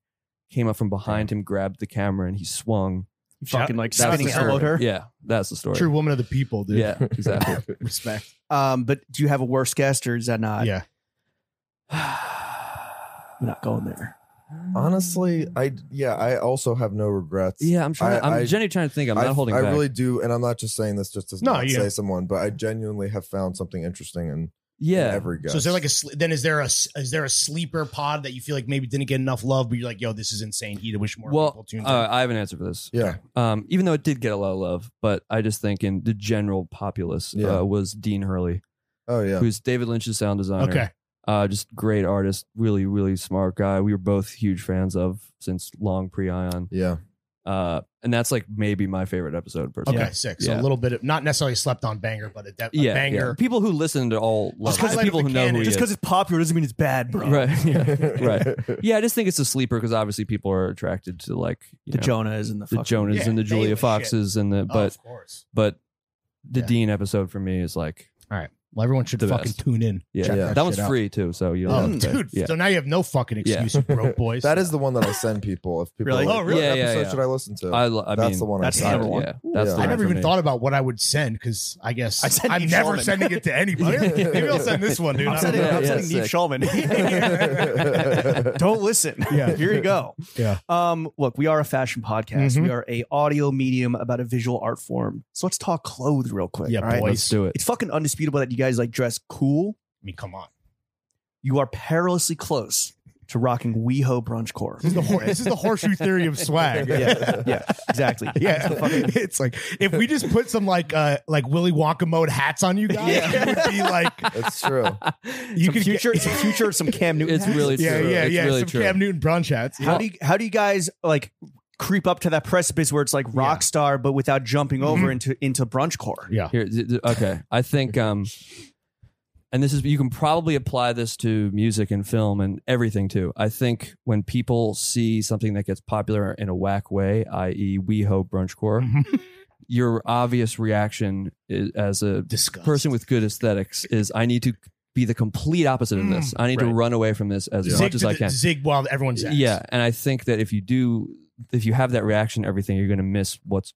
C: came up from behind him, grabbed the camera, and he swung.
B: you fucking like
E: That's
B: spinning
E: the
B: elbowed her.
C: Yeah, that's the story.
E: True woman of the people, dude.
C: Yeah, exactly.
E: Respect.
B: Um, but do you have a worse guest or is that not?
E: yeah.
B: We're not going there.
D: honestly, I yeah, I also have no regrets.
C: yeah, I'm trying.
D: I-
C: I, am
D: I-
C: genuinely trying to think. I'm
D: I,
C: not holding
D: I
C: back.
D: really do, and I'm not just saying this just to
E: No,
D: not
E: yeah.
D: say someone, but I genuinely have found something interesting in, in
C: yeah,
D: every guest.
E: So is there like a sl- then is there a s- is there a sleeper pod that you feel like maybe didn't get enough love, but you're like, yo, this is insane. He'd wish more people
C: well,
E: tuned in.
C: uh, I have an answer for this.
D: yeah,
C: Um, even though it did get a lot of love, but I just think in the general populace
D: Yeah.
C: uh, was Dean Hurley,
D: oh yeah,
C: who's David Lynch's sound designer.
E: okay.
C: uh, just great artist, really, really smart guy. We were both huge fans of since long pre Ion.
D: yeah,
C: Uh, and that's like maybe my favorite episode. Personally.
E: Okay, sick. So a
C: Yeah.
E: little bit of not necessarily slept on banger, but a, de- a
C: yeah, yeah.
E: banger.
C: People who listen to all love
E: Just
C: him.
E: 'cause
C: people
E: it's
C: who know who
E: canon.
C: he
B: Just because
C: is.
B: it's popular doesn't mean it's bad, bro.
C: right, yeah, right. Yeah, I just think it's a sleeper because obviously people are attracted to like you
B: The
C: know,
B: Jonahs and the,
C: the
B: fucking-
C: Jonas
E: Yeah,
C: and the
E: they
C: Julia
E: was shit.
C: Foxes and the
E: Oh,
C: but
E: of course.
C: but the
E: Yeah.
C: Dean episode for me is like
E: Well, everyone should
C: The
E: fucking
C: best.
E: tune in.
C: yeah,
E: Check
D: Yeah.
C: that,
E: shit
C: one's
E: out.
C: free too. So you
E: Oh,
C: know,
E: dude.
C: yeah.
E: So now you have no fucking
C: Yeah.
E: excuse, you broke boys.
D: That is the one that I send people if people.
B: Really?
D: Are like,
E: Oh, really?
D: What
C: Yeah, yeah,
D: episode
C: yeah.
D: should I listen to?
C: I, lo- I
D: that's
C: mean,
D: the one.
B: that's
D: I
B: the
D: send.
B: number one.
C: Yeah, that's
D: Yeah.
C: the
E: I
C: one
E: never
C: for
E: even
C: me.
E: thought about what I would send because I guess
B: I'd send
E: I'm
B: Neve
E: never
B: Shulman.
E: sending it to anybody.
D: Yeah.
E: Maybe I'll send this one, dude.
B: I'm
E: I don't
B: sending,
E: know.
B: I'm
C: Yeah,
B: sending
C: yeah,
B: Neve
C: sick.
B: Shulman. Don't listen.
E: Yeah.
B: Here you go.
E: Yeah.
B: Um, look, we are a fashion podcast.
E: Mhm.
B: We are a audio medium about a visual art form. So let's talk clothes real quick.
E: Yeah,
B: all right?
E: boy.
C: Let's do it.
B: It's fucking undisputable that you guys like dress cool.
E: I mean, come on.
B: You are perilously close to rocking WeHo brunch core.
E: This is the, hor- this is the horseshoe theory of swag.
B: yeah, yeah, exactly.
E: Yeah, it's like if we just put some like uh like Willy Wonka mode hats on you guys,
B: Yeah.
E: it would be like
D: That's true.
E: you
B: You can
E: could
B: future,
E: get,
B: some future, some Cam Newton.
C: It's
B: hats.
C: really
E: yeah,
C: true.
E: yeah,
C: It's
E: yeah,
C: really
E: some
C: true.
E: Cam Newton brunch hats.
B: How do you how do you guys like creep up to that precipice where it's like rock star, but without jumping
E: Mm-hmm.
B: over into into brunch core?
E: yeah,
C: Here, th- th- okay. I think, um, and this is you can probably apply this to music and film and everything too. I think when people see something that gets popular in a whack way, i.e., WeHo brunchcore,
E: Mm-hmm.
C: your obvious reaction i as a
E: disgust
C: person with good aesthetics is, I need to be the complete opposite of this. I need to
B: Mm, right.
C: run away from this as
D: Yeah.
C: much
E: zig,
C: as
E: to
C: I
E: the-
C: can.
E: zig while everyone's ass.
C: Yeah, and I think that if you do, if you have that reaction, to everything you're going to miss what's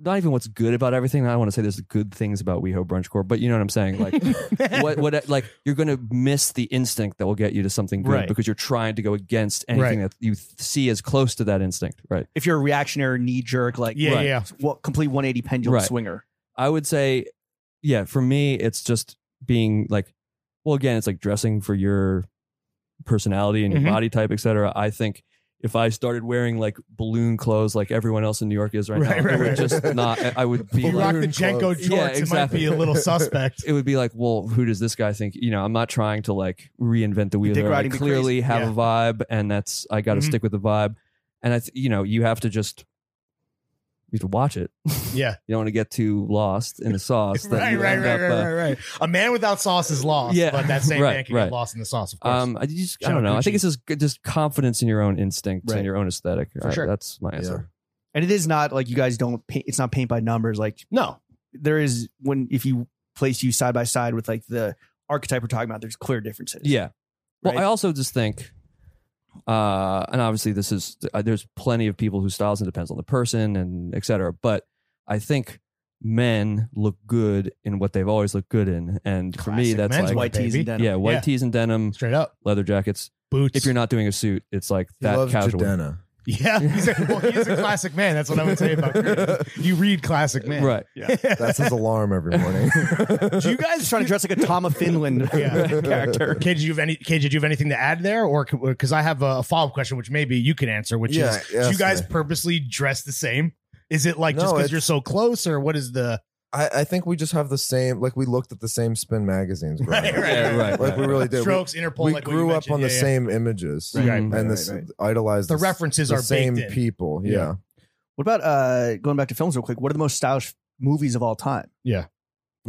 C: not even what's good about everything. I don't want to say there's good things about WeHo Brunch Corp, but you know what I'm saying. Like what, what, like you're going to miss the instinct that will get you to something good
B: Right.
C: because you're trying to go against anything that you th- see as close to that instinct. Right.
B: If you're a reactionary, knee jerk, like
E: yeah,
B: what,
E: yeah.
B: what complete 180 pendulum
C: Right.
B: swinger.
C: I would say, yeah, for me, it's just being like, well, again, it's like dressing for your personality and your
E: Mhm.
C: body type, et cetera. I think if I started wearing like balloon clothes like everyone else in New York is right,
E: Right,
C: now,
E: right,
C: it would
E: right.
C: just not, I would
E: If
C: be
E: you rock
C: like,
E: the Jenko
D: Yeah,
E: jorts, it might
C: exactly.
E: be a little suspect.
C: it would be like, well, who does this guy think? You know, I'm not trying to like reinvent the wheel.
B: dick
C: here. I
B: riding be
C: clearly have
E: Yeah.
C: a vibe, and that's I got to
E: Mhm.
C: stick with the vibe. And I, th- you know, you have to just you have to watch it.
E: Yeah,
C: You don't want to get too lost in the sauce. that
E: right,
C: you
E: right,
C: end
E: right,
C: up,
E: right,
C: uh,
E: right, right. A man without sauce is lost.
C: Yeah,
E: but that same man
C: right,
E: can get
C: right.
E: lost in the sauce. Of course.
C: Um, I just I
E: Shout
C: don't
E: out
C: know. I
E: Gucci.
C: think it's just just confidence in your own instincts
B: Right.
C: and your own aesthetic.
E: For
C: Uh,
E: sure.
C: That's my
D: Yeah.
C: answer.
B: and it is not like you guys don't paint it's not paint by numbers like
E: No,
B: there is when if you place you side by side with like the archetype we're talking about there's clear differences
C: Yeah. Well,
B: Right?
C: I also just think, uh, and obviously this is uh, there's plenty of people whose styles and depends on the person and et cetera. But I think men look good in what they've always looked good in, and for me
E: Classic
C: that's
E: men's
C: like
B: white tees
E: baby.
B: and denim
C: yeah, white
E: Yeah.
C: tees and denim,
E: straight up
C: leather jackets.
E: boots.
C: If you're not doing a suit, it's like
D: He
C: that
D: loves
C: casual.
D: Jadena.
E: yeah, he's a, well, he's a classic man. That's what I would say about Korea. you. Read classic man,
C: Right.
D: That's his alarm every morning.
B: do you guys trying to dress like a tom of finland
E: Yeah.
B: character
E: KJ, do you have any? KJ, do you have anything to add there, or because I have a follow up question, which maybe you can answer, which
D: Yeah,
E: is,
D: yes,
E: do you guys
D: man.
E: purposely dress the same? Is it like just
D: No,
E: because
D: it's-
E: you're so close, or what is the?
D: I, I think we just have the same. Like we looked at the same spin magazines, growing
E: Right,
D: up.
E: right,
C: Yeah, right.
D: Like we really did.
E: Strokes, Interpol.
D: we
E: like what you
D: grew up
E: mentioned.
D: on
E: Yeah,
D: the
E: yeah.
D: same images
C: Right.
D: and
C: Right,
D: this idolized
E: The
D: s-
E: references
D: the
E: are
D: same
E: baked in.
D: people. Yeah.
E: Yeah.
B: what about uh going back to films real quick what are the most stylish movies of all time 'Cause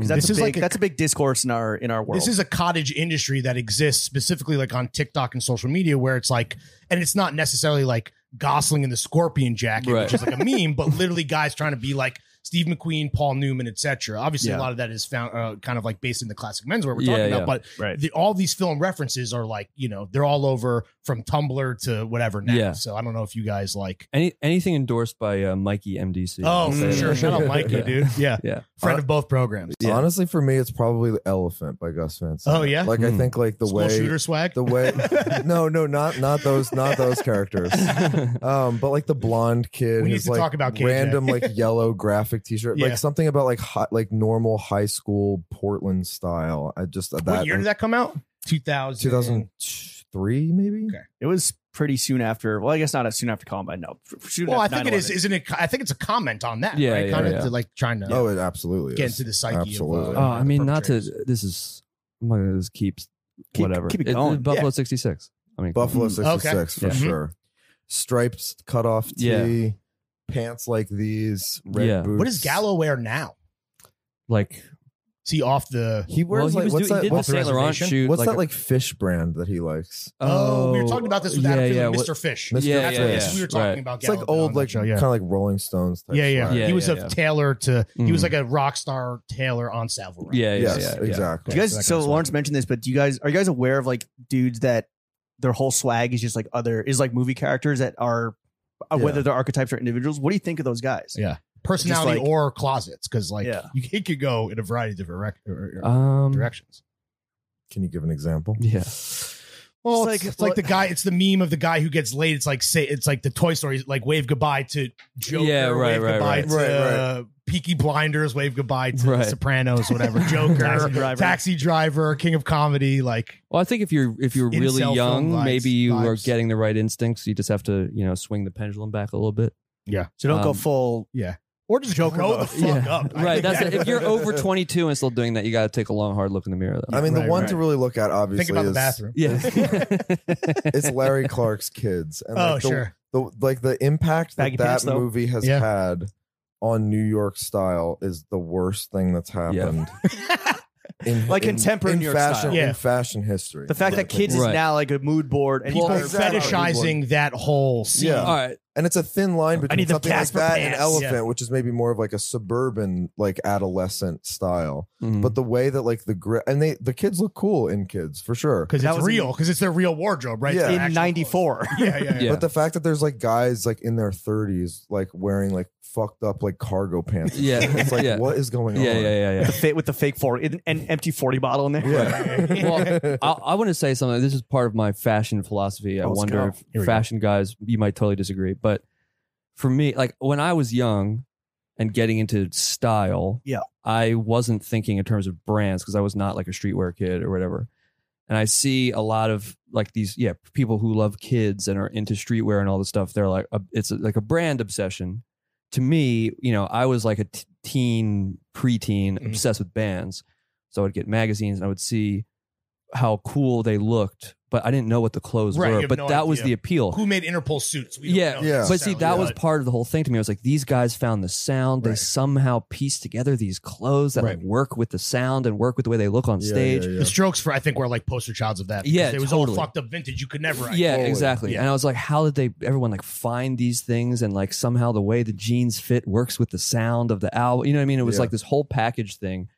B: that's
E: This
B: a
E: is
B: big,
E: like a-
B: that's a big discourse in our in our world
E: This is a cottage industry that exists specifically like on TikTok and social media where it's like, and it's not necessarily like Gosling in the scorpion jacket,
C: Right.
E: which is like a meme, but literally guys trying to be like Steve McQueen, Paul Newman, etc. Obviously,
B: Yeah.
E: a lot of that is found uh, kind of like based in the classic menswear we're
C: Yeah,
E: talking
C: yeah.
E: about, but
B: Right.
E: the, all these film references are like, you know, they're all over from Tumblr to whatever now.
C: Yeah.
E: So I don't know if you guys like.
C: Any anything endorsed by uh, Mikey MDC?
E: Oh, for
C: Yeah.
E: sure. Shout out Mikey,
C: Yeah.
E: dude. Yeah.
C: Yeah.
E: Friend of both programs.
D: Honestly, for me, it's probably the Elephant by Gus Van Sant.
E: Oh, yeah?
D: Like I
C: Hmm.
D: think like the
E: School
D: way
E: shooter swag.
D: the way. no, no, not not those not those characters. Um, but like the blonde kid,
E: We need
D: who's,
E: to
D: like
E: talk about KJ.
D: random like yellow graphic T-shirt,
E: Yeah.
D: like something about like hot, like normal high school Portland style. I just that
E: what year did that come out? 2000.
D: two thousand three maybe.
E: Okay.
B: it was pretty soon after well i guess not as soon after columbine no f- f- soon
E: Well, I
B: after
E: think it is,
B: 9/11.
E: isn't it? I think it's a comment on that,
C: Yeah,
E: right?
C: yeah,
E: kind
C: yeah.
E: of to like trying to
D: Oh, it absolutely
E: get
D: is.
E: into the psyche.
D: Absolutely.
E: Of,
C: Oh,
E: uh,
C: I
E: the
C: mean, not to.
E: perpetrators.
C: This is. I'm not gonna just keep,
B: Keep-
C: whatever.
B: keep it
C: It's-
B: going.
C: it's Buffalo '66. I mean,
D: Buffalo
B: Mm,
D: sixty
E: okay. Mm-hmm.
D: six for
C: Yeah.
D: sure. Stripes cut off tee,
C: Yeah.
D: pants like these, red
C: Yeah.
D: boots.
E: What does Gallo wear now?
C: like
E: Is he off the?
D: He
C: well,
D: wears
C: he,
D: like
C: was
D: what's
C: do- he
D: that?
C: did the
D: What's,
C: Saint Laurent
E: reservation?
C: shoot.
D: what's
C: like
D: that like fish brand that he likes?
E: Oh, we were talking about this with
C: yeah,
E: Adam
C: yeah,
E: Friedland,
C: what-
E: Mr. Fish.
D: Mr.
C: Yeah,
E: That's
C: yeah,
E: what this-
C: yeah.
E: we were talking
C: Right.
E: about.
D: It's like
E: Gallo on
D: old,
E: that
D: like
E: show, yeah,
D: kind of like Rolling Stones. Type
E: yeah, yeah.
D: swag.
C: Yeah,
E: He was
C: yeah,
E: a
C: yeah.
E: Taylor to. He was
C: Mm.
E: like a rock star Taylor on Savile Row.
C: Yeah, yeah,
D: Yes,
C: yeah, yeah.
D: exactly.
B: Do you
E: That
B: guys,
E: kind
B: so
E: of swag.
B: Lawrence mentioned this, but do you guys are you guys aware of like dudes that their whole swag is just like other is like movie characters that are uh,
D: Yeah.
B: whether they're archetypes or individuals? What do you think of those guys?
E: Yeah. personality
B: Just like-
E: or closets, because like
B: Yeah.
E: you, it could go in a variety of different rec- or- or
C: Um,
E: directions.
D: Can you give an example?
C: yeah,
B: It's
E: Well, it's,
B: like-
E: it's like the guy. It's the meme of the guy who gets laid. It's like say it's like the Toy Story. Like wave goodbye to Joker.
C: Yeah, right,
E: wave
C: right,
E: goodbye
C: right.
E: To,
D: Right, right.
E: uh, Peaky Blinders. Wave goodbye to
C: Right.
E: Sopranos. Whatever. Joker.
B: Taxi
E: Taxi
B: Driver.
E: driver. King of Comedy. Like
C: well, I think if you're if you're really
E: Incel film
C: young,
E: vibes-
C: maybe you are
E: vibes.
C: getting the right instincts. You just have to, you know, swing the pendulum back a little bit.
B: So don't go
C: Um,
B: full.
E: or just Joker. Grow
B: though.
E: the fuck
C: Yeah.
E: up. I
C: right.
E: think
C: That's
E: that-
C: it. if you're over 22 and still doing that, you got to take a long, hard look in the mirror. Though.
D: I mean, the
E: Right,
D: one
E: right.
D: to really look at obviously
E: Think about
D: is
E: the bathroom.
C: yeah,
D: it's Larry Clark's kids. And
E: oh
D: like the,
E: sure.
D: the like the impact that
B: Baggy
D: that
B: pants, though.
D: movie has
E: Yeah.
D: had on New York style is the worst thing that's happened. In,
B: Like contemporary
D: in
B: New York
D: fashion,
B: style.
E: Yeah.
D: in fashion history.
B: The fact that kids is
C: Right.
B: now like a mood board and
E: People
D: Well,
B: people,
D: exactly.
E: fetishizing that whole scene.
D: Yeah.
C: All right.
D: and it's a thin line between
E: need the
D: something like
E: Casper
D: that and
E: pants.
D: Elephant, which is maybe more of like a suburban, like adolescent style.
C: Mhm.
D: But the way that like the gri- and they the kids look cool in kids for sure.
E: Because
B: That
E: it's
B: was in-
E: real. Because it's their real wardrobe, right? It's
D: Yeah.
E: their
B: in
E: actual
B: '94.
E: clothes. Yeah, yeah, yeah.
C: Yeah.
D: But the fact that there's like guys like in their 30s like wearing like fucked up like cargo pants. and
C: Yeah.
D: shit. it's like
C: Yeah.
D: what is going
C: yeah,
D: on?
C: yeah, yeah, yeah.
B: The fit with the fake four, an empty forty bottle in there.
D: Yeah.
C: Well, I, I want to say something. This is part of my fashion philosophy. I
B: Let's go.
C: wonder
E: Here
C: if
E: we go.
C: fashion guys, you might totally disagree, but for me, like when I was young and getting into style,
B: Yeah.
C: I wasn't thinking in terms of brands because I was not like a streetwear kid or whatever. And I see a lot of like these, yeah, people who love kids and are into streetwear and all this stuff. They're like, a, it's like a brand obsession. To me, you know, I was like a t- teen, preteen,
E: Mhm.
C: obsessed with bands. So I'd get magazines and I would see how cool they looked but I didn't know what the clothes
E: Right, you
C: were.
E: have
C: But
E: no
C: that was
E: idea.
C: the appeal.
E: Who made Interpol suits? We don't
C: Yeah,
E: know
D: Yeah.
C: But see,
E: necessarily,
C: that was
E: but-
C: part of the whole thing to me. I was like, these guys found the sound. They
E: Right.
C: somehow pieced together these clothes that like
E: Right.
C: work with the sound and work with the way they look on
D: Yeah,
C: stage.
D: yeah, yeah.
E: The Strokes for I think were like poster childs of that. because
C: Yeah,
E: it was
C: totally.
E: all fucked up vintage. You could never.
C: Yeah,
D: Totally.
C: exactly.
E: Yeah.
C: And I was like, how did they everyone like find these things and like somehow the way the jeans fit works with the sound of the album? You know what I mean? It was
D: Yeah.
C: like this whole package thing.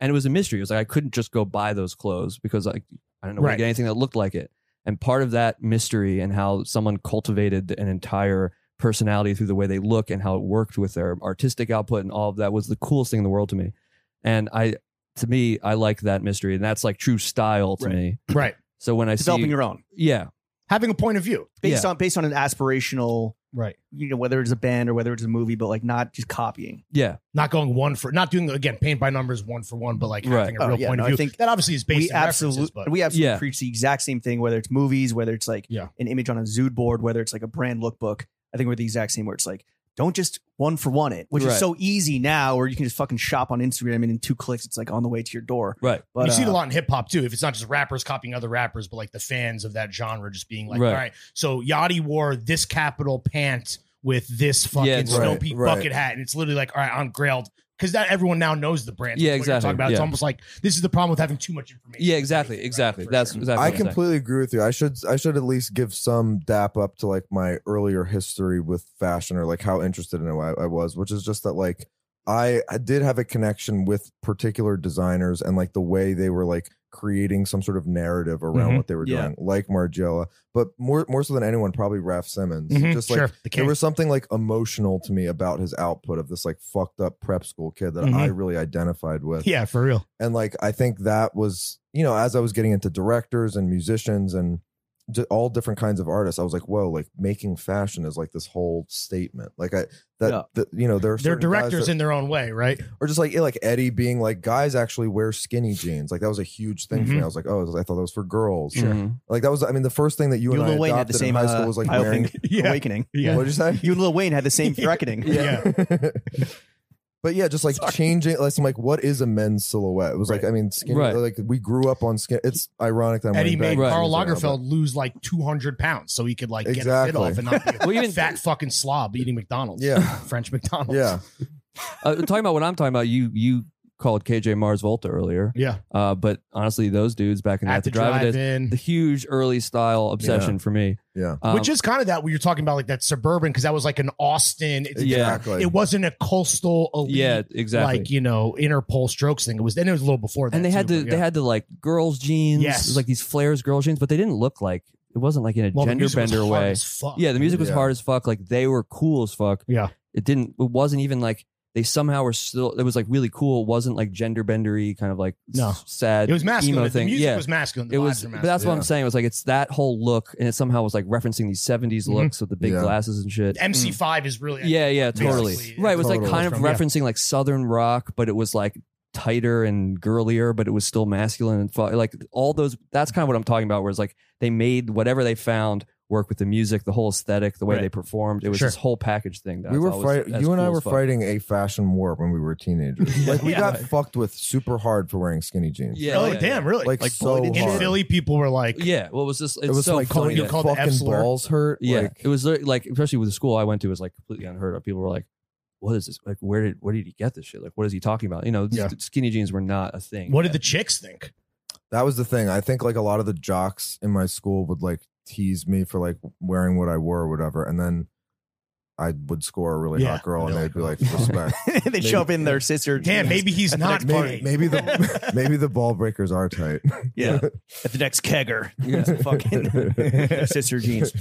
C: And it was a mystery. It was like I couldn't just go buy those clothes because like I don't know where to
E: Right.
C: get anything that looked like it. And part of that mystery and how someone cultivated an entire personality through the way they look and how it worked with their artistic output and all of that was the coolest thing in the world to me. And I to me, I like that mystery. And that's like true style to
B: Right.
C: me.
E: Right.
C: So when I
B: developing
C: see
B: your own
C: Yeah.
E: Having a point of view.
B: based on based on an aspirational,
E: Right.
B: you know, whether it's a band or whether it's a movie, but like not just copying.
C: Yeah.
E: Not going one for not doing again paint by numbers one for one, but like
C: Right.
E: having a
B: Oh,
E: real
B: yeah,
E: point
B: no,
E: of
B: I
E: view.
B: think
E: that obviously is based
B: we
E: in absolutely.
B: absolutely
E: But
B: we absolutely
C: Yeah.
B: preach the exact same thing, whether it's movies, whether it's like
E: Yeah.
B: an image on a zood board, whether it's like a brand lookbook. I think we're the exact same where it's like, don't just one for one it, which
C: Right.
B: is so easy now, where you can just fucking shop on Instagram and in two clicks, it's like on the way to your door.
C: Right.
B: But
E: you see it
B: uh,
E: a lot in hip hop too. If it's not just rappers copying other rappers, but like the fans of that genre just being like,
C: Right.
E: all right, so Yachty wore this capital pant with this fucking
C: Yeah,
E: Snow
D: right,
E: Peak
D: right.
E: bucket hat, and it's literally like, all right, I'm grailed because that everyone now knows the brand. What
C: Yeah,
E: you're
C: exactly,
E: Talking about
C: yeah.
E: it's almost like this is the problem with having too much information.
C: Yeah, exactly,
E: Right,
C: exactly.
E: for
C: That's
E: sure.
C: exactly.
D: I
C: what I'm saying.
D: completely agree with you. I should I should at least give some dap up to like my earlier history with fashion or like how interested in it I, I was, which is just that like I, I did have a connection with particular designers and like the way they were like creating some sort of narrative around
C: Mm-hmm.
E: Mhm.
D: what they were
B: Yeah.
D: doing, like Margiela, but more more so than anyone, probably Raph Simmons.
C: Mm-hmm.
E: Mhm,
D: Just like
E: sure. The
D: there
E: king.
D: was something like emotional to me about his output of this like fucked up prep school kid that
E: Mhm.
C: Mm-hmm.
D: I really identified with
E: yeah, for real.
D: and like i think that was you know as i was getting into directors and musicians and di- all different kinds of artists i was like whoa like making fashion is like this whole statement like i that
B: Yeah.
D: that, you know there are
E: They're
D: certain guys
E: directors
D: that,
E: in their own way, right?
D: or just like yeah, like eddie being like guys actually wear skinny jeans like that was a huge thing for me
B: Mm-hmm.
E: Mhm.
D: i was like oh i thought that was for girls
C: Mhm.
D: like that was i mean the first thing that you,
B: you and
D: and i
B: Lil Wayne had
D: adopted
B: the same
D: in high
B: uh,
D: school was like
B: I
D: wearing
B: think, awakening.
E: Yeah.
D: what'd you say
B: You and Lil Wayne had the same reckoning.
E: Yeah.
D: but yeah, just like changing. Like, I'm like, what is a men's silhouette? It was like, I mean, skinny,
C: Right.
D: like we grew up on skin. It's ironic that I'm
E: Eddie
D: wearing
E: made
D: baggy
E: Carl
D: jeans right now,
E: Lagerfeld lose like 200 pounds so he could like
D: Exactly.
E: get a fit off and not be a
C: Well, even-
E: fat fucking slob eating McDonald's.
D: Yeah.
E: French
D: but-
E: McDonald's.
D: Yeah,
C: Uh, talking about what I'm talking about, you you called KJ Mars Volta earlier,
E: Yeah.
C: uh, but honestly, those dudes back in the
E: At
C: at
E: the
C: the driving
E: drive
C: days,
E: in.
C: the huge early style obsession for me.
D: yeah,
C: Um,
E: Which is kind of that what you're talking about, like that suburban, because that was like an Austin. It,
C: Yeah.
D: exactly.
E: it wasn't a coastal elite,
C: yeah, exactly.
E: like you know, Interpol strokes thing. It was then it was a little before that.
C: and they had
E: too,
C: the
E: but
C: they
E: yeah.
C: had the like girls jeans,
E: Yes.
C: it was like these flares girls jeans, but they didn't look like it wasn't like in a
E: Well, the
C: gender
E: music was
C: bender
E: hard
C: way.
E: as fuck.
C: Yeah, the music was
D: Yeah.
C: hard as fuck. Like they were cool as fuck.
E: Yeah.
C: it didn't. It wasn't even like they somehow were still. It was like really cool. It wasn't like gender bendery kind of like
E: No.
C: s- sad.
E: it was masculine.
C: emo
E: The
C: thing.
E: music
C: yeah,
E: was masculine. The
C: it
E: vibes
C: was
E: were
C: but
E: masculine.
C: that's what
D: Yeah.
C: i'm saying it was like it's that whole look and it somehow was like referencing these 70s
E: Mhm.
C: looks with the big
D: Yeah.
C: glasses and shit
E: MC5 is really
C: yeah yeah totally
E: Basically,
C: right it was like
D: totally.
C: kind of
E: From- yeah.
C: referencing like southern rock but it was like tighter and girlier but it was still masculine and fu- like all those that's kind of what i'm talking about where it's like they made whatever they found work with the music the whole aesthetic the way
E: Right.
C: they performed it was
E: Sure.
C: this whole package thing that
D: we
C: I
D: were
C: thought
D: fight-
C: was as
D: You and I
C: cool
D: were
C: as fuck.
D: fighting a fashion war when we were teenagers. Like we
E: Yeah.
D: got fucked with super hard for wearing skinny jeans.
C: yeah
E: Oh
C: yeah,
E: damn, really?
D: like,
C: Like,
D: so
C: in
E: in
D: hard.
E: Philly, people were like,
C: yeah. yeah well it was just it's
D: it was
C: so
D: like
C: funny
D: calling your
C: that-
E: called the F
D: fucking
E: slur?
D: balls hurt.
C: Yeah,
D: like,
C: it was lit- like especially with the school I went to it was like completely unheard of. People were like, "What is this? Like, where did where did he get this shit? Like, what is he talking about?" You know,
E: Yeah.
C: s- skinny jeans were not a thing.
E: "What did the chicks think?"
D: That was the thing. I think like a lot of the jocks in my school would like tease me for like wearing what I wore or whatever, and then I would score a really
E: Yeah.
D: hot girl, and
E: Really
D: they'd be like,
E: hot girl.
D: respect.
B: they
D: Maybe-
B: shove in their sister.
E: Damn, maybe he's
B: At the
E: not
B: next
E: funny.
D: maybe, maybe the maybe the ball breakers are tight.
B: Yeah. at the next kegger.
C: Yeah.
B: fucking sister jeans.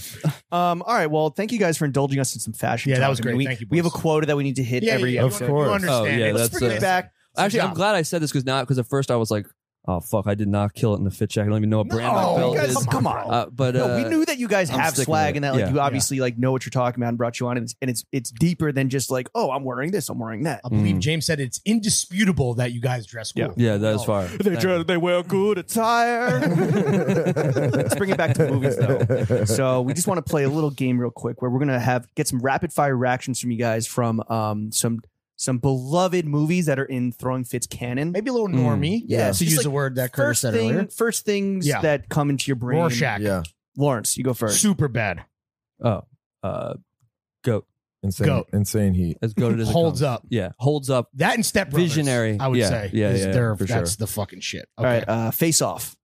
B: Um, all right. Well, thank you guys for indulging us in some fashion.
E: Yeah, that
B: talk.
E: was
B: I mean,
E: great.
B: We,
E: Thank you,
B: We have a
E: boys.
B: quota that we need to hit every
E: you
B: episode.
D: of
E: under-
D: course.
E: You understand.
C: Oh, yeah,
E: It's
C: that's,
E: pretty
C: uh,
E: good.
B: back.
C: Actually, I'm
E: job.
C: glad I said this because now because at first I was like, "Oh fuck, I did not kill it in the fit check. I don't even know what
E: No,
C: brand my belt
E: you guys-
C: is."
B: come on.
C: Uh, but
B: No,
C: uh,
B: we knew that you guys
C: I'm
B: have
C: sticking
B: swag
C: with
B: and
C: it.
B: that like
C: Yeah.
B: you obviously like know what you're talking about and brought you on and it's and it's, it's deeper than just like oh I'm wearing this I'm wearing that.
E: I believe
C: Mm.
E: James said it's indisputable that you guys dress cool.
C: Yeah, that is fire.
B: They dress, they wear good attire. Let's bring it back to movies though. So we just want to play a little game real quick where we're gonna have get some rapid fire reactions from you guys from um some some beloved movies that are in Throwing Fits canon.
E: Maybe a little
C: Mm.
E: normie.
B: Yeah,
E: To
B: so
E: use
B: just
E: the word that Curtis
B: first
E: said
B: thing,
E: earlier.
B: first things
E: Yeah.
B: that come into your brain.
E: Rorschach.
D: Yeah,
B: Lawrence, you go first.
E: Super bad.
C: Uh, goat
D: insane,
E: Goat.
D: insane heat.
C: as goated as it
E: Holds
C: comes.
E: up.
C: Yeah, holds up.
E: That and Step Brothers,
C: Visionary.
E: I would
C: Yeah,
E: say.
C: yeah,
E: is
C: yeah,
E: their-
C: for
E: that's
C: sure.
E: the fucking shit.
B: All
E: Okay.
B: right, uh, Face Off.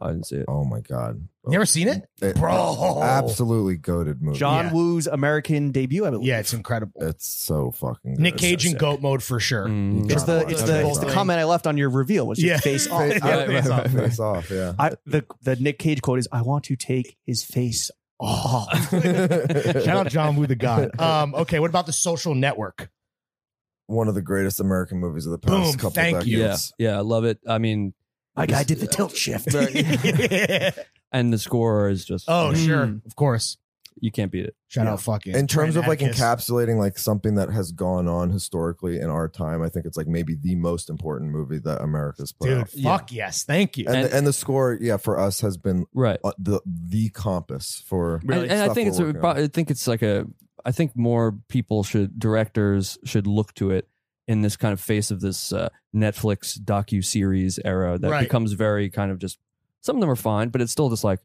C: I didn't see it.
D: Oh my god,
E: You ever seen it?
C: uh,
D: It-
E: Bro.
D: Absolutely goaded movie.
B: John
E: Yeah.
B: Woo's American debut, I believe.
E: Yeah, it's incredible.
D: It's so fucking. Good.
E: Nick Cage
D: so
E: in
D: sick.
E: goat mode for sure.
C: Mm.
B: It's the it's the, it's the
E: Okay.
B: comment I left on your reveal, which
E: Yeah.
B: is face off.
D: Face,
E: Yeah,
D: right,
E: face
D: right,
E: off.
D: right, face off. Yeah.
B: I, the the Nick Cage quote is, "I want to take his face off."
E: Shout out John Woo the God. Um, okay, what about the social network?
D: One of the greatest American movies of the past
E: Boom,
D: couple
E: thank you.
C: Yeah,
D: decades.
C: yeah, I love it. I mean,
B: My guy did the tilt shift.
C: and the score is just
E: Oh,
B: Mm.
E: sure. Of course.
C: you can't beat it.
E: Shout
D: Yeah.
E: out fucking.
D: In terms of like
E: Brandon Atkins.
D: encapsulating like something that has gone on historically in our time, I think it's like maybe the most important movie that America's put
E: Dude,
D: out.
C: Yeah.
E: fuck yes. Thank you.
D: And,
C: And-
D: the, and the score, yeah, for us has been
C: Right.
D: uh, the the compass for
C: And- and, I
D: stuff
C: think
D: we're
C: it's
D: working
C: a,
D: on.
C: I think it's like a I think more people should directors should look to it in this kind of face of this uh, Netflix docu series era that
E: Right.
C: becomes very kind of just some of them are fine, but it's still just like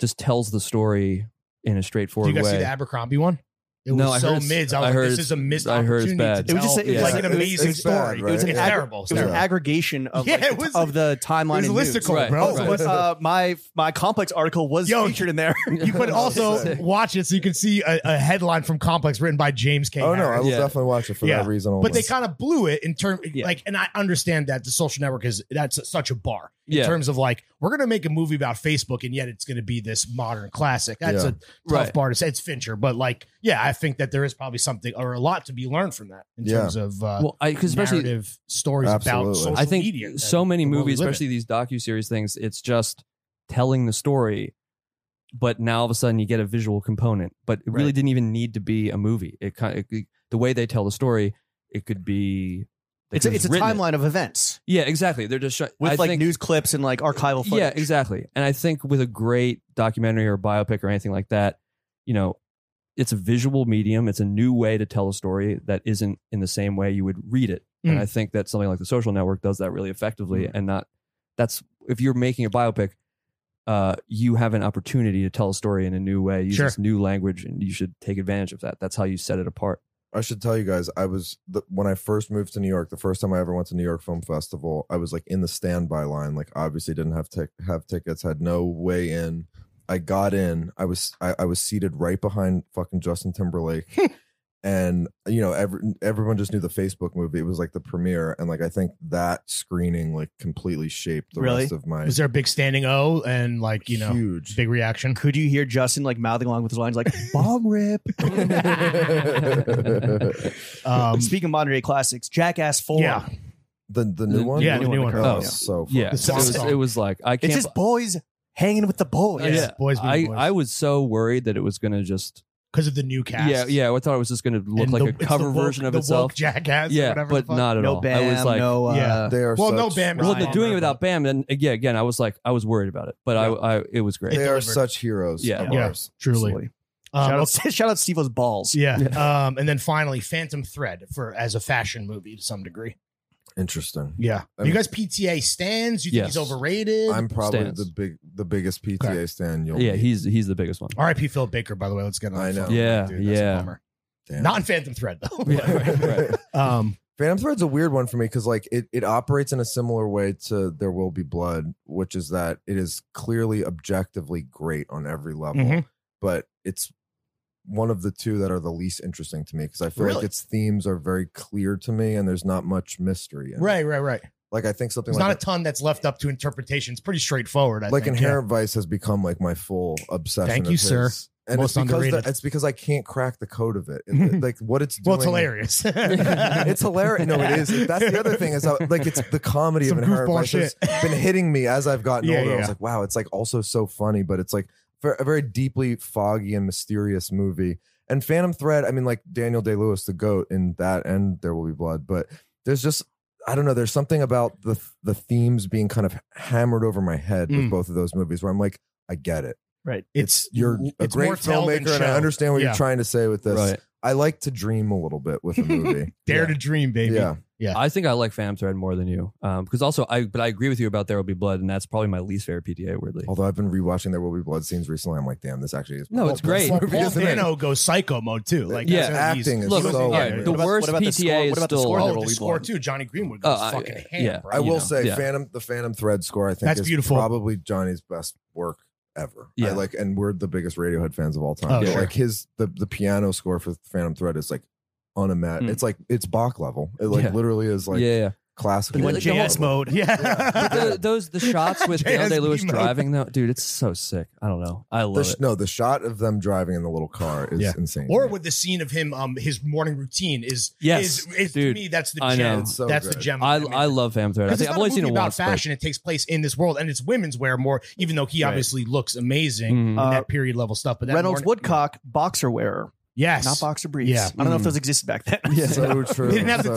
C: just tells the story in a
E: Do
C: straightforward
E: you guys
C: way.
E: see the Abercrombie one? It was
C: No, I
E: so
C: heard it's-
E: mids. I
C: I
E: was
C: heard
E: like, this
C: it's-
E: is a missed
C: I heard it's
E: opportunity
C: bad.
E: to
B: It was just a-
E: tell.
B: it was
E: like
B: like
E: an
B: an-
E: amazing
D: it's bad,
E: story.
D: right?
E: It was an
D: It's
B: ag-
E: terrible.
B: It was an
E: story.
D: Yeah.
B: aggregation of
E: Yeah,
B: like,
E: it was-
B: of the timeline.
E: It
B: and
E: was a
B: news.
E: listicle,
C: Right,
E: bro.
D: right.
B: Also, uh, my my complex article was
E: Yo,
B: featured in there.
E: You could also
C: Sick.
E: watch it so you can see a, a headline from Complex written by James K.
D: Oh no, I
E: Harris.
D: will
C: Yeah.
D: definitely watch it for
E: Yeah.
D: that reason. Only.
E: but they kind of blew it in terms
C: Yeah.
E: like, and I understand that the social network is that's such a bar in
C: yeah,
E: terms of like we're gonna make a movie about Facebook and yet it's gonna be this modern classic. That's
D: Yeah.
E: a tough
C: right.
E: bar to say. It's Fincher, but like, yeah, I think that there is probably something or a lot to be learned from that in
D: Yeah.
E: terms of uh,
C: Well, I because especially
E: narrative stories about
D: Absolutely.
E: social
C: I think
E: media. and
C: so many
E: the world we
C: movies,
E: live in.
C: especially these docu series things, it's just telling the story. But now all of a sudden you get a visual component, but it really
B: Right.
C: didn't even need to be a movie. It kind of the way they tell the story, it could be. they
B: It's a,
C: could
B: it's a
C: have written it.
B: timeline of events
C: Yeah, exactly. They're just sh-
B: with
C: I
B: like
C: think-
B: news clips and like archival footage.
C: Yeah, exactly. And I think with a great documentary or biopic or anything like that, you know, it's a visual medium. It's a new way to tell a story that isn't in the same way you would read it.
E: Mm.
C: And I think that something like the social network does that really effectively and not that's if you're making a biopic, uh, you have an opportunity to tell a story in a new way, use
E: Sure.
C: this new language, and you should take advantage of that. That's how you set it apart.
D: I should tell you guys, I was the, when I first moved to New York. The first time I ever went to New York Film Festival, I was like in the standby line. Like obviously didn't have tic- have tickets, had no way in. I got in. I was I, I was seated right behind fucking Justin Timberlake, and you know every, everyone just knew the Facebook movie. It was like the premiere, and like I think that screening like completely shaped the
B: Really?
D: rest of my
E: was there a big standing O and like you know
D: huge
E: big reaction?
B: Could you hear Justin like mouthing along with his lines like "bomb rip"?
E: Um,
B: Speaking of modern day classics, Jackass Four.
E: yeah,
D: the the new
C: The-
D: one.
E: yeah, the new one.
D: Oh,
C: Oh,
D: so
C: Yeah,
E: The
C: it
E: swan
C: was,
E: song.
C: it was like I can't.
B: It's just boys hanging with the boys.
E: Yeah. boys being
C: I,
E: boys.
C: I was so worried that it was going to just
E: because of the new cast.
C: Yeah, yeah. I thought it was just going to look
E: And
C: like
E: the-
C: a
E: it's the
C: cover
E: woke-
C: version of
E: the woke
C: itself.
E: jackass. or
C: Yeah,
E: whatever the
C: but
E: fuck.
C: not at
B: No
C: all.
B: Bam.
C: I was like,
B: no. Uh,
E: Yeah.
D: They are
E: Well, no
D: such-
E: Bam.
C: well, they're
E: Ryan.
C: doing it without Bam. Then again, again, I was like, I was worried about it, but I, I, it was great.
D: They are
E: delivered.
D: such heroes.
C: Yeah.
D: of
E: Yeah.
D: ours.
E: Truly.
B: Absolutely.
E: Um,
B: shout,
E: okay,
B: out, shout out Steve-O's balls.
E: yeah. Um, and then finally, Phantom Thread for as a fashion movie to some degree.
D: Interesting.
E: Yeah.
D: I
E: you
D: mean-
E: guys PTA stands? You think
C: Yes.
E: he's overrated?
D: I'm probably
C: stands.
D: the big, the biggest PTA
E: Okay.
D: stand you'll.
C: Yeah,
D: meet.
C: he's he's the biggest one.
E: R.I.P. Phil Baker. By the way, let's get on.
D: I know.
C: Yeah, yeah.
D: Damn.
E: Not in Phantom Thread though.
C: Yeah, right, right.
E: um,
D: Phantom Thread's a weird one for me because like it, it operates in a similar way to There Will Be Blood, which is that it is clearly objectively great on every level,
E: mhm.
D: but it's one of the two that are the least interesting to me because I feel like
E: Really?
D: its themes are very clear to me and there's not much mystery. In it.
E: Right, right, right.
D: Like I think something
E: There's
D: like
E: not a ton that's left up to interpretation. It's pretty straightforward. I
D: like
E: think.
D: Inherent Vice has become like my full obsession.
E: Thank
D: of
E: you, sir.
D: his. And
E: Most
D: it's because
E: underrated.
D: the, it's because I can't crack the code of it. It- like what it's
E: Yeah.
D: doing.
E: Well, it's hilarious.
D: it's hilarious. No, it is. That's the other thing is how, like it's the comedy
E: Some
D: of Inherent
E: goofball
D: Vice has
E: shit.
D: been hitting me as I've gotten
E: Yeah,
D: older. I
E: yeah.
D: was like, wow, it's like also so funny, but it's like ver- a very deeply foggy and mysterious movie. And Phantom Thread, I mean, like Daniel Day Lewis, the goat in that, and There Will Be Blood, but there's just I don't know. There's something about the the themes being kind of hammered over my head
E: Mm.
D: with both of those movies, where I'm like, I get it.
E: It's
D: You're a
E: it's
D: great
E: more tell than
D: filmmaker, and
E: show.
D: I understand what
E: Yeah.
D: you're trying to say with this.
C: Right.
D: I like to dream a little bit with a movie.
E: Dare
D: yeah.
E: to dream, baby.
D: Yeah.
C: I think I like Phantom Thread more than you, because also I. But I agree with you about There Will Be Blood, and that's probably my least favorite PTA. Weirdly,
E: Oh,
D: Although I've been rewatching There Will Be Blood scenes recently, I'm like, damn, this actually is.
C: No, it's great.
E: Paul
D: This movie,
E: Paul
D: isn't it?
E: Dano goes psycho mode too. Like
C: Yeah.
E: that's how he's-
D: Acting is
C: look,
E: he was
D: so
E: in-
C: all
D: yeah,
C: right,
D: weird.
C: the
D: What about-
C: worst
A: what about the
C: PTA
A: score?
C: is
A: What about the
C: still
E: Oh,
C: There
E: the
C: Will Be
E: score
C: Blood.
E: too. Johnny Greenwood goes
C: Oh, I-
E: fucking ham.
C: yeah.
E: bro.
D: I
C: you
D: will
C: know,
D: say,
C: yeah.
D: Phantom, the Phantom Thread score, I think
E: That's
D: is
E: beautiful.
D: probably Johnny's best work ever.
C: Yeah.
D: I like, and we're the biggest Radiohead fans of all time.
E: Oh,
D: but
E: sure.
D: Like his the the piano score for Phantom Thread is like unimaginable.
C: Mm.
D: It's like it's Bach level. It like
C: Yeah.
D: literally is like
C: yeah, yeah.
D: classical.
E: Went
C: Like the
E: JS
C: whole-
E: mode. Yeah.
D: Yeah.
C: But the- those the shots with Daniel Day Lewis
E: JSB mode.
C: driving though, dude, it's so sick. I don't know. I
D: The
C: love
D: sh-
C: it.
D: no, the shot of them driving in the little car is
E: Yeah.
D: insane.
E: Or with the scene of him, um, his morning routine is
C: Yes,
E: is, is
C: dude.
E: to me that's the
C: I know.
E: gem.
D: It's so
E: that's the
D: good.
E: gem.
C: I
E: mean,
C: I love Phantom Thread. I
E: because
C: think
E: it's
C: I've
E: not a
C: only
E: movie
C: seen it
E: about
C: once. but-
E: fashion. It takes place in this world, and it's women's wear more. Even though he
C: Right. Mm-hmm.
E: obviously looks amazing in
B: Uh,
E: that period level stuff, but that
B: Reynolds
E: morning-
B: Woodcock, boxer wearer,
E: yes,
B: not boxer briefs.
E: Yeah.
B: I don't
C: Mm.
B: know if those existed back then.
D: yeah. so true.
E: They didn't have the
D: So-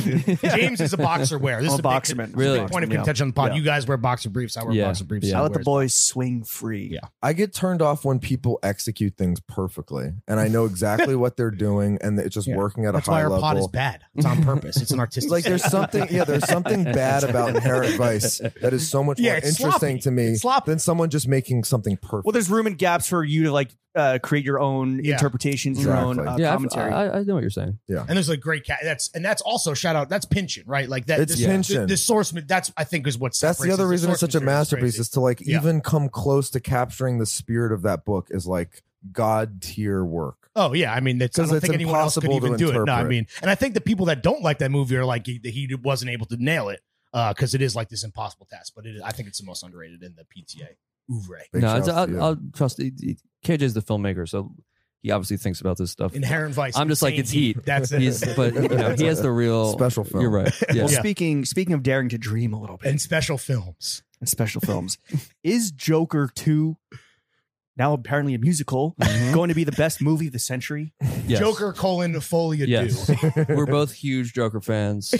E: dude. James is a boxer wearer. This
B: I'm
E: is
B: a
E: a
B: boxer man.
E: big,
C: Really?
E: big point of
B: Yeah.
E: contention on the pod.
B: Yeah.
E: You guys wear boxer briefs. I wear
C: Yeah.
E: boxer briefs.
C: Yeah.
E: He
B: I let the
E: wears-
B: boys swing free.
E: Yeah.
D: I get turned off when people execute things perfectly, and I know exactly what they're doing, and it's just
E: Yeah.
D: working at
E: That's
D: a high
E: why our
D: level.
E: pod is bad. It's on purpose. It's an artistic.
D: like there's something yeah there's something bad about inherent vice that is so much
E: Yeah,
D: more
E: it's
D: interesting
E: sloppy.
D: to me
E: It's sloppy.
D: than someone just making something perfect
B: Well, there's room and gaps for you to like uh, create your own
E: Yeah.
B: interpretations, your own uh,
D: Exactly.
C: yeah, I've-
B: commentary.
C: I, I know what you're saying.
E: and there's a great cat. That's and that's also shout out. That's Pynchon, right? Like that.
D: It's
E: this,
D: Pynchon.
E: th- This source. ma- That's I think is what.
D: that's the
E: separates
D: other
E: this.
D: reason it's
E: source
D: such a
E: material is
D: masterpiece
E: crazy.
D: is to like
E: Yeah.
D: even come close to capturing the spirit of that book is like god tier work
E: Oh yeah, I mean, that's, I
D: 'Cause
E: don't
D: it's
E: think anyone else could
D: impossible to
E: even do it. No, I
D: interpret.
E: mean, and I think the people that don't like that movie are like he, that he wasn't able to nail it because it is like this impossible task. But it is, I think it's the most underrated in the PTA oeuvre.
D: Big
C: no, it's,
D: shouts to
C: I'll,
D: you.
C: I'll trust. It, it, KJ's the filmmaker, so he obviously thinks about this stuff.
E: Inherent Vice.
C: I'm just like,
E: Insane
C: it's heat.
E: That's it.
C: He's, but you know, he has the real
D: Special film.
C: You're right. Yeah.
B: well, speaking speaking of daring to dream a little bit
E: and special films.
B: and special films, is Joker two now apparently a musical
C: Mm-hmm.
B: going to be the best movie of the century?
C: Yes.
E: Joker colon folia
C: Yes.
E: do.
C: We're both huge Joker fans.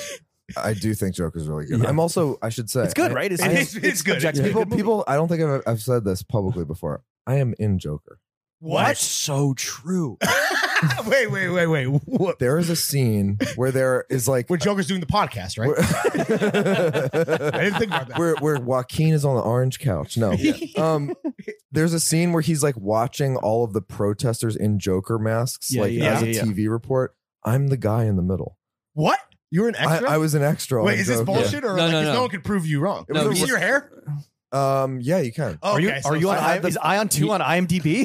D: i do think joker's really good
C: Yeah.
D: i'm also i should say
B: It's good,
D: I-
B: right? It's,
E: It is- it's good.
B: objectively
D: people
B: good movie.
D: people i don't think I've, I've said this publicly before i am in joker
B: That's so true.
E: wait, wait, wait, wait. What?
D: there is a scene where there is like
E: Where Joker's doing the podcast, right? I didn't think about that.
D: where where Joaquin is on the orange couch. No. Um there's a scene where he's like watching all of the protesters in Joker masks,
B: Yeah,
D: like
B: yeah,
D: as a
B: yeah, yeah.
D: TV report. I'm the guy in the middle.
E: what? You were an
D: I,
E: extra?
D: I was an extra. on
E: wait, is this
D: Joker.
E: bullshit or
C: No,
E: like
C: no,
E: 'cause
C: no.
E: no one could prove you wrong?
D: was
E: Did
D: a-
E: you see your hair?
D: Um yeah, you can.
E: Oh,
B: Are you
E: okay, so
B: are you
E: it's
B: on
E: not-
B: I, is I on two on IMDb?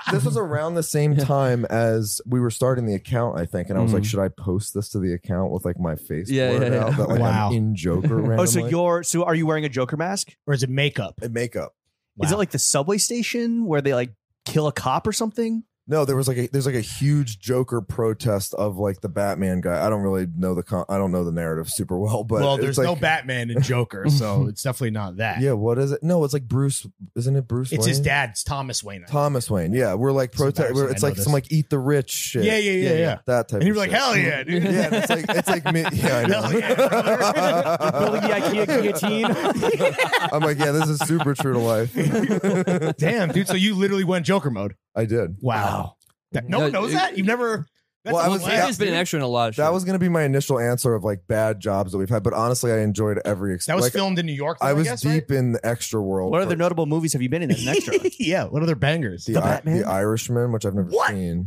D: This was around the same time as we were starting the account, I think, and I was like, should I post this to the account with like my face
C: Mm-hmm. Yeah,
D: blurred
C: yeah, yeah.
D: out that like
E: Wow.
D: I'm in Joker randomly?
B: oh, so you're so are you wearing a Joker mask?
E: or is it makeup?
D: And makeup.
B: Is it
E: Wow.
B: like the subway station where they like kill a cop or something?
D: No, there was like a there's like a huge Joker protest of like the Batman guy. I don't really know the con- I don't know the narrative super well, but
E: well,
D: it's
E: there's
D: like,
E: no Batman in Joker, so it's definitely not that.
D: Yeah, what is it? No, it's like Bruce. Isn't it Bruce?
E: it's
D: Wayne?
E: his dad. It's Thomas Wayne. I think.
D: Thomas Wayne. Yeah, we're like
E: It's
D: protest.
E: embarrassing,
D: We're, it's
E: I know
D: like
E: this.
D: some like eat the rich shit.
E: Yeah, yeah, yeah, yeah.
D: That type.
E: And you
D: of
E: were like,
D: shit.
E: hell yeah, dude.
D: Yeah, and it's like it's like me. Yeah, I know.
E: Hell yeah,
B: Building the IKEA guillotine.
D: I'm like, yeah, this is super true to life.
E: Damn, dude. So you literally went Joker mode.
D: I did.
E: Wow. That- no
C: No,
E: one knows
C: it-
E: that. You've never.
D: Mm-hmm.
E: That's
D: Well, I
E: a
D: was-
E: blast,
C: he's been
E: dude.
C: an extra in a lot of shit.
D: That was gonna be my initial answer of like bad jobs that we've had, but honestly, I enjoyed every. Ex-
E: That was
D: like,
E: filmed in New York.
D: I was
E: guess, right?
D: deep in the extra world.
B: what
D: for-
B: other notable movies have you been in as an extra?
E: yeah. What other bangers?
D: the,
B: The
D: I-
B: Batman?
D: the Irishman, which I've never
E: What?
D: seen.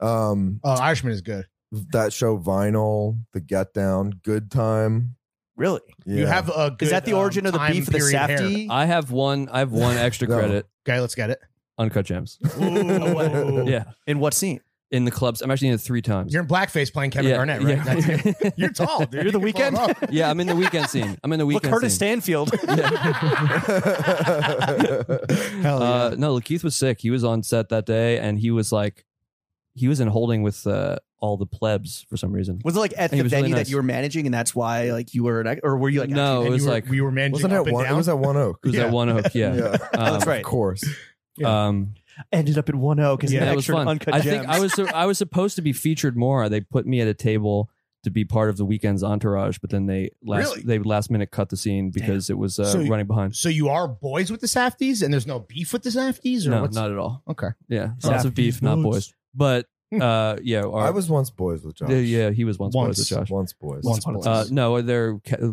D: Um,
E: Oh, Irishman is good.
D: that show Vinyl, The Get Down, Good Time.
B: Really?
D: Yeah.
E: You have a. Good,
B: Is that the origin
E: um,
B: of the
E: time
B: beef of the
E: period hair.
B: Safety?
C: I have one. I have one extra
D: No.
C: credit.
E: Okay, let's get it.
C: Uncut gems.
E: Ooh.
C: Yeah,
B: In what scene?
C: in the clubs. I'm actually in it three times.
E: You're in blackface playing Kevin
C: yeah,
E: Garnett, right? That's it.
C: Yeah.
E: You're tall, dude.
B: You're the
E: You can pull it off.
C: yeah, I'm in the weekend scene. I'm in the
B: Look,
C: weekend.
B: Curtis
C: scene.
B: Stanfield.
E: Hell Oh, yeah.
C: Uh, no, Lakeith was sick. He was on set that day, and he was like, he was in holding with uh, all the plebs for some reason.
B: Was it like at
C: He
B: the
C: was
B: venue
C: really
B: that
C: nice.
B: you were managing, and that's why like you were, an, ex- or were you like
C: no,
E: And
C: it
E: you
C: was
E: were-
C: like it
E: we were managing
D: Wasn't
E: up
D: that
E: and
D: one? It
E: down.
D: was at One Oak.
C: was
E: yeah.
C: that one hook. Yeah, Um,
B: that's
D: Of
B: right.
D: course.
E: Yeah.
C: Um,
B: ended up at one oak as
E: Yeah,
B: an
C: that was
B: extra in
C: fun.
B: uncut
C: I
B: gems?
C: think I was uh, I was supposed to be featured more. They put me at a table to be part of the weekend's entourage, but then they last
E: Really?
C: they last minute cut the scene because it was uh,
E: So you-
C: running behind.
E: So you are boys with the Safties, and there's no beef with the Safties, or
C: No,
E: what's
C: not at all.
E: okay?
C: Yeah,
B: Yeah.
C: lots of beef, not boys. But uh, yeah, our,
D: I was once boys with Josh.
C: yeah, yeah, he was once, boys
E: Once.
C: with Josh.
D: Once boys.
E: Once upon a
C: Uh,
E: time.
C: no, they're ca-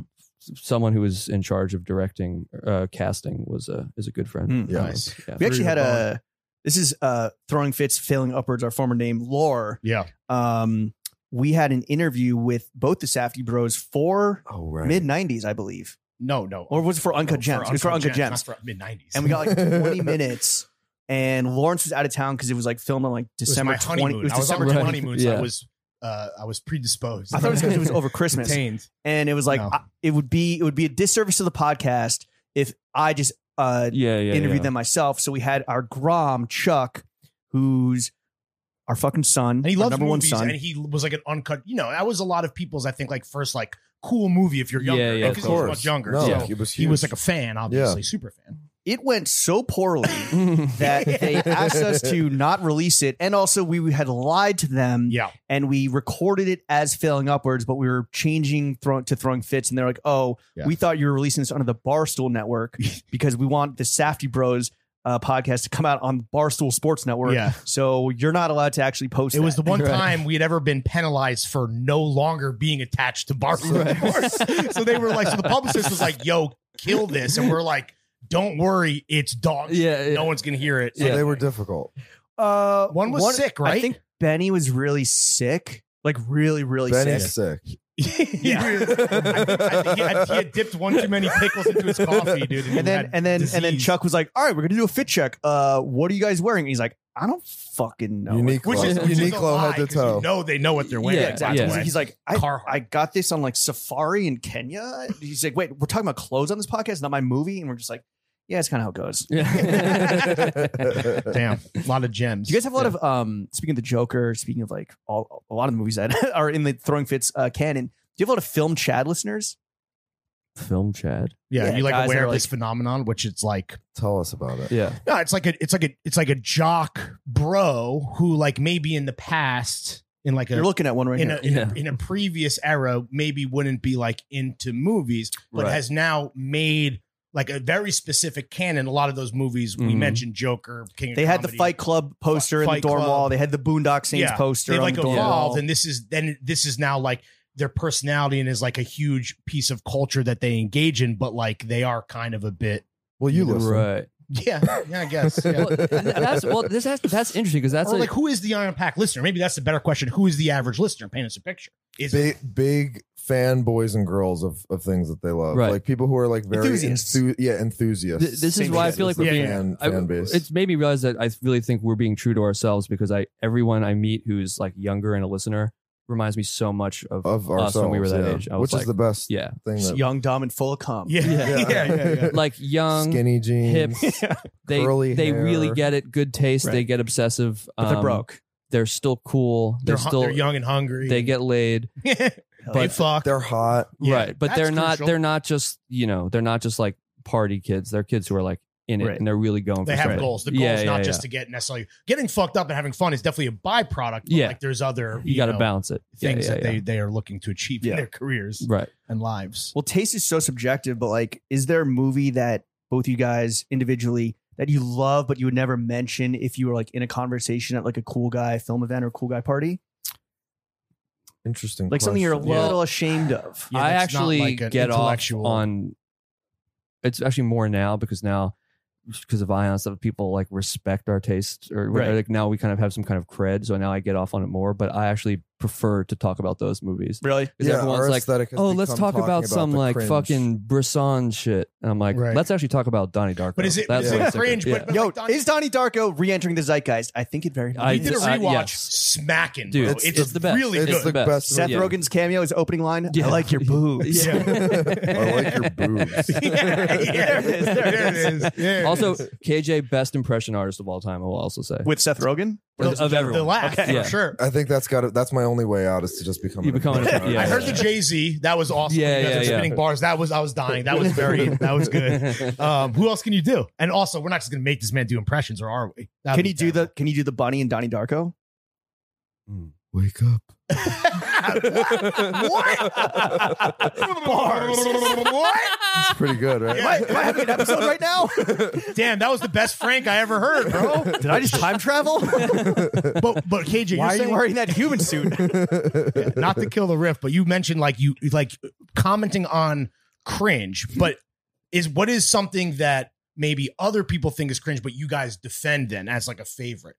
C: someone who is in charge of directing uh, casting was a is a good friend.
B: Hmm.
D: Yeah.
E: Nice.
C: Yeah.
B: We actually
E: Three
B: had
E: to
B: a. This is uh, throwing fits, failing upwards. Our former name, Lore.
E: Yeah.
B: Um, we had an interview with both the Safety Bros for
D: Oh right.
B: mid '90s, I believe,
E: No, no.
B: or was it for Uncut
E: No,
B: Gems? it was for Uncut Gems,
E: not for mid nineties.
B: and we got like 20 minutes. And Lawrence was out of town because it was like filmed on like December
E: my honeymoon.
B: 20. It was
E: I was on
B: December
E: my
C: 20.
E: honeymoon, so
C: Yeah.
E: I was uh, I was predisposed.
B: I thought it was because it was over Christmas,
E: Detained.
B: and it was like
E: No.
B: I- it would be it would be a disservice to the podcast if I just uh,
C: yeah, yeah,
B: interviewed
C: yeah.
B: them myself. So we had our Grom Chuck, who's our fucking son,
E: And he
B: our
E: loves
B: number
E: movies,
B: one son.
E: and he was like an uncut. You know, that was a lot of people's. I think like first like cool movie if you're
C: Yeah,
E: younger.
C: yeah,
E: right?
C: of
E: 'Cause he was
D: course.
E: much younger.
D: No,
E: so
D: he was.
E: he was
D: huge.
E: like a fan, obviously, super fan.
B: it went so poorly that they asked us to not release it, and also we had lied to them,
E: Yeah,
B: and we recorded it as failing upwards, but we were changing throw- to throwing fits, and they're like, "Oh,
E: Yeah.
B: we thought you were releasing this under the Barstool Network because we want the Safety Bros." Uh, podcast to come out on Barstool Sports Network,
E: Yeah.
B: so you're not allowed to actually post.
E: it was the
B: that.
E: one
C: Right.
E: time we had ever been penalized for no longer being attached to Barstool.
C: Right.
E: Sports. so they were like, so the publicist was like, "Yo, kill this," and we're like, "Don't worry, it's dog. shit.
C: yeah, yeah.
E: No one's gonna hear it."
D: So they were difficult.
B: Uh,
E: One was sick,
B: I
E: right?
B: think Benny was really sick, like really, really
D: Benny's
B: sick.
D: sick.
E: yeah. I think, I think he, had, he had dipped one too many pickles into his coffee, dude. he
B: And then
E: had
B: and then and then
E: disease.
B: Chuck was like, "All right, we're gonna do a fit check. Uh, what are you guys wearing?" And he's like, "I don't fucking know."
D: Unique,
E: which is which is a
D: Uniqlo
E: lie,
D: head to
E: 'cause you
D: toe.
E: know they know what they're wearing.
B: yeah,
C: Yeah,
B: exactly.
C: yeah.
B: He's like- He's like, I,
E: Carhartt.
B: I got this on like Safari in Kenya. And He's like, wait, we're talking about clothes on this podcast, not my movie. And we're just like, yeah, it's kind of how it goes.
C: Yeah.
E: damn, a lot of gems.
B: Do you guys have a lot of um? Speaking of the Joker, speaking of like all a lot of the movies that are in the Throwing Fits uh, canon, do you have a lot of film Chad listeners?
C: Film Chad.
E: yeah,
B: yeah,
E: you like
B: guys that
E: aware
B: are
E: of this
B: like-
E: phenomenon, which it's like
D: Tell us about it.
C: Yeah,
E: no, it's like a it's like a it's like a jock bro who like maybe in the past in like
B: You're
E: a
B: looking at one right
E: in
B: now.
E: a, in,
C: Yeah.
E: a, in a previous era maybe wouldn't be like into movies, but
C: Right.
E: has now made like a very specific canon. A lot of those movies we
C: Mhm.
E: mentioned, Joker, King. of
B: They had the
E: Comedy.
B: Fight Club poster in
E: Fight
B: the dorm
E: Club.
B: wall. They had the Boondock Saints
E: Yeah.
B: poster.
E: They
B: on
E: like
B: the dorm wall.
E: evolved, and this is then this is now like their personality and is like a huge piece of culture that they engage in, but like they are kind of a bit.
D: Well, you listen.
C: right.
E: Yeah, yeah, I guess. Yeah.
C: Well, and that's well, this has, that's interesting because that's
E: or
C: a-
E: like, who is the Iron Pack listener? Maybe that's the better question. Who is the average listener? Paint us a picture. Is it
D: Big, big fanboys and girls of, of things that they love.
C: Right.
D: Like people who are like very
B: Enthusiasts.
D: enthu- yeah, enthusiasts.
C: Th- this is why I feel like
D: the
E: we're being-
D: fan,
C: I-
D: fan base.
C: it's made me realize that I really think we're being true to ourselves because I everyone I meet who's like younger and a listener reminds me so much of
D: of
C: us
D: ourselves.
C: when we were that
D: yeah.
C: age. I was
D: Which
C: like-
D: is the best
C: yeah,
D: thing.
B: Just
D: That,
B: young, dumb, and full of cum.
E: yeah, yeah, yeah, yeah,
C: like young,
D: skinny jeans.
C: hip. they
D: curly
C: they
D: hair.
C: really get it. Good taste.
B: Right.
C: They get obsessive.
B: But they're
C: um,
B: broke.
C: They're still cool. They're,
E: They're, hu-
C: still
E: they're young and hungry.
C: They get laid.
E: they
C: but-
E: fuck.
D: They're hot.
E: Yeah,
C: right, but
E: that's
C: they're not.
E: crucial.
C: They're not just you know. They're not just like party kids. They're kids who are like in it
B: Right.
C: and they're really going.
E: They
C: for
E: have
C: something.
E: goals. The goal
C: Yeah,
E: is
C: yeah,
E: not
C: yeah.
E: just to get necessarily getting fucked up and having fun is definitely a byproduct. But
C: Yeah.
E: like there's other
C: You, got to
E: know,
C: balance it. Yeah,
E: things
C: yeah,
E: that
C: yeah.
E: they they are looking to achieve
B: Yeah.
E: in their careers
C: right.
E: and lives.
B: Well, taste is so subjective, but like, is there a movie that both you guys individually that you love, but you would never mention if you were like in a conversation at like a cool guy film event or cool guy party?
D: Interesting.
B: Like something you're a
D: question.
C: Yeah.
B: little ashamed of.
E: Yeah,
C: I
E: that's not
C: actually
E: like an
C: get off
E: intellectual-
C: on. It's actually more now because now, because of Ion stuff, people like respect our taste, or
B: Right.
C: like now we kind of have some kind of cred. So now I get off on it more, but I actually prefer to talk about those movies.
B: Really?
C: 'Cause
D: Yeah,
C: everyone's
D: our
C: like,
D: aesthetic has
C: oh, let's
D: become
C: talk about
D: talking
C: some
D: the
C: like
D: cringe.
C: fucking Brisson shit, and I'm like,
E: Right.
C: let's actually talk about Donnie Darko.
E: But is it-
C: That's
D: is
C: way
D: it
C: sicker.
E: cringe, but-
B: Yo,
E: like Donnie-
B: is Donnie Darko re-entering the zeitgeist? I think it very.
C: I-
E: we did a
C: I-
E: rewatch,
C: uh, yes.
E: smacking,
C: Dude,
E: bro.
C: it's-
E: It's,
C: it's the best.
E: really
D: It's
E: good.
D: the
C: Yeah.
D: best.
B: Seth
C: Yeah.
B: Rogen's cameo, his opening line.
C: Yeah.
B: I like your boobs.
C: Yeah.
D: I like your boobs.
E: yeah,
B: There
E: yeah,
B: it is, there it
E: there it is. There it
C: also,
E: is.
C: KJ, best impression artist of all time. I will also say
B: With Seth Rogen,
E: The-
C: of
E: the,
C: everyone.
E: the laugh
C: Okay.
E: for
C: Yeah.
E: sure.
D: I think that's got to, that's my only way out is to just become.
C: You
D: an
C: become an-
D: impression
C: yeah.
E: I
D: artist.
E: heard the Jay Z. That was awesome.
C: Yeah,
E: You guys
C: yeah,
E: are
C: yeah.
E: Spinning bars. That was I was dying. That was very. that was good. Um, who else can you do? And also, we're not just gonna make this man do impressions, or are we? That'd
B: can
E: be
B: you do
E: terrible.
B: the can you do the Bunny and Donnie Darko?
D: wake up.
E: what? Bars. what?
D: It's pretty good, right?
E: Am I- am I having an
B: episode right now?
E: Damn, that was the best Frank I ever heard, bro.
B: Did I just time travel?
E: But but KJ,
B: Why are
E: you're
B: you
E: saying
B: wearing that human suit?
E: Yeah, not to kill the riff, but you mentioned like you like commenting on cringe, but is what is something that maybe other people think is cringe, but you guys defend then as like a favorite.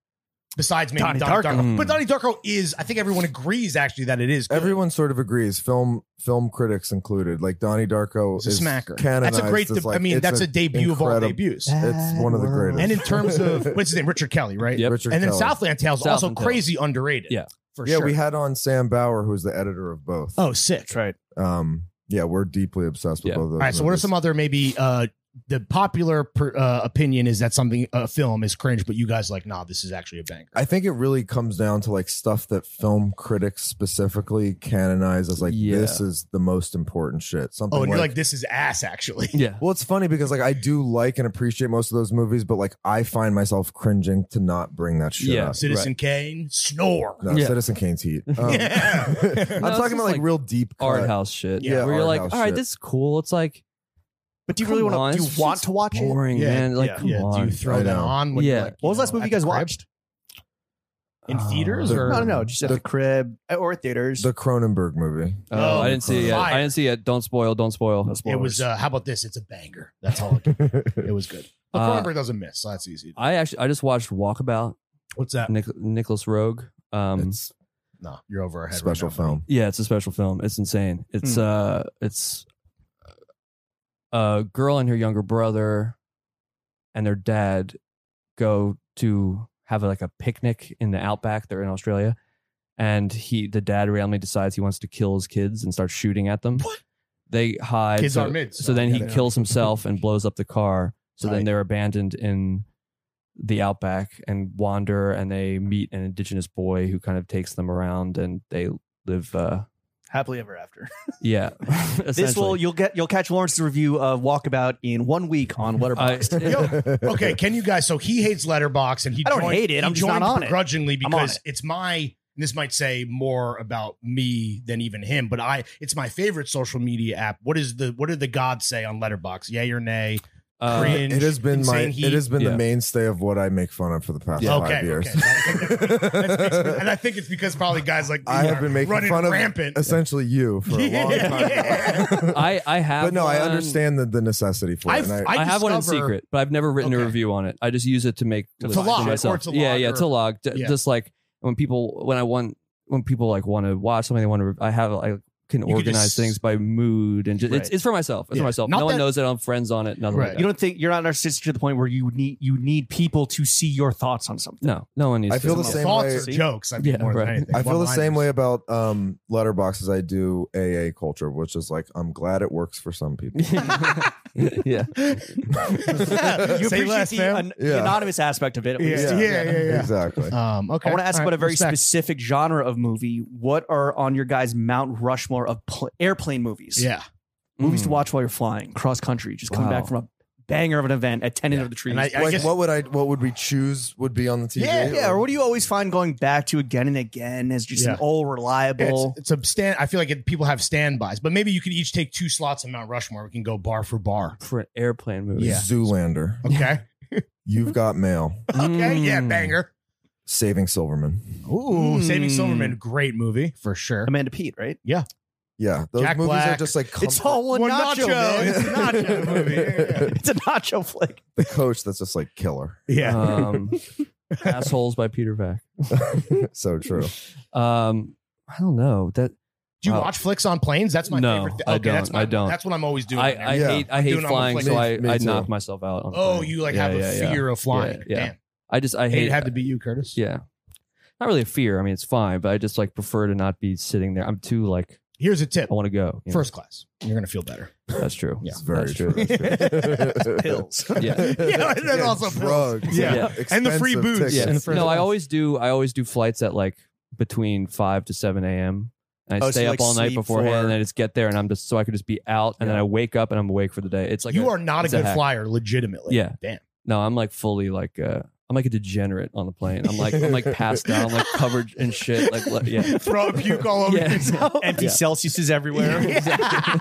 E: Besides maybe
B: Donnie
E: Donnie,
B: Darko.
E: Darko. but Donnie Darko is. I think everyone agrees actually that it is. good.
D: Everyone sort of agrees, film film critics included. Like Donnie Darko
E: It's a
D: is
E: smacker.
D: Canonized
E: That's a great.
D: as,
E: De-
D: like,
E: I mean,
D: it's
E: that's a
D: an
E: debut of all
D: incredible-
E: debuts.
D: It's one of the greatest.
E: And in terms of what's his name, Richard Kelly, right?
C: Yep.
D: Richard
E: And then
D: Kelly.
E: Southland Tales also
C: Southland Tales.
E: crazy underrated.
C: Yeah.
E: for
D: yeah,
E: sure.
D: we had on Sam Bauer, who's the editor of both.
E: oh, sick.
B: right.
D: Um, yeah, we're deeply obsessed with
C: Yeah.
D: both of those.
E: All right. So, what are
D: movies.
E: some other maybe uh, the popular per, uh, opinion is that something a film is cringe, but you guys like, nah, this is actually a banger.
D: I think it really comes down to like stuff that film critics specifically canonize as like
C: Yeah.
D: this is the most important shit. Something
E: oh, and
D: like,
E: you're like, this is ass actually.
C: Yeah.
D: well, it's funny because like I do like and appreciate most of those movies, but like I find myself cringing to not bring that shit
C: Yeah.
D: up.
E: Citizen Kane, snore.
D: No,
C: Yeah.
D: Citizen Kane's heat. Um,
E: Yeah.
D: I'm
E: No, it's
D: talking about
C: just
D: like,
C: like
D: real deep cut.
C: Art house shit.
D: Yeah,
C: Where you're
D: art
C: like,
D: house
C: all right,
D: shit.
C: this is cool. It's like
B: But do you
C: Come
B: really
C: on,
B: want to? Do
C: it's
B: you want
C: just
B: to watch it? What
C: boring, man. Like, come
E: yeah.
C: on.
E: Do you throw
D: I
E: that
D: know.
E: on? When
C: Yeah.
E: yeah. Like,
B: was the last
E: know,
B: movie you
E: at
B: guys
E: the crib?
B: watched?
E: in
C: Uh,
E: theaters
D: the-
E: or
B: No, no, no. Just at
D: The-
B: the, crib or at theaters.
D: The Cronenberg movie.
E: Oh,
C: Oh, I didn't see it. Yet.
E: fire.
C: I didn't see it. Don't spoil. Don't spoil.
E: it was. Uh, how about this? It's a banger. That's all. I can- It was good. But
C: Uh,
E: Cronenberg doesn't miss, so that's easy.
C: I actually, I just watched Walkabout.
E: What's that?
C: Nic- Nicholas Rogue. Um,
D: it's
E: No, you're over our
D: a
E: head.
D: special
E: right now, buddy.
D: film.
C: yeah, it's a special film. It's insane. It's
E: Hmm.
C: uh, it's a girl and her younger brother, and their dad, go to have like a picnic in the outback. They're in Australia, and he, the dad, randomly decides he wants to kill his kids and starts shooting at them.
E: What?
C: They hide.
E: Kids
C: so-
E: are mids.
C: So then he
E: Yeah.
C: kills himself and blows up the car. So then
E: Tight.
C: they're abandoned in the outback and wander, and they meet an indigenous boy who kind of takes them around, and they live. Uh,
B: Happily ever after.
C: yeah,
B: This will
C: essentially.
B: you'll get you'll catch Lawrence's review of Walkabout in one week on
C: I- uh,
B: Letterboxd.
D: Uh,
E: okay, can you guys? So he hates Letterbox, and he
B: I don't
E: joined,
B: hate it,
E: he
B: I'm just not
E: joined
B: on it.
E: begrudgingly
B: I'm on
E: because it's my. and This might say more about me than even him, but I it's my favorite social media app. What is the what did the gods say on Letterbox? Yay or nay?
C: uh,
E: Cringe,
D: it has been my
E: insane heat.
D: it has been
C: Yeah.
D: the mainstay of what I make fun of for the past
E: Yeah.
D: five
E: Okay,
D: years.
E: okay. and I think it's because probably guys like
D: I
E: me
D: have
E: are
D: been making
E: running
D: fun of
E: rampant.
D: essentially you for a long time.
E: Yeah.
C: I I have.
D: but no, I
C: one-
D: understand the, the necessity for it.
E: I've-
D: and I,
E: I
C: I, have one in
E: discover-
C: secret, but I've never written a
E: Okay.
C: review on it. I just use it to make
E: To
C: lists for
E: log, or
C: myself.
E: to
C: yeah,
E: log,
C: yeah,
E: or-
C: to log. D-
E: Yeah.
C: Just like when people when I want when people like want to watch something, they want to. I have I can
E: could
C: organize
E: just-
C: things by mood and just, it's
B: Right.
C: it's for myself. It's
E: Yeah.
C: for myself.
E: Not
C: no one
E: that-
C: knows that I'm friends on it. Nothing
E: Right.
C: like
B: You
C: that.
B: don't think you're not narcissistic to the point where you need you need people to see your thoughts on something.
C: No, no one needs.
D: I
C: to.
D: feel the
E: Thoughts
D: same way-
E: or jokes. I mean,
C: Yeah,
E: more
C: right.
E: than anything.
D: I feel the same
E: One-liners.
D: way about um, letterbox as I do AA culture, which is like I'm glad it works for some people.
C: yeah,
B: you
E: Say
B: appreciate
E: less,
B: the,
E: man.
B: an- the
D: Yeah.
B: anonymous aspect of it. At least.
E: Yeah, yeah, yeah, yeah.
D: exactly.
E: Um, okay.
B: I want to ask
E: All
B: about
E: right,
B: a very
E: respect.
B: specific genre of movie. What are on your guys' Mount Rushmore of pl- airplane movies?
E: Yeah. Mm.
B: Movies to watch while you're flying, cross country, just coming
C: Wow.
B: back from a banger of an event at 10 end of the trees.
E: And I- I
D: like
E: guess-
D: what would I what would we choose would be on the TV?
E: Yeah,
B: yeah, or what do you always find going back to again and again as just
E: Yeah.
B: an old
E: Yeah,
B: reliable?
E: it's, it's a stand. I feel like it, people have standbys, but maybe you could each take two slots in Mount Rushmore. We can go bar for bar.
C: for an airplane movie.
E: Yeah. Mm-hmm.
D: Zoolander.
E: Okay.
D: You've got mail.
E: Okay. Yeah.
C: Mm.
E: Banger.
D: Saving Silverman.
C: Hmm.
E: Ooh. Saving
B: Mm.
E: Silverman. Great movie for sure.
B: Amanda Pete, right?
D: Yeah, those
E: Jack
D: movies
E: Black.
D: are just like
B: It's
D: comfort-
B: all one,
E: One
B: nacho.
E: nacho.
B: man.
E: It's a nacho movie. Yeah, yeah.
B: It's a nacho flick.
D: the coach that's just like killer.
E: yeah.
C: Um, assholes by Peter Beck.
D: so true.
C: Um, I don't know that.
E: Do you
C: wow.
E: watch flicks on planes? That's my
C: uh, No,
E: favorite thing.
C: I don't.
E: That's my,
C: I don't.
E: That's what I'm always doing.
C: I, I
D: Yeah.
C: hate I
E: I'm
C: hate
E: doing it on
C: flying,
E: the
C: so I,
D: plane. Me
C: I
D: too.
C: knock myself out. On the
E: oh,
C: plane.
E: you like
C: Yeah,
E: have
C: yeah,
E: a
C: yeah.
E: fear of flying.
C: Yeah, yeah.
E: Damn.
C: I just I hate
E: It had to be you, Curtis.
C: Yeah, not really a fear. I mean, it's fine, but I just like prefer to not be sitting there. I'm too like
E: Here's a tip.
C: I want to go. you know?
E: First class. You're gonna feel better.
C: that's true.
E: Yeah.
D: It's very
C: That's
D: true.
C: true.
D: That's true.
B: Pills.
C: Yeah.
E: Yeah, and then also pills.
D: drugs.
E: Yeah. And the
D: Expensive
E: free booze.
D: tickets.
C: Yeah.
E: And first
C: no, I
E: class.
C: always do. I always do flights at like between five to seven a.m. And I
B: Oh, so
C: stay
B: you,
C: up
B: like,
C: all night
B: sleep
C: beforehand,
B: for-
C: and I just get there, and I'm just so I could just be out, and then I wake up and I'm awake for the day. It's like
E: you
C: a-
E: are not a
C: it's a
E: good
C: hack.
E: flyer, legitimately.
C: Yeah.
E: Damn.
C: No, I'm like fully like uh I'm like a degenerate on the plane. I'm like I'm like passed out. I'm like covered in shit. Like le- yeah.
E: Throw a puke all over
C: Yeah.
E: yourself.
B: Empty
C: Yeah.
B: Celsiuses everywhere.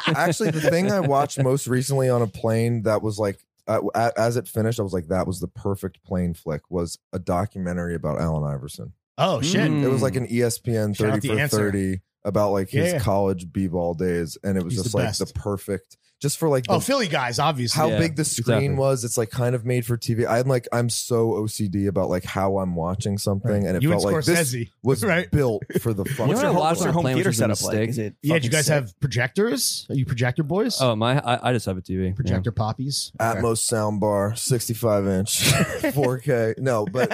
D: Actually, the thing I watched most recently on a plane that was like, uh, a- as it finished, I was like, that was the perfect plane flick. Was a documentary about Allen Iverson.
E: Oh shit.
C: Mm.
D: It was like an E ESPN
E: Shout out
D: thirty
E: the
D: for
E: answer.
D: thirty about like his
E: Yeah.
D: college b-ball days, and it was
E: He's
D: just
E: the
D: like
E: best.
D: the perfect, just for like the
E: Oh, Philly guys, obviously.
D: how
C: Yeah,
D: big the screen
C: exactly.
D: was. It's like kind of made for TV. I'm like, I'm so OCD about like how I'm watching something, and it
E: you and
D: felt like this
E: Scorsese.
D: was
E: right?
D: built for the fucking.
C: What's your
D: purpose.
C: home- what's your home theater setup like?
B: Is it
E: Yeah, did you
B: fucking
E: guys
B: sick?
E: have projectors? Are you projector boys?
C: Oh my! I, I just have a TV. Yeah.
E: projector poppies. Okay.
D: Atmos sound bar, 65 inch, 4K. No, but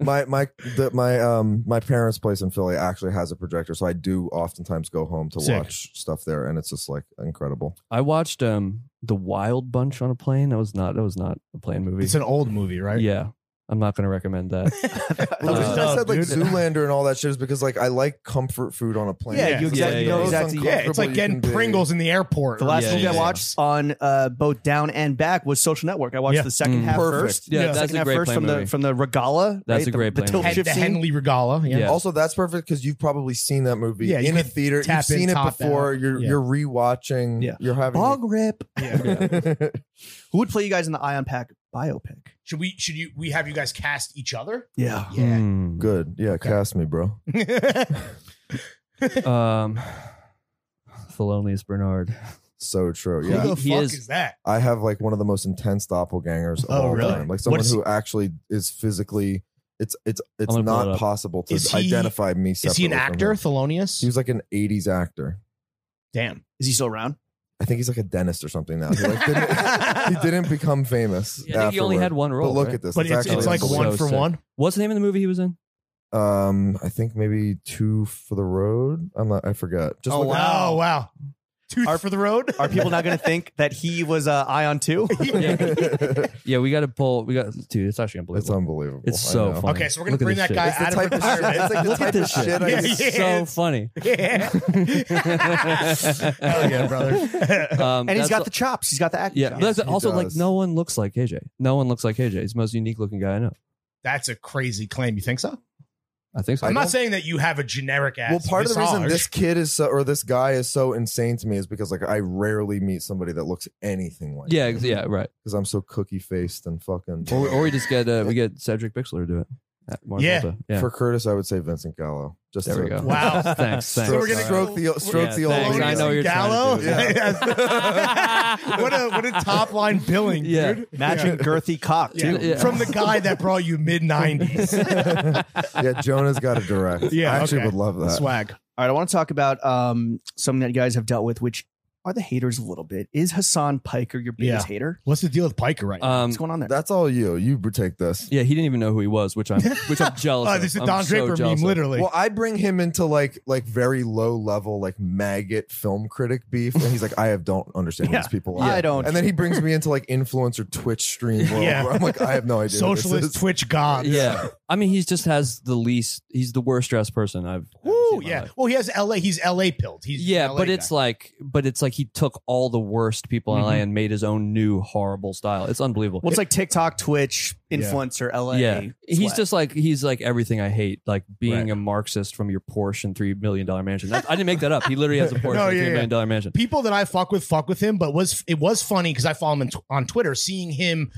D: my my the, my um my parents' place in Philly actually has a projector, so I do oftentimes go home to
E: Sick.
D: watch stuff there, and it's just like incredible.
C: I watched um the Wild Bunch on a plane. That was not that was not a plane movie.
E: It's an old movie, right?
C: yeah, I'm not going to recommend that.
D: Well, the reason
E: Uh,
D: I said like
E: dude.
D: Zoolander and all that shit is because like I like comfort food on a plane.
B: Yeah,
D: It's
B: you
D: just,
B: exactly-
D: like,
C: you know
D: the most
B: exactly-
E: Yeah, it's
D: uncomfortable
E: like
D: you
E: getting
D: can be.
E: Pringles in the airport.
B: The last
C: Yeah,
B: movie
C: yeah,
B: I
C: yeah.
B: watched on uh, both down and back was Social Network. I watched
E: Yeah.
B: the second
C: Mm.
B: half
D: Perfect.
B: first.
C: Yeah,
E: Yeah.
C: that's
B: second
C: a
B: half
C: great
B: first
C: plane
B: from
C: movie.
B: the from the regala.
C: That's
B: right?
C: a great
B: the, the
C: plane
D: Oh,
B: tilt
C: movie.
E: Hen-
B: shift
E: the
B: scene.
E: Henley Regala. Yeah.
C: Yeah.
D: Also, that's perfect because you've probably seen that movie
E: Yeah, you
D: in a
E: could
D: theater.
E: tap
D: You've seen
E: in,
D: it
E: top
D: before.
E: out.
D: You're
E: Yeah.
D: you're rewatching.
B: Yeah.
D: You're having.
B: Bog rip.
E: Yeah.
B: Who would play you guys in the Ion Pack biopic?
E: Should we should you we have you guys cast each other? Hmm.
B: Yeah.
E: Yeah.
C: Hmm.
D: Good. Yeah, cast me, bro.
C: Um, Thelonious Bernard.
D: So true.
E: Who
D: Yeah.
E: the
C: He- he
E: fuck
C: is-
E: is, that?
D: I have like one of the most intense doppelgangers of
E: Oh,
D: all
E: really?
D: time. Like
E: What
D: someone
E: is he-
D: who actually is physically it's it's it's
C: gonna pull
D: not
C: it up.
D: possible to
E: Is he-
D: identify me separately.
E: Is he an
D: from
E: actor,
D: him.
E: Thelonious?
D: He was like an 80s actor.
E: Damn.
B: Is he still around?
D: I think he's like a dentist or something now. He, like didn't, he didn't become famous.
C: I think he only
D: afterward.
C: had one role.
D: But look
C: right?
D: at this.
E: But it's, it's
D: actually
E: like one
C: so
E: for
C: sick.
E: one.
C: what's the name of the movie he was in?
D: Um, I think maybe two for the road. I'm not. I forgot. Just
B: Oh,
D: look it up.
B: Wow.
E: Oh wow. Tooth
B: Are-
E: for the road.
B: Are people not going to think that he was uh, Ion too?
C: Yeah, we got to pull. We got dude. It's actually
D: It's
C: unbelievable.
D: unbelievable.
C: It's
D: I
C: so
D: know.
C: funny.
E: okay, so we're gonna
C: Look at
E: bring that
C: this shit.
E: guy
D: It's the
E: out of
D: type of shit-
E: retirement.
D: it's like the
C: Look
D: type
C: at this
D: of
C: shit.
D: shit I
C: It's
E: get.
C: so funny.
E: Hell yeah, brother.
C: Um,
B: And he's
C: that's
B: got
C: al-
B: the chops. He's got the acting.
C: yeah.
B: chops.
C: but that's
D: Yes, he
C: also like
D: does.
C: no one looks like KJ. No one looks like KJ. He's the most unique looking guy I know.
E: That's a crazy claim. You think so?
C: I think so.
E: I'm not saying that you have a generic ass.
D: well, part of the reason
E: visage.
D: this kid is so, or this guy is so insane to me is because like I rarely meet somebody that looks anything like
C: Yeah. ex- Yeah. Right.
D: because I'm so cookie faced and fucking.
C: Or, or we just get uh, we get Cedric Bixler to do it. Uh, Mark
E: Yeah.
C: Volta.
D: for Curtis, I would say Vincent Gallo. Just
C: There
D: to
C: we go.
E: Wow.
C: thanks. Thanks.
D: Stroke,
E: So we're gonna
D: stroke
E: go-
D: the stroke
C: Yeah,
D: the old.
C: thanks.
E: Thelonious
C: I know what
E: and
C: you're trying to do.
E: Gallo? what a what a top line billing,
C: Yeah.
E: dude.
B: Imagine girthy cock
E: Yeah.
B: too.
C: Yeah.
E: From the guy that brought you mid '90s
D: yeah, Jonah's got a direct.
E: Yeah,
D: I actually
E: okay.
D: would love that.
E: swag.
B: All right, I want to talk about um, something that you guys have dealt with, which are the haters a little bit. Is Hassan Piker your biggest
E: Yeah.
B: hater?
E: What's the deal with Piker right now?
C: Um,
B: What's going on there?
D: That's all you. You take this.
C: yeah, he didn't even know who he was, which I'm which I'm jealous.
E: Oh,
C: of.
E: this is
C: I'm
E: Don
C: so
E: Draper meme,
C: jealous of.
E: literally.
D: Well, I bring him into like like very low level like maggot film critic beef, and he's like, I have don't understand who
B: Yeah.
D: these people. Are.
B: I don't.
D: And then he brings me into like influencer Twitch stream world
E: Yeah.
D: where I'm like, I have no idea. what this
E: Socialist
D: is.
E: Twitch god.
C: Yeah, I mean, he just has the least. He's the worst dressed person I've. ever seen
E: Woo,
C: in my
E: yeah.
C: life.
E: Well, he has LA. He's LA pilled. He's
C: yeah,
E: an LA
C: but it's
E: guy.
C: like, but it's like he took all the worst people in LA
E: Mm-hmm.
C: and made his own new horrible style. It's unbelievable.
B: well, it's like TikTok, Twitch, influencer, LA.
C: yeah, he's
B: Swag.
C: just like he's like everything I hate, like being a Marxist from your Porsche and three million dollar mansion. That, I didn't make that up. He literally has a Porsche
E: No,
C: and
E: yeah,
C: three million dollar mansion.
E: people that I fuck with fuck with him, but was it was funny because I follow him on tw- on Twitter, seeing him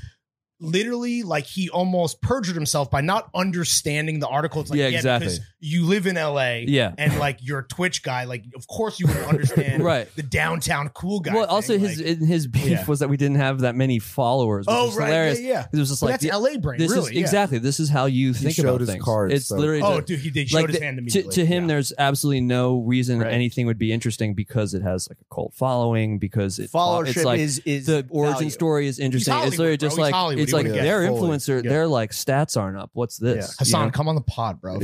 E: literally like he almost perjured himself by not understanding the article. It's like,
C: Yeah,
E: yeah,
C: exactly.
E: Because you live in LA,
C: Yeah.
E: and like you're a Twitch guy, like of course you would understand,
C: Right.
E: The downtown cool guy.
C: Well, also
E: thing,
C: his
E: like-
C: in his beef
E: Yeah.
C: was that we didn't have that many followers. Which
E: oh
C: is
E: right,
C: hilarious.
E: yeah, yeah.
C: It was just
E: But
C: like
E: that's
C: the-
E: LA brain.
C: This
E: really,
C: is
E: yeah.
C: exactly. This is how you think
D: showed
C: about
D: his
C: things.
D: cards,
C: it's
D: so-
C: literally
E: Oh,
C: the-
E: dude, he did showed
C: like
E: his
C: the-
E: hand to me.
C: to, to him. There's absolutely no reason
B: Right.
C: anything would be interesting because it has like a cult following because it uh,
B: followership
C: It's like
B: is is
C: the origin
B: value.
C: story is interesting.
E: Hollywood,
C: It's literally
E: bro.
C: just
E: He's
C: like
E: Hollywood.
C: it's
E: He
C: like
E: wanna
D: get
C: their
D: fully.
C: influencer.
E: Yeah.
C: Their like stats aren't up. What's this? You
E: Hassan,
C: know?
E: come on the pod, bro.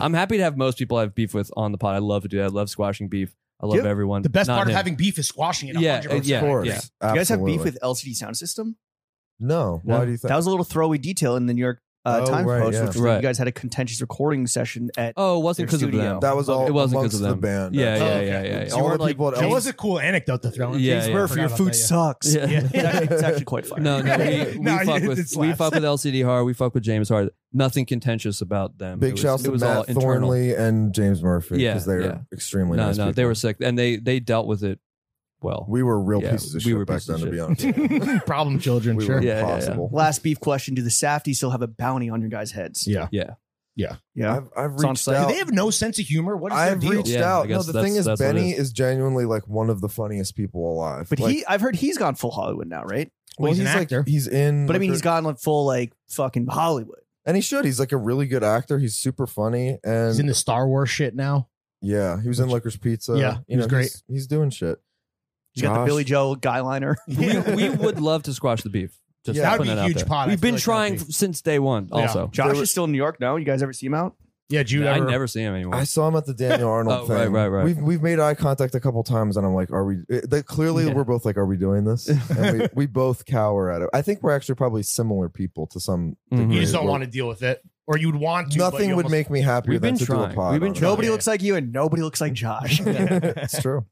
C: I'm happy to have most people I have beef with on the pod. I love to do that. I love squashing beef. I love
B: Yep.
C: everyone.
E: The best
C: Not
E: part
C: him.
E: of having beef is squashing it.
C: Yeah,
E: 100%.
C: yeah,
D: Of course.
C: yeah.
B: You guys have beef
D: Absolutely.
B: with LCD Sound System?
D: No.
C: No.
D: Why do you think?
B: That was a little throwaway detail in the New York uh,
D: Oh,
B: Time
D: right,
B: Host,
D: yeah.
B: which was
C: Right.
B: you guys had a contentious recording session at.
C: Oh, it wasn't
B: Their
C: because of
B: studio.
C: them.
D: That was all
C: It wasn't
D: amongst
C: because of
D: the
C: them.
D: band.
C: Yeah,
D: That's-
C: yeah,
E: Oh,
C: yeah,
E: okay.
C: yeah, yeah.
D: All
B: You
D: the
B: weren't
D: people at
E: That
D: Elm-
E: was a cool anecdote to throw in.
C: Yeah,
B: James
C: yeah.
B: Murphy, your
E: Forgot about
B: food
E: that, yeah.
B: sucks.
C: Yeah.
B: It's, actually, it's actually quite funny.
C: No, no, we, we
E: No,
C: fuck
E: it-
C: with
E: it
C: we
E: slaps.
C: fuck with LCD Hard. We fuck with James Hard. Nothing contentious about them.
D: Big
C: it was,
D: shouts
C: it
D: to
C: was all
D: Matt
C: internal.
D: Thornley and James Murphy
C: Yeah,
D: because they're
C: yeah.
D: extremely
C: No,
D: nice.
C: no,
D: people.
C: they were sick, and they they dealt with it well.
D: We were real
C: Yeah,
D: pieces of
C: we
D: shit
C: were
D: back
C: pieces
D: then,
C: of
D: to be
C: shit.
D: honest.
E: Problem children,
D: we
E: sure.
D: were
C: Yeah, yeah, yeah.
D: impossible.
B: Last beef question: Do the Safties still have a bounty on your guys' heads?
E: Yeah.
C: yeah,
B: yeah.
D: I've, I've
B: It's on
D: reached
B: site.
E: Do
D: out.
E: they have no sense of humor? What is their
D: I've
E: deal?
D: reached
C: Yeah, I
D: out. No,
C: guess
D: the
C: that's-
D: thing is,
C: that's what it
D: Benny
C: is.
D: is. genuinely like one of the funniest people alive.
B: But
D: Like, Mm,
B: he, I've heard he's gone full Hollywood now, right?
E: Well, he's an
D: like
E: actor.
D: he's in.
B: But I
D: like,
B: mean,
D: a-
B: he's gone like full like fucking Hollywood.
D: and he should. He's like a really good actor. He's super funny, and
E: He's in the Star Wars shit now.
D: yeah, he was in Licorice Pizza.
E: Yeah, he
D: you
E: was
D: know,
E: great.
D: He's, he's doing shit.
B: He's got the
D: Gosh.
B: Billy Joe guy liner.
C: we, we would love to squash the beef. Just
D: Yeah.
E: That would
C: putting
E: be
C: it
E: a
C: out
E: huge
C: there.
E: pod. I
C: We've
E: feel
C: been
E: like
C: trying
E: that'd
C: since day one.
E: Yeah.
C: Also,
B: Josh
D: were-
B: is still in New York now. You guys ever see him out?
E: Yeah, Jude
C: I
E: ever-
C: never see him anymore.
D: I saw him at the Daniel Arnold
C: Oh,
D: thing.
C: right, right, right.
D: We've we've made eye contact a couple times, and I'm like, "Are we?" it- They, clearly,
C: Yeah.
D: we're both like, "Are we doing this?" And we, we both cower at it. I think we're actually probably similar people to some.
C: Mhm.
D: degree.
E: You just don't
D: We're-
E: want to deal with it, or you would want to. but you
D: Nothing would
E: almost-
D: make me happier
C: We've
D: than
C: been
D: to do
C: trying.
D: a pod.
C: We've been
D: on it.
C: trying.
B: Nobody looks like you, and nobody looks like Josh.
D: it's true.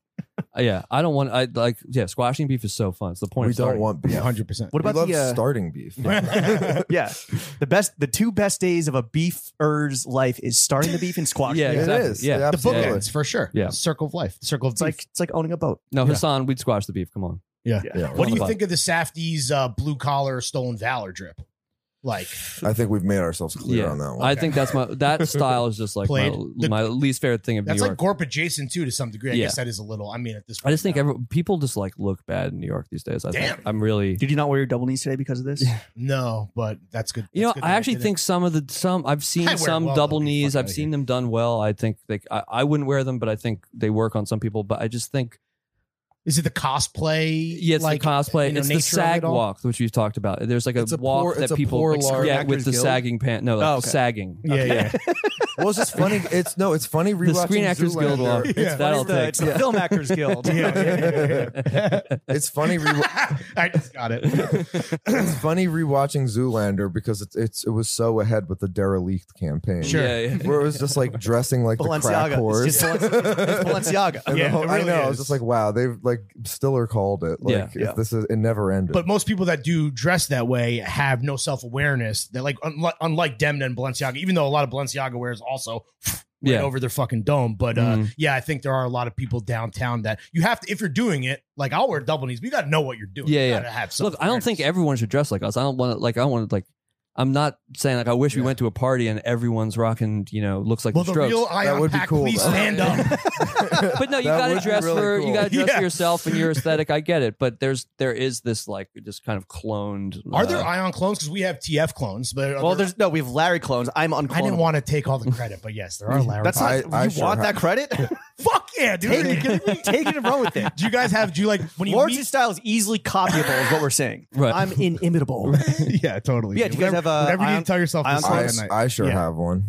C: Uh, yeah, I don't want. I like. Yeah, squashing beef is so fun. It's the point.
D: we
C: of
D: don't
C: starting.
D: want beef.
E: Yeah, hundred percent.
B: What
D: we
B: about
D: love
B: the uh,
D: starting beef.
B: yeah, the best, the two best days of a beefer's life is starting the beef and squashing.
C: Yeah,
B: it.
D: It
C: exactly.
D: is.
C: Yeah.
D: It
C: The
E: The book
D: absolutely
E: ends
D: is.
E: for sure.
C: Yeah.
E: Circle of life. Circle of
B: it's like it's like owning a boat.
C: No,
E: Yeah.
C: Hassan, we'd squash the beef. Come on.
D: Yeah.
E: What do you
C: Fun.
E: think of the Safdie's uh, blue collar stolen valor drip? Like
D: I think we've made ourselves clear
C: Yeah.
D: on that one.
C: I think that's my that style is just like my,
E: Played the-
C: my least favorite thing of
E: that's
C: New
E: like
C: York.
E: Gorp adjacent too to some degree. I
C: Yeah.
E: guess that is a little. I mean, at this,
C: I just think
E: now.
C: every, people just like look bad in New York these days. I
E: Damn.
C: think I'm really.
B: Did you not wear your double knees today because of this?
E: no, but that's good.
C: You know,
E: that's good
C: I
E: that I
C: actually
E: didn't.
C: think some of the some I've seen
E: I wear
C: some
E: well,
C: double
E: though. Get the
C: knees.
E: fuck
C: I've
E: outta
C: seen
E: here.
C: them done well. I think they I, I wouldn't wear them, but I think they work on some people. But I just think
E: is it the cosplay?
C: yeah, it's
E: like
C: the cosplay.
E: you know,
C: it's
E: nature
C: the
E: of
C: sag
E: it all?
C: walk, which we've talked about. There's like a,
D: It's a
C: walk
D: poor-
C: that
D: it's a
C: people
D: poor,
C: like,
D: large
C: yeah
B: actors
C: with the
B: guild?
C: sagging pant. No, like
B: Oh, okay.
C: sagging.
E: Yeah, yeah.
D: well, it's just funny. It's no, it's funny rewatching
C: The Screen Actors Guild
D: Zoolander.
C: walk.
E: Yeah.
C: It's that'll
B: It's the,
C: take.
B: it's the Film Actors Guild.
D: It's funny. Re-
E: I just got it.
D: it's funny rewatching Zoolander because it's, it's it was so ahead with the derelict campaign.
E: Sure.
C: Yeah, yeah.
D: Where it was just like dressing like the crack
B: Balenciaga.
D: whores.
B: It's, just Balenciaga. it's Balenciaga.
D: And the
E: Yeah,
D: whole-
E: it
D: I
E: really
D: know. I
E: is.
D: was just like, wow, they've like Stiller called it. Like
C: Yeah.
D: if
B: Yeah.
D: this is it never ended.
E: But most people that do dress that way have no self awareness. That like unlike, unlike Demna and Balenciaga, even though a lot of Balenciaga wears also right
C: Yeah.
E: over their fucking dome. But uh,
C: Mhm.
E: yeah, I think there are a lot of people downtown that you have to if you're doing it. Like I'll wear double knees, but you got to know what you're doing.
C: Yeah,
E: you
C: yeah.
E: Gotta have
C: Look, I don't think
E: self-awareness.
C: everyone should dress like us. I don't want to like. I want to like. I'm not saying like I wish we
E: Yeah.
C: went to a party and everyone's rocking. You know, looks like
E: Well,
C: the
E: the
C: Strokes.
E: real Ion
D: would be
E: Pack,
D: cool,
E: please
D: though.
E: stand up.
C: but no, you
D: That
C: got to
D: would be
C: dress
D: really
C: for you
D: cool.
C: got to dress
E: Yeah.
C: for yourself and your aesthetic. I get it, but there's there is this like just kind of cloned.
E: Are
C: uh,
E: there Ion clones? Because we have TF clones, but are
B: Well,
E: there-
B: there's no. We have Larry clones. I'm unclonable.
E: I didn't want to take all the credit, but yes, there are Larry.
B: That's not.
D: I- I
B: you
D: sure
B: want
D: have-
B: that credit?
E: Fuck yeah, dude. Are you kidding me?
B: Take it and run with it.
E: Do you guys have? Do you like when you
B: Lawrence's
E: meet?
B: style is easily copyable, is what we're saying.
C: Right.
B: I'm inimitable.
E: yeah, totally.
B: Yeah, do you guys have, uh,
E: whatever you
B: ion-
E: need to tell yourself?
B: ion
E: this
D: I,
E: Saturday night.
D: I sure
E: Yeah.
D: have one.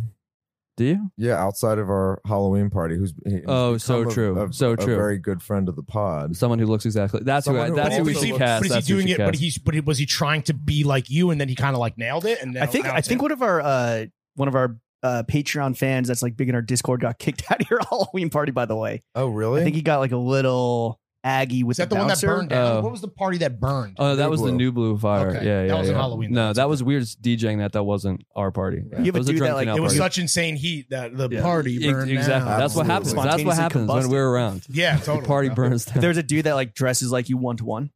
C: Do you?
D: Yeah, outside of our Halloween party, who's he- he's
C: Oh, so
D: become a-
C: true.
D: a-
C: So
D: a
C: true.
D: very good friend of the pod.
C: Someone who looks exactly. That's who.
D: Someone
C: I,
D: who
C: that's
E: But
C: who we
E: is he,
C: should
D: also
C: cast.
E: but is he
C: That's who we
E: doing
C: should
E: it? But
C: cast.
E: he's but he, was he trying to be like you, and then he kind of like nailed it. And then
B: I think. I
E: announced
B: think
E: it.
B: one of our uh, one of our uh, Patreon fans that's like big in our Discord got kicked out of your Halloween party. By the way,
D: Oh, really?
B: I think he got like a little aggy with
E: is that the, one that
B: bouncer.
E: burned down?
C: Oh.
E: What was the party that burned?
C: Oh, that
D: New
C: was the
D: Blue.
C: new blue fire.
E: Okay.
C: Yeah,
E: That
C: yeah.
E: wasn't
C: yeah.
E: Halloween.
C: No,
E: That's
C: that was weird DJing that. That wasn't our party.
D: You
C: It
B: have a
C: was a
B: dude that,
C: drunken
B: like,
C: out
E: it was
C: party.
E: such insane heat that the
C: Yeah.
E: party
C: Ex-
E: burned
C: Exactly.
E: down.
C: That's what happens.
D: Absolutely.
C: That's what happens when
B: Spontaneously
C: we're around.
E: Yeah, totally.
C: The party
E: bro.
C: burns down.
B: There's a dude that like dresses like you one to one.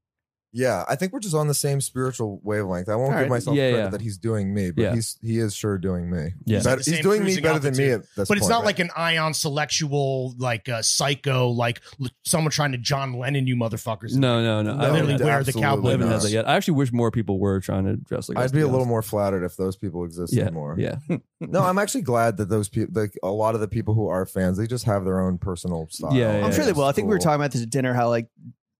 D: yeah, I think we're just on the same spiritual wavelength. I won't
B: All right.
D: give myself
C: Yeah,
D: credit
C: yeah.
D: that he's doing me, but
C: Yeah.
D: he's he is sure doing me. He's,
C: Yeah.
E: at
D: better-
E: the
D: he's
E: same
D: doing me
E: cruising
D: better than me at
E: altitude.
D: this
E: But it's
D: point,
E: not
D: right?
E: like an ion selectual, like uh, psycho, like l- someone trying to John Lennon you motherfuckers.
C: no, no, no. I
E: No,
C: haven't-
E: literally
D: no,
E: wear the
D: absolutely
E: cowboy
C: I haven't
E: boots.
C: had that yet. I actually wish more people were trying to dress like. us,
D: I'd
C: to
D: be a
C: honest.
D: little more flattered if those people existed
C: Yeah,
D: more.
C: yeah.
D: No, I'm actually glad that those people, like a lot of the people who are fans, they just have their own personal style.
C: Yeah, yeah,
B: I'm sure they
D: It's
B: will. I think we were
D: cool.
B: talking about this at dinner how like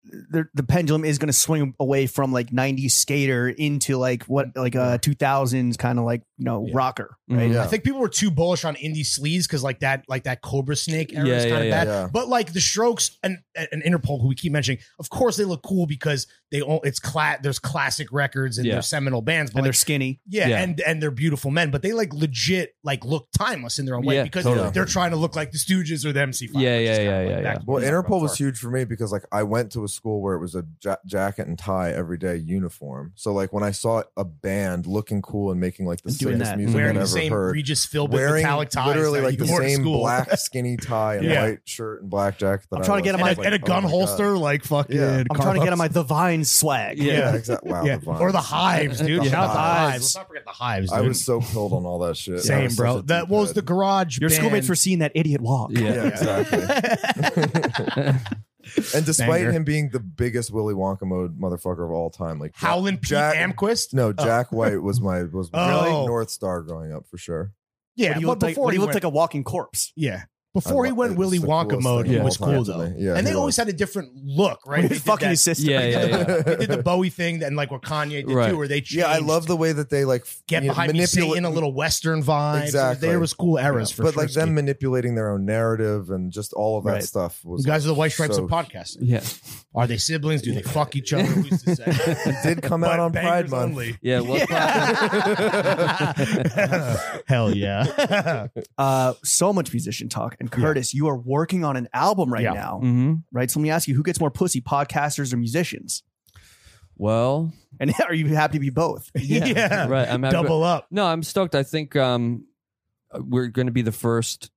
B: the, the pendulum is going to swing away from like 90s skater into like what like uh 2000s kind of like you know
E: Yeah.
B: rocker
C: Mhm.
B: right
D: Yeah.
E: I think people were too bullish on indie sleaze because like that, like that Cobra Snake era
C: Yeah,
E: is
C: yeah,
E: kind of
C: yeah.
E: bad.
D: yeah.
E: But like the Strokes and, and Interpol, who we keep mentioning, of course they look cool because they all it's cla- there's classic records and
C: Yeah.
E: they're seminal bands, but
B: and they're
E: like,
B: skinny
E: yeah,
C: Yeah.
E: and and they're beautiful men, but they like legit like look timeless in their own way
C: Yeah,
E: because
C: totally.
E: they're trying to look like the Stooges or the MC5. which
C: Yeah,
E: is
C: yeah,
E: kinda
C: yeah,
E: like
C: yeah,
E: back
C: yeah.
E: to
D: Well,
E: the Interpol
D: Interpol was
E: part.
D: huge for me because like I went to a school where it was a ja- jacket and tie every day uniform. So like when I saw a band looking cool and making like the
B: And doing
D: sickest
B: that.
D: music
E: wearing
D: I'd
E: the
D: ever
E: same
D: heard,
E: Regis filled with
D: wearing
E: metallic ties,
D: literally
E: that
D: like
E: you
D: the
E: wore to
D: same
E: school.
D: black skinny tie and
E: Yeah.
D: white shirt and black jacket. That
B: I'm
D: I
B: trying to get
D: was.
B: on my-
D: I was
E: and, a, and a
D: like,
E: gun
D: oh my God.
E: holster, like fucking.
D: Yeah.
B: i'm trying to get on my the vine swag
C: Yeah.
D: Yeah, exactly. Wow,
E: Yeah.
D: the
E: Or the hives, dude.
D: The
E: Shout out to
B: hives.
E: the hives. Let's not forget the hives.
D: I
E: dude.
D: was so pilled on all that shit. I
E: same,
D: was such
E: bro.
D: a
E: That what was
D: dickhead.
E: the garage.
B: your
E: band.
B: schoolmates were seeing that idiot walk
C: Yeah.
D: Yeah, exactly. and despite
E: Banger.
D: him being the biggest Willy Wonka mode motherfucker of all time, like Jack-
E: Howlin' Pete
D: Jack-
E: Amquist.
D: No, Jack White was my was my
E: Oh.
D: really North Star growing up for sure.
E: Yeah,
B: But he
E: but
B: looked, like,
E: before
B: but he looked like
E: went,
B: a walking corpse
E: yeah, before
D: I
E: he
D: lo-
E: went
D: it's
E: Willy
D: the
E: Wonka
D: coolest
E: mode,
D: thing
E: he
D: of
E: was
D: all time
E: cool
D: to
E: though.
D: me. Yeah,
E: and they
D: he
E: always
D: was.
E: had a different look, right?
B: He
E: They
B: was
E: did
B: fucking
E: that-
B: his sister
C: Yeah, yeah, yeah.
E: they did the Bowie thing and like what Kanye did
C: Right.
E: too, where they changed,
D: Yeah, I love the way that they like f-
E: get
D: you know,
E: behind me,
D: manipula-
E: Satan, a little Western vibe.
D: Exactly.
E: there was cool eras
D: Yeah,
E: for
D: but
E: sure.
D: like them manipulating their own narrative and just all of that
B: Right.
D: stuff was
E: you guys are the White Stripes
D: so-
E: of podcasting.
C: yeah,
E: Are they siblings? Do they fuck each other? Who's to say?
D: It did come out
E: But
D: on Pride
E: bangers
D: Month.
E: only.
C: yeah. Well,
E: Hell yeah.
B: uh so much musician talk and curtis you are working on an album right
E: Yeah.
B: now
C: hmm
B: right so let me ask you who gets more pussy podcasters or musicians
C: well,
B: and are you happy to be both
E: yeah.
C: right. I'm happy.
E: Double up.
C: No, I'm stoked. I think um, we're going to be the first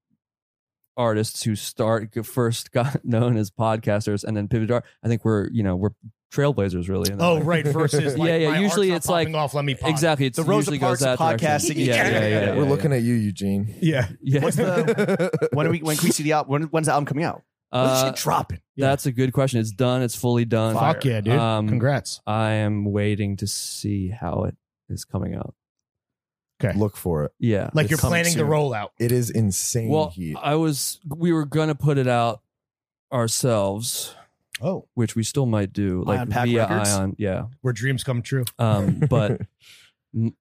C: artists who start first got known as podcasters and then pivot. to art. I think we're you know we're trailblazers really. in that
E: Oh,
C: way.
E: right. Versus, like,
C: Yeah, yeah,
E: my
C: usually
E: art's
C: it's
E: not
C: like-
E: popping off. Let me pop.
C: exactly. It's
B: The Rosa
C: usually
B: Parks
C: goes
B: of
C: that direction.
B: podcasting.
C: Yeah, yeah, yeah, yeah,
D: We're
C: yeah.
D: looking at you, Eugene.
E: Yeah,
C: Yeah.
B: What's the- when are we when can we see the album when, when's the album coming out
C: Uh,
B: when's she dropping
C: That's a good question. It's done. It's fully done.
B: Fire.
E: fuck yeah, dude.
C: Um,
E: Congrats.
C: I am waiting to see how it is coming out.
D: Look for it.
C: Yeah.
E: Like you're
C: it's-
E: planning
D: soon.
E: the rollout.
D: It is insane
C: Well, uh,
D: heat.
C: I was. We were gonna put it out ourselves,
E: Oh,
C: which we still might do, like
B: Ion Pack
C: via
B: Records?
C: Ion. Yeah.
E: where dreams come true.
C: Um, but m-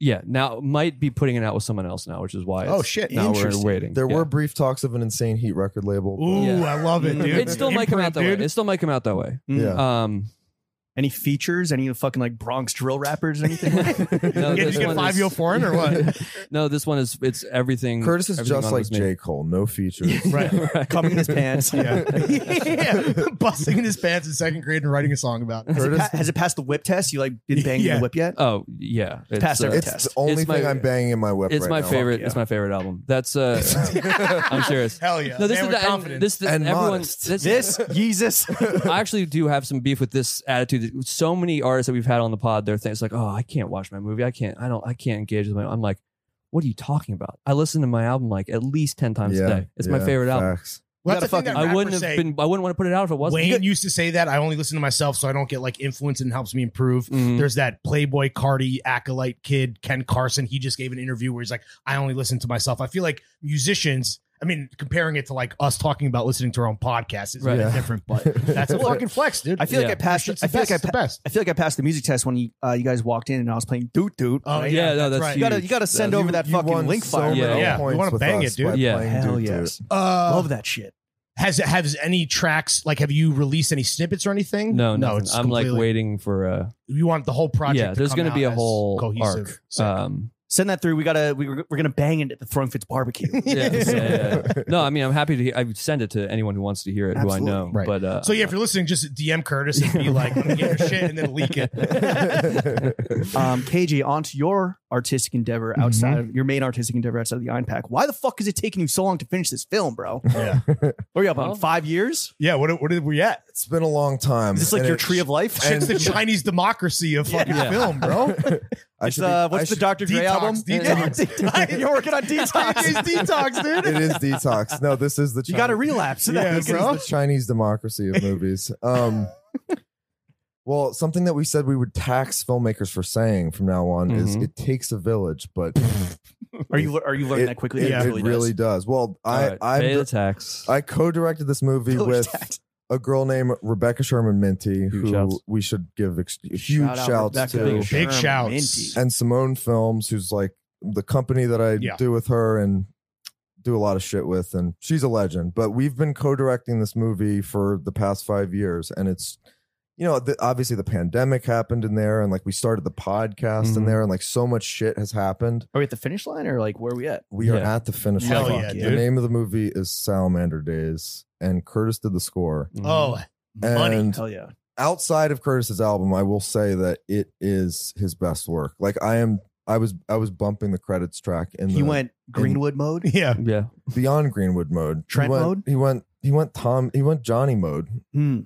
C: yeah, now might be putting it out with someone else now, which is why.
E: Oh
C: it's-
E: shit.
C: Now we're
B: Interesting.
C: waiting.
D: There
C: Yeah.
D: were brief talks of an insane heat record label. but-
E: Ooh,
C: Yeah. Mm-hmm.
E: I love it, dude.
C: It still might come out that way. It still might come out that way.
B: Mm.
D: Yeah.
C: Um,
B: any features any fucking like bronx drill rappers or anything
C: no,
E: Did
C: this
E: you get
C: one
E: five
C: is-
E: year foreign or what?
C: No, this one is it's everything.
D: Curtis is
C: everything
D: just
C: on
D: like
C: this made-
D: J. Cole, no features.
E: right.
C: Right.
B: coming in his pants
E: Yeah. yeah. Busting in his pants in second grade and writing a song about it.
B: Has it,
D: Curtis-
B: pa- has it passed the whip test? You like did bang
E: Yeah.
B: the whip yet?
C: Oh yeah, it's
B: Passed every
D: it's
B: test.
D: the only
C: It's my-
D: thing I'm banging in my whip.
C: it's
D: right
C: my
D: now.
C: favorite.
B: yeah.
C: It's my favorite album. That's uh, I'm serious.
E: Hell yeah.
C: No, this
E: Man,
C: is
E: we're
C: the and
E: confident.
C: this
D: And
C: everyone
D: modest.
B: This Jesus.
C: I actually do have some beef with this attitude. That so many artists that we've had on the pod, they're things like, "Oh, I can't watch my movie. I can't. I don't. I can't engage with my." I'm like, "What are you talking about? I listen to my album like at least ten times
D: Yeah,
C: a day. It's my
D: yeah,
C: favorite album.
D: facts.
E: Well, that's
B: You
E: the thing
B: gotta
E: that
C: I
E: rappers
C: wouldn't have
E: say.
C: been. I wouldn't want to put it out if it wasn't."
E: Wayne used to say that I only listen to myself so I don't get like influence and it helps me improve.
C: Mhm.
E: There's that Playboy Cardi acolyte kid, Ken Carson. He just gave an interview where he's like, I only listen to myself. I feel like musicians, I mean, comparing it to like us talking about listening to our own podcast is
C: Right.
E: a bit different, but that's a fucking flex, dude.
B: I feel
C: Yeah.
B: like I passed.
E: It's
B: I
E: the
B: feel like
E: best,
B: I,
E: it's
B: pa-
E: the best.
B: I feel like I passed the music test when you uh, you guys walked in and I was playing Doot Doot.
E: Oh,
B: right?
C: yeah, no, that's
E: right.
B: You gotta you gotta send
D: You-
B: over that
D: you
B: fucking
D: won
B: link
D: so
B: file.
C: Yeah,
D: many
E: yeah. You
D: points
E: wanna
D: with
E: bang
D: us
E: it, dude.
D: by
C: Yeah.
D: playing
B: Hell
D: Dude
B: yes.
D: Dude.
E: Uh,
B: Love that shit.
E: Has has any tracks like have you released any snippets or anything?
C: No,
E: no,
C: no.
E: it's
C: I'm like
E: completely-
C: waiting for a.
E: You want the whole project?
C: yeah,
E: to
C: there's
E: come
C: going to
E: out
C: be a
E: as
C: whole
E: cohesive.
C: arc.
E: Sick.
C: Um,
B: Send that through. We gotta we, we're gonna bang it at the Throngfits barbecue.
C: yeah, yeah, yeah. No, I mean, I'm happy to. Hear, I would send it to anyone who wants to hear it,
B: Absolutely.
C: who I know.
E: Right.
C: But uh,
E: so yeah, if you're listening, just DM Curtis and be like, "Let me get your shit," and then leak it.
B: Um, KJ, onto your artistic endeavor outside of your main artistic endeavor outside of the Iron Pack. Why the fuck is it taking you so long to finish this film, bro?
E: yeah,
B: What are you up
C: Well-
B: on? Five years?
E: yeah. What what did we at?
D: it's been a long time.
B: Is this like
D: and
B: your
D: it-
B: tree of life?
E: Shit's the Chinese democracy of fucking
C: Yeah.
E: film, bro.
D: I
B: It's,
D: should be-
B: uh,
D: I
B: what's the
D: should-
B: Dr. Dre
E: Detox,
B: album?
E: detox.
B: You're working on
E: Chinese
B: detox.
E: detox, dude.
D: It is detox. No, this is the.
B: you got to
D: Chinese-
B: relapse.
E: Yeah,
D: this
E: bro.
D: is the Chinese democracy of movies. Um, well, something that we said we would tax filmmakers for saying from now on is
B: Mm-hmm.
C: Mhm.
D: it takes a village, but
B: Are you are you learning
D: it,
B: that quickly?
D: It,
E: Yeah.
D: it really does. Well, I
C: all right,
D: I
C: pay the tax.
D: I co-directed this movie with a girl named Rebecca Sherman Minty,
C: Huge
D: who
C: shouts.
D: we should give ex- huge
B: Shout out
D: shouts
B: Rebecca
D: to,
E: Big
B: Sherman
E: shouts.
B: Minty.
D: and Simone Films, who's like the company that I
E: Yeah.
D: do with her and do a lot of shit with, and she's a legend. But we've been co-directing this movie for the past five years, and it's you know the, obviously the pandemic happened in there, and like we started the podcast in
E: Mm-hmm.
C: Mhm.
D: there, and like so much shit has happened.
B: Are we at the finish line or like where are we at?
D: We are
C: Yeah.
D: at the finish
E: Hell
D: line.
E: yeah,
D: the
E: dude.
D: name of the movie is Salamander Days, and Curtis did the score.
C: Mm-hmm.
E: Oh, money.
D: And
B: Hell yeah.
D: outside of Curtis's album, I will say that it is his best work. Like I am, I was, I was bumping the credits track in
B: He
D: the
B: went Greenwood mode.
E: yeah.
C: yeah.
D: beyond Greenwood mode. He
B: Trent
D: went-
B: mode?
D: He went, he went Tom, he went Johnny mode,
B: Hmm.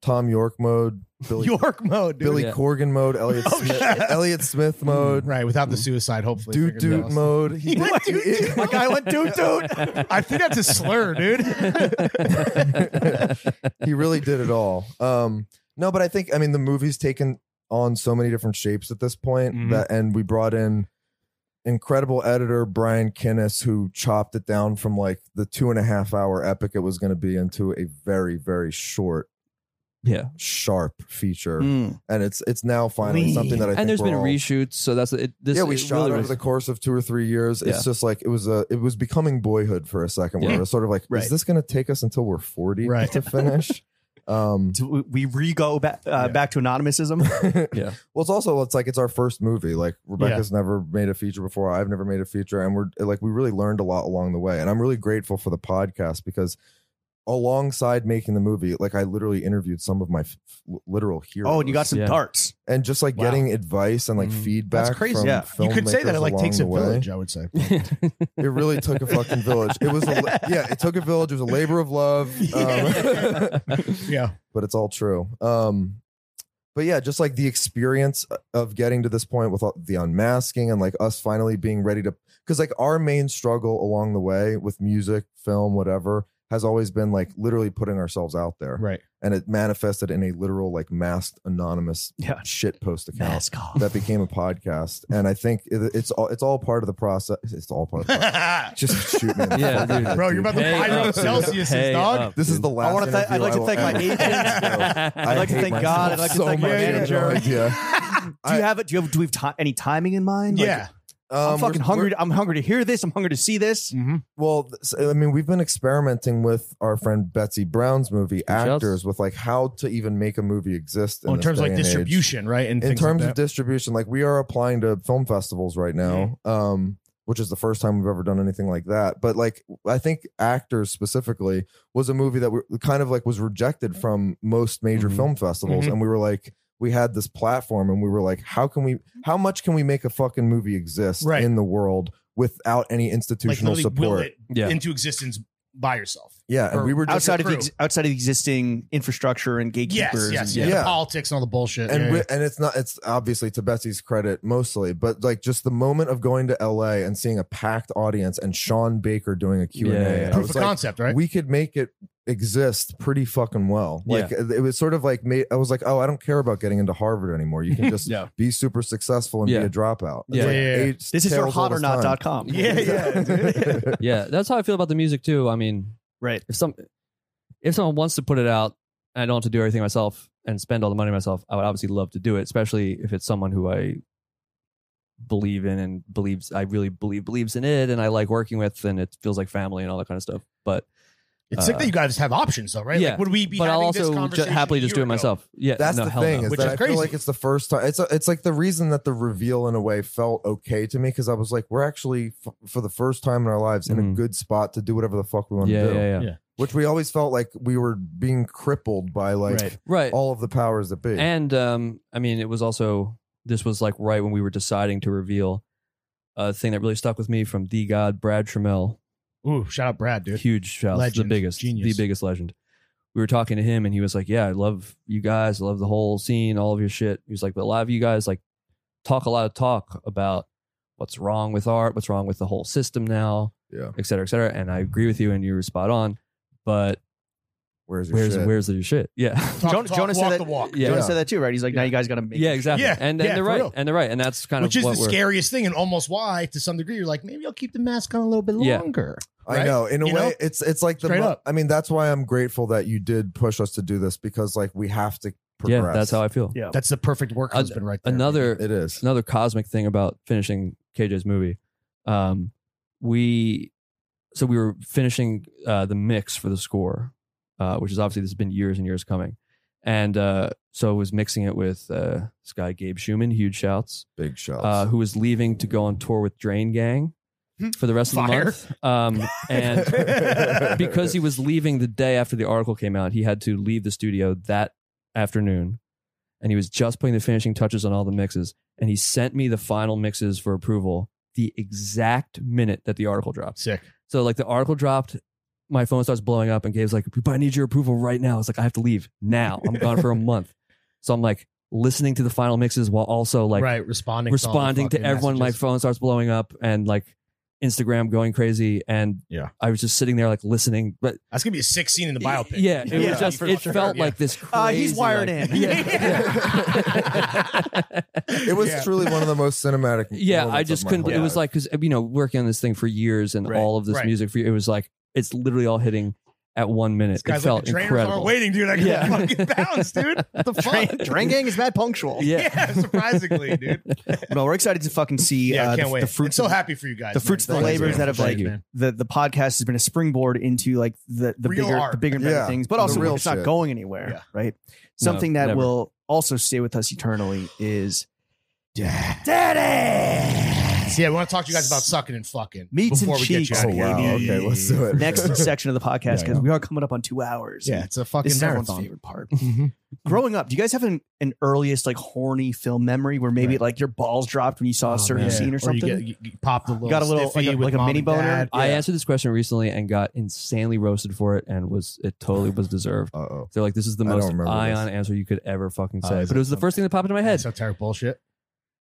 D: Tom York mode, Billy,
E: York mode, dude.
D: Billy
C: yeah.
D: Corgan mode, Elliot
E: Oh,
D: Smith,
E: shit.
D: Elliot Smith mode,
E: Right, without the suicide, hopefully.
D: Mm-hmm. Dude
E: Fingers
D: Dude
E: crossed.
D: mode. He
E: He went Dude Dude. My guy went Dude Dude. I think that's a slur, dude.
D: he really did it all. Um, no, but I think I mean the movie's taken on so many different shapes at this point
C: Mm-hmm.
E: Mhm.
D: that, and we brought in incredible editor Brian Kinnis who chopped it down from like the two and a half hour epic it was going to be into a very very short,
C: Yeah. Mm.
D: sharp feature,
B: Hmm.
D: and it's it's now finally
B: Lean.
D: something that I think
C: And there's
D: we're
C: been
D: all-
C: reshoots, so that's it. This,
D: yeah, we
C: it
D: shot
C: really
D: over
C: was-
D: the course of two or three years.
C: Yeah.
D: It's just like it was a, it was becoming boyhood for a second. Where
C: Yeah.
D: it was sort of like,
B: Right.
D: is this going to take us until we're forty
E: Right.
D: to finish? um,
B: Do we- we re go back uh, back to anonymousism.
C: Yeah.
D: Well, it's also it's like it's our first movie. Like Rebecca's never made a feature before. I've never made a feature, and we're like we really learned a lot along the way. And I'm really grateful for the podcast because alongside making the movie, like I literally interviewed some of my f- f- literal heroes.
B: oh, and you got some
C: Yeah.
B: darts.
D: and just like
E: Wow.
D: getting advice and like
C: Mhm.
D: feedback.
B: That's crazy.
D: From
B: Yeah.
E: you could say that it
D: filmmakers
E: like takes a
D: along the way.
E: village, I would say.
D: It really took a fucking village. It was, a, yeah, it took a village. It was a labor of love, um,
E: Yeah.
D: but it's all true. Um, but yeah, just like the experience of getting to this point with all- the unmasking and like us finally being ready to, because like our main struggle along the way with music, film, whatever, has always been like literally putting ourselves out there,
E: Right.
D: and it manifested in a literal like masked anonymous
B: Yeah.
D: shit post account
B: Mask off.
D: that became a podcast. And I think it, it's all it's all part of the process. It's all part of the process. Just shoot me. in the
C: Yeah,
D: fucking
C: dude.
D: head,
E: Bro, you're
D: dude.
E: about to
C: Pay
E: five
C: up,
E: up
C: dude.
E: Celsius,
C: Pay
E: dog.
C: up,
D: This is
C: dude.
D: the last.
B: I wanna thank- I'd like to
D: interview
B: thank my
D: I will
B: agents.
D: ever do.
B: I'd like to
D: hate
B: thank God. I'd like to
D: myself
B: thank
D: so
B: my
D: much.
B: manager.
D: You have no idea.
B: Do you have it? Do you have? Do we have ti- any timing in mind? Like,
E: yeah.
D: Um,
B: I'm fucking
D: we're-
B: hungry. I'm hungry to hear this. I'm hungry to see this.
E: Mm-hmm.
D: we're- Well, th- so, I mean, we've been experimenting with our friend Betsy Brown's movie
C: else?
D: actors with like how to even make a movie exist in,
E: Well, Oh, in
D: this
E: terms
D: day
E: of like
D: and age.
E: distribution, right? And
D: In
E: things like
D: terms
E: that.
D: of distribution, like we are applying to film festivals right now, um, which is the first time we've ever done anything like that. But like, I think actors specifically was a movie that we kind of like was rejected from most major
C: Mhm.
D: film festivals,
E: Mhm.
D: and we were like. We had this platform, and we were like, "How can we? How much can we make a fucking movie exist
E: Right.
D: in the world without any
E: like
D: institutional
E: literally will
D: support?"
E: it
C: Yeah.
E: into existence by yourself.
D: Yeah, and
E: Or
D: we were just
B: Outside of the,
E: crew.
B: ex- outside of the existing infrastructure and
E: Yes,
B: gatekeepers.
E: yes,
B: and-
E: yeah.
D: Yeah.
E: The politics and all the bullshit.
D: and
E: yeah,
D: we, and it's not it's obviously to Betsy's credit mostly, but like just the moment of going to LA and seeing a packed audience and Sean Baker doing a Q&A.
C: Yeah, yeah, yeah.
D: and I
E: yeah. proof
D: was
E: of
D: like,
E: concept, right?
D: we could make it exist pretty fucking well. Like it was sort of like made, I was like, "Oh, I don't care about getting into Harvard anymore. You can just
C: Yeah.
D: be super successful and
C: Yeah.
D: be a dropout." It's
C: Yeah,
D: like,
E: yeah, yeah.
D: age-
B: This is your
D: tales all
B: hot or
D: this
B: not
D: time.
B: dot com.
E: Yeah, yeah, dude.
C: yeah, that's how I feel about the music too. I mean,
B: Right.
C: if some if someone wants to put it out and I don't have to do everything myself and spend all the money myself, I would obviously love to do it, especially if it's someone who I believe in and believes I really believe believes in it and I like working with and it feels like family and all that kind of stuff. But
E: it's sick
C: uh,
E: that you guys have options, though, right?
C: yeah.
E: Like, would we be
C: but I'll
E: having this
C: also ju-
E: conversation
C: happily
E: a
C: just
E: year
C: do it
E: ago?
C: myself. Yeah,
D: That's
C: no,
D: the
C: hell
D: thing
C: no.
D: is
E: Which
D: that
E: is
D: I
E: crazy.
D: feel like it's the first time. It's a, it's like the reason that the reveal in a way felt okay to me because I was like, we're actually f- for the first time in our lives in a
C: Mhm.
D: good spot to do whatever the fuck we want
C: yeah,
D: to do.
C: yeah, yeah,
E: Yeah.
D: Which we always felt like we were being crippled by like
E: Right.
C: right.
D: all of the powers that be.
C: And um, I mean, it was also this was like right when we were deciding to reveal a thing that really stuck with me from the god Brad Trammell,
E: Ooh, shout out Brad, dude.
C: Huge shout, the
E: Legend.
C: biggest,
E: Genius.
C: the biggest legend. We were talking to him, and he was like, "Yeah, I love you guys. I love the whole scene, all of your shit." He was like, "But a lot of you guys like talk a lot of talk about what's wrong with art, what's wrong with the whole system now,
D: Yeah.
C: et cetera, et cetera." And I agree with you, and you were spot on. But
D: where's your
C: where's
D: shit?
C: where's the shit? Yeah,
E: Talk,
B: Jonah-
E: talk,
B: Jonah said
E: walk
B: that-
E: the walk.
C: yeah,
B: Jonah said that too, right? He's like, now you guys got to make.
C: yeah, exactly.
E: Yeah,
C: and and
E: yeah,
C: they're
E: for
C: right,
E: real.
C: and they're right, and that's kind
E: Which
C: of
E: is
C: what
E: the
C: we're.
E: scariest thing, and almost why, to some degree, you're like, maybe I'll keep the mask on a little bit
C: Yeah.
E: longer. right?
D: I know. In a
E: You
D: way,
E: know?
D: it's it's like the.
E: Straight
D: mo-
E: up.
D: I mean, that's why I'm grateful that you did push us to do this because like we have to progress.
C: Yeah, that's how I feel.
E: That's the perfect work
C: An-
E: husband right there.
C: Another
D: it is.
C: another cosmic thing about finishing KJ's movie. Um, we so we were finishing uh, the mix for the score, uh, which is obviously this has been years and years coming, and uh, so I was mixing it with uh, this guy Gabe Schumann, huge shouts,
D: Big shots.
C: uh, who was leaving to go on tour with Drain Gang for the rest of
E: Fire.
C: the month, um, and because he was leaving the day after the article came out, he had to leave the studio that afternoon. And he was just putting the finishing touches on all the mixes. And he sent me the final mixes for approval the exact minute that the article dropped.
E: sick.
C: So, like, the article dropped, my phone starts blowing up, and Gabe's like, "But I need your approval right now. It's like, I have to leave now. I'm gone for a month. So, I'm like listening to the final mixes while also like
E: right, responding, all the
C: responding to
E: fucking
C: everyone.
E: messages.
C: My phone starts blowing up and like Instagram going crazy. And
E: Yeah.
C: I was just sitting there like listening, but
E: That's gonna be a sick scene in the biopic.
C: yeah, it
B: Yeah.
C: was just.
E: For
C: It
E: sure.
C: felt
E: Yeah.
C: like this. Crazy,
B: Uh, he's wired
C: like-
B: in.
C: Yeah,
D: it was
E: Yeah.
D: truly one of the most cinematic.
C: Yeah,
D: moments
C: I
D: of
C: just
D: my
C: couldn't.
D: whole
C: It was
D: life.
C: like because you know working on this thing for years and
B: Right.
C: all of this
E: Right.
C: music for it was like it's literally all hitting at one minute.
E: This guy's
C: it
E: like
C: felt
E: the trainers
C: incredible.
E: aren't waiting, dude. I got
C: Yeah.
E: fucking bounce, dude. What the fuck?
B: Drain Gang is mad punctual.
C: Yeah.
E: yeah, surprisingly, dude.
B: No, we're excited to fucking see
E: Yeah,
B: uh,
E: I can't
B: the,
E: wait.
B: the
E: I'm
B: fruits
E: so
B: of
E: happy for you guys.
B: the
E: man.
B: fruits of the
E: Thank you,
B: labors
E: man.
B: that have
E: Thank
B: like
E: you, man.
B: the, the podcast has been a springboard into like the the
E: Real
B: bigger the
E: art.
B: bigger and better
D: Yeah.
B: things, but
D: The
B: also
D: real
B: it's not
D: shit.
B: going anywhere,
E: Yeah.
B: right? Something that
C: never.
B: will also stay with us eternally is daddy
E: So, yeah, we want to talk to you guys about sucking and fucking
B: Meats and
E: before we get you
B: cheeks.
E: out
D: Oh
E: of here.
D: wow!
B: Yeah, yeah,
D: Okay, let's do it.
B: next section of the podcast
E: Yeah,
B: because we are coming up on two hours.
E: Yeah, it's a fucking
B: this is everyone's
E: marathon.
B: favorite part.
E: Mhm.
B: Growing up, do you guys have an, an earliest like horny film memory where maybe
E: Right. Oh,
B: like your balls dropped when you saw a certain
E: Yeah.
B: scene or something?
E: you, get, you, you pop the little
B: Got a little-
E: stiffy
B: like a-
E: with
B: like a
E: mom
B: mini
E: and
B: boner?
E: dad.
C: I answered this question recently and got insanely roasted for it, and was it totally was deserved.
D: Uh oh.
C: They're like, this is the
D: I don't
C: most
D: remember
C: ion answer you could ever fucking
E: Oh,
C: say,
E: is
C: but
E: it
C: it was the
E: some-
C: first thing that popped into my head.
E: That's esoteric bullshit.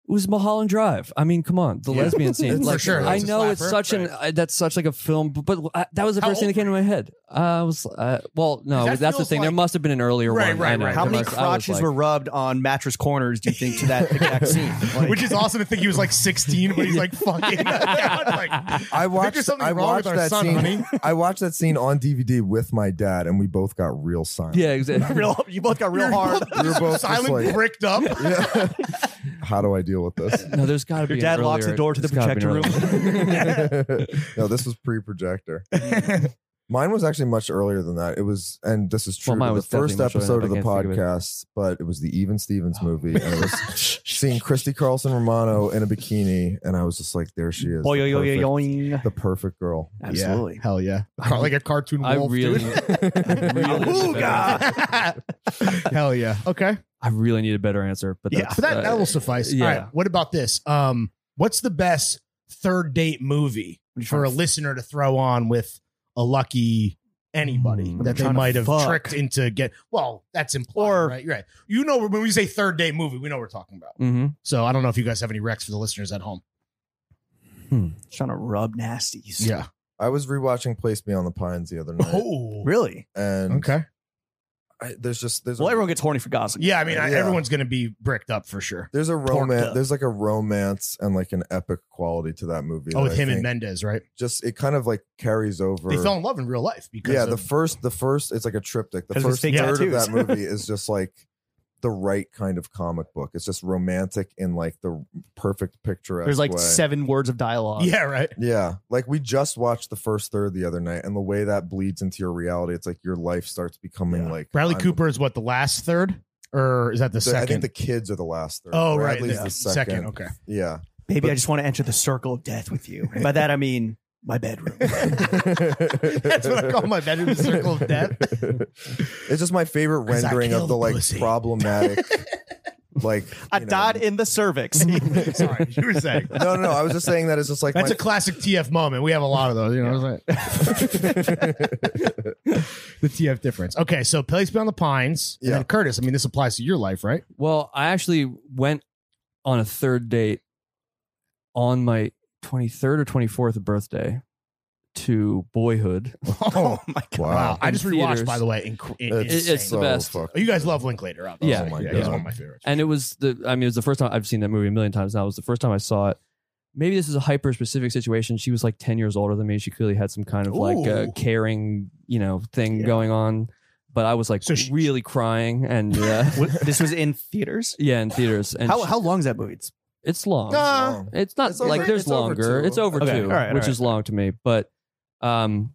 C: It was Mulholland Drive. I mean, come on, the
D: Yeah.
C: lesbian scene.
D: For
C: like,
D: sure,
C: I
D: it's a
C: know it's
E: slapper.
C: such an uh, that's such like a film, but, but uh, that was the
E: How
C: first thing that came to my head. I was uh, well, no,
E: That
C: that's the
E: feels
C: thing. there
E: like-
C: must have been an earlier
E: Right,
C: one.
E: right,
C: I know.
E: right.
B: How
C: There
B: many
C: must- I was
B: crotches
C: like-
B: were rubbed on mattress corners? Do you think to that exact scene? Like-
E: Which is awesome to think he was like 16, but he's like fucking. like,
D: I
E: Think there's
D: watched.
E: something
D: I
E: wrong with
D: watched
E: our
D: that
E: son, honey.
D: scene. I watched that scene on DVD with my dad, and we both got real silent.
C: Yeah, exactly.
B: real, you both got real
E: You're
B: hard.
E: both-
D: We were both just
E: silent,
D: like-
E: bricked up.
D: Yeah. How do I deal with this?
C: No, there's got to be.
B: Your
C: an
B: dad locks
C: earlier-
B: the door to the
C: there's gotta be an
B: projector
C: earlier-
D: no, this was pre-projector. Mine was actually much earlier than that. It was, and this is true.
C: Well, mine
D: to
C: was
D: the first
C: definitely much
D: episode
C: earlier
D: of
C: than
D: the
C: that. I can't think of
D: podcast, but it was the Even Stevens movie, and it was seeing Christy Carlson Romano in a bikini, and I was just like, "There she is,
B: Boy,
D: the,
B: yo, yo,
D: perfect,
B: yo, yoing.
D: the perfect girl."
B: Absolutely.
E: hell yeah. Car- like a cartoon
C: I
E: wolf,
C: really-
E: dude.
B: Ooga.
E: hell yeah. Okay.
C: I really need a better answer, but
E: Yeah,
C: that's,
E: but that,
C: uh,
E: that will suffice.
C: yeah.
E: All right. What about this? Um, what's the best third date movie for a listener to throw on with a lucky anybody
C: Hmm. I'm
E: that they
B: trying to
E: might have
B: fuck.
E: tricked into get? Well, that's implied,
B: Or-
E: right? You're right. You know, when we say third date movie, we know what we're talking about.
C: Mhm.
E: So I don't know if you guys have any recs for the listeners at home.
B: Trying to rub nasties.
D: I was rewatching Place Beyond the Pines the other night,
E: Oh.
B: Really?
D: and
E: Okay.
D: I, there's just there's
B: Well,
D: a,
B: everyone gets horny for Gosling.
E: Yeah, I mean, I,
D: Yeah.
E: everyone's going to be bricked up for sure.
D: there's a
B: up.
D: romance, there's like a romance and like an epic quality to that movie.
E: Oh,
D: that
E: with
D: I
E: him and
D: think
E: Mendez, right?
D: just it kind of like carries over.
E: They fell in love in real life because
D: yeah
E: of-
D: the first the first it's like a triptych the
B: 'Cause we
D: first
B: fake
D: third of
B: tattoos.
D: that movie is just like the right kind of comic book it's just romantic in like the perfect picture
B: There's like
D: way.
B: seven words of dialogue.
E: yeah, right.
D: yeah like we just watched the first third the other night and the way that bleeds into your reality it's like your life starts becoming
B: Yeah.
D: like
E: Bradley
D: I'm-
E: Cooper is what the last third, or is that the
D: the- i think
E: second?
D: the kids are the last third
E: oh, right,
D: Bradley's
E: the
D: the second,
E: second. Okay,
D: yeah
B: Baby, I just want to enter the circle of death with you. And by that, I mean my bedroom.
E: that's what I call my bedroom the circle of death.
D: it's just my favorite
E: 'Cause I
D: rendering of
E: killed
D: the like
E: pussy.
D: problematic like
B: I
D: you know-
B: died in the cervix. Oh
E: Sorry, you were saying
D: no, no, no. I was just saying that it's just like
E: that's
D: my-
E: a classic TF moment. We have a lot of those. You know, what I'm saying? the TF difference. Okay, so Place Beyond the Pines and
D: Yeah.
E: then Curtis. I mean, this applies to your life, right?
C: Well, I actually went on a third date on my 23rd or 24th birthday to Boyhood.
B: oh my God.
E: Wow, I
C: In
E: just rewatched,
C: theaters.
E: by the way. Inc-
D: It's
E: insane.
C: it's the best.
D: fucked.
E: Oh, you guys love Linklater, obviously.
C: Yeah.
D: Oh my
E: yeah he's
D: God.
E: one of my favorites.
C: and it was the I mean it was the first time I've seen that movie a million times now. It was the first time I saw it. maybe this is a hyper specific situation. She was like 10 years older than me. She clearly had some kind of like uh,
E: Ooh.
C: caring, you know, thing going on. But I was like
E: So she-
C: really crying and uh,
B: What- this was in theaters.
C: yeah, in theaters. And
B: How
C: she-
B: how long is that movie? It's
C: it's long.
E: Nah.
D: Long.
C: It's not
D: It's
C: like
D: over-
C: there's
D: it's over
C: longer.
D: two.
C: it's over
B: Okay,
C: two,
B: all right, all
C: which
B: right.
C: is long to me. But um,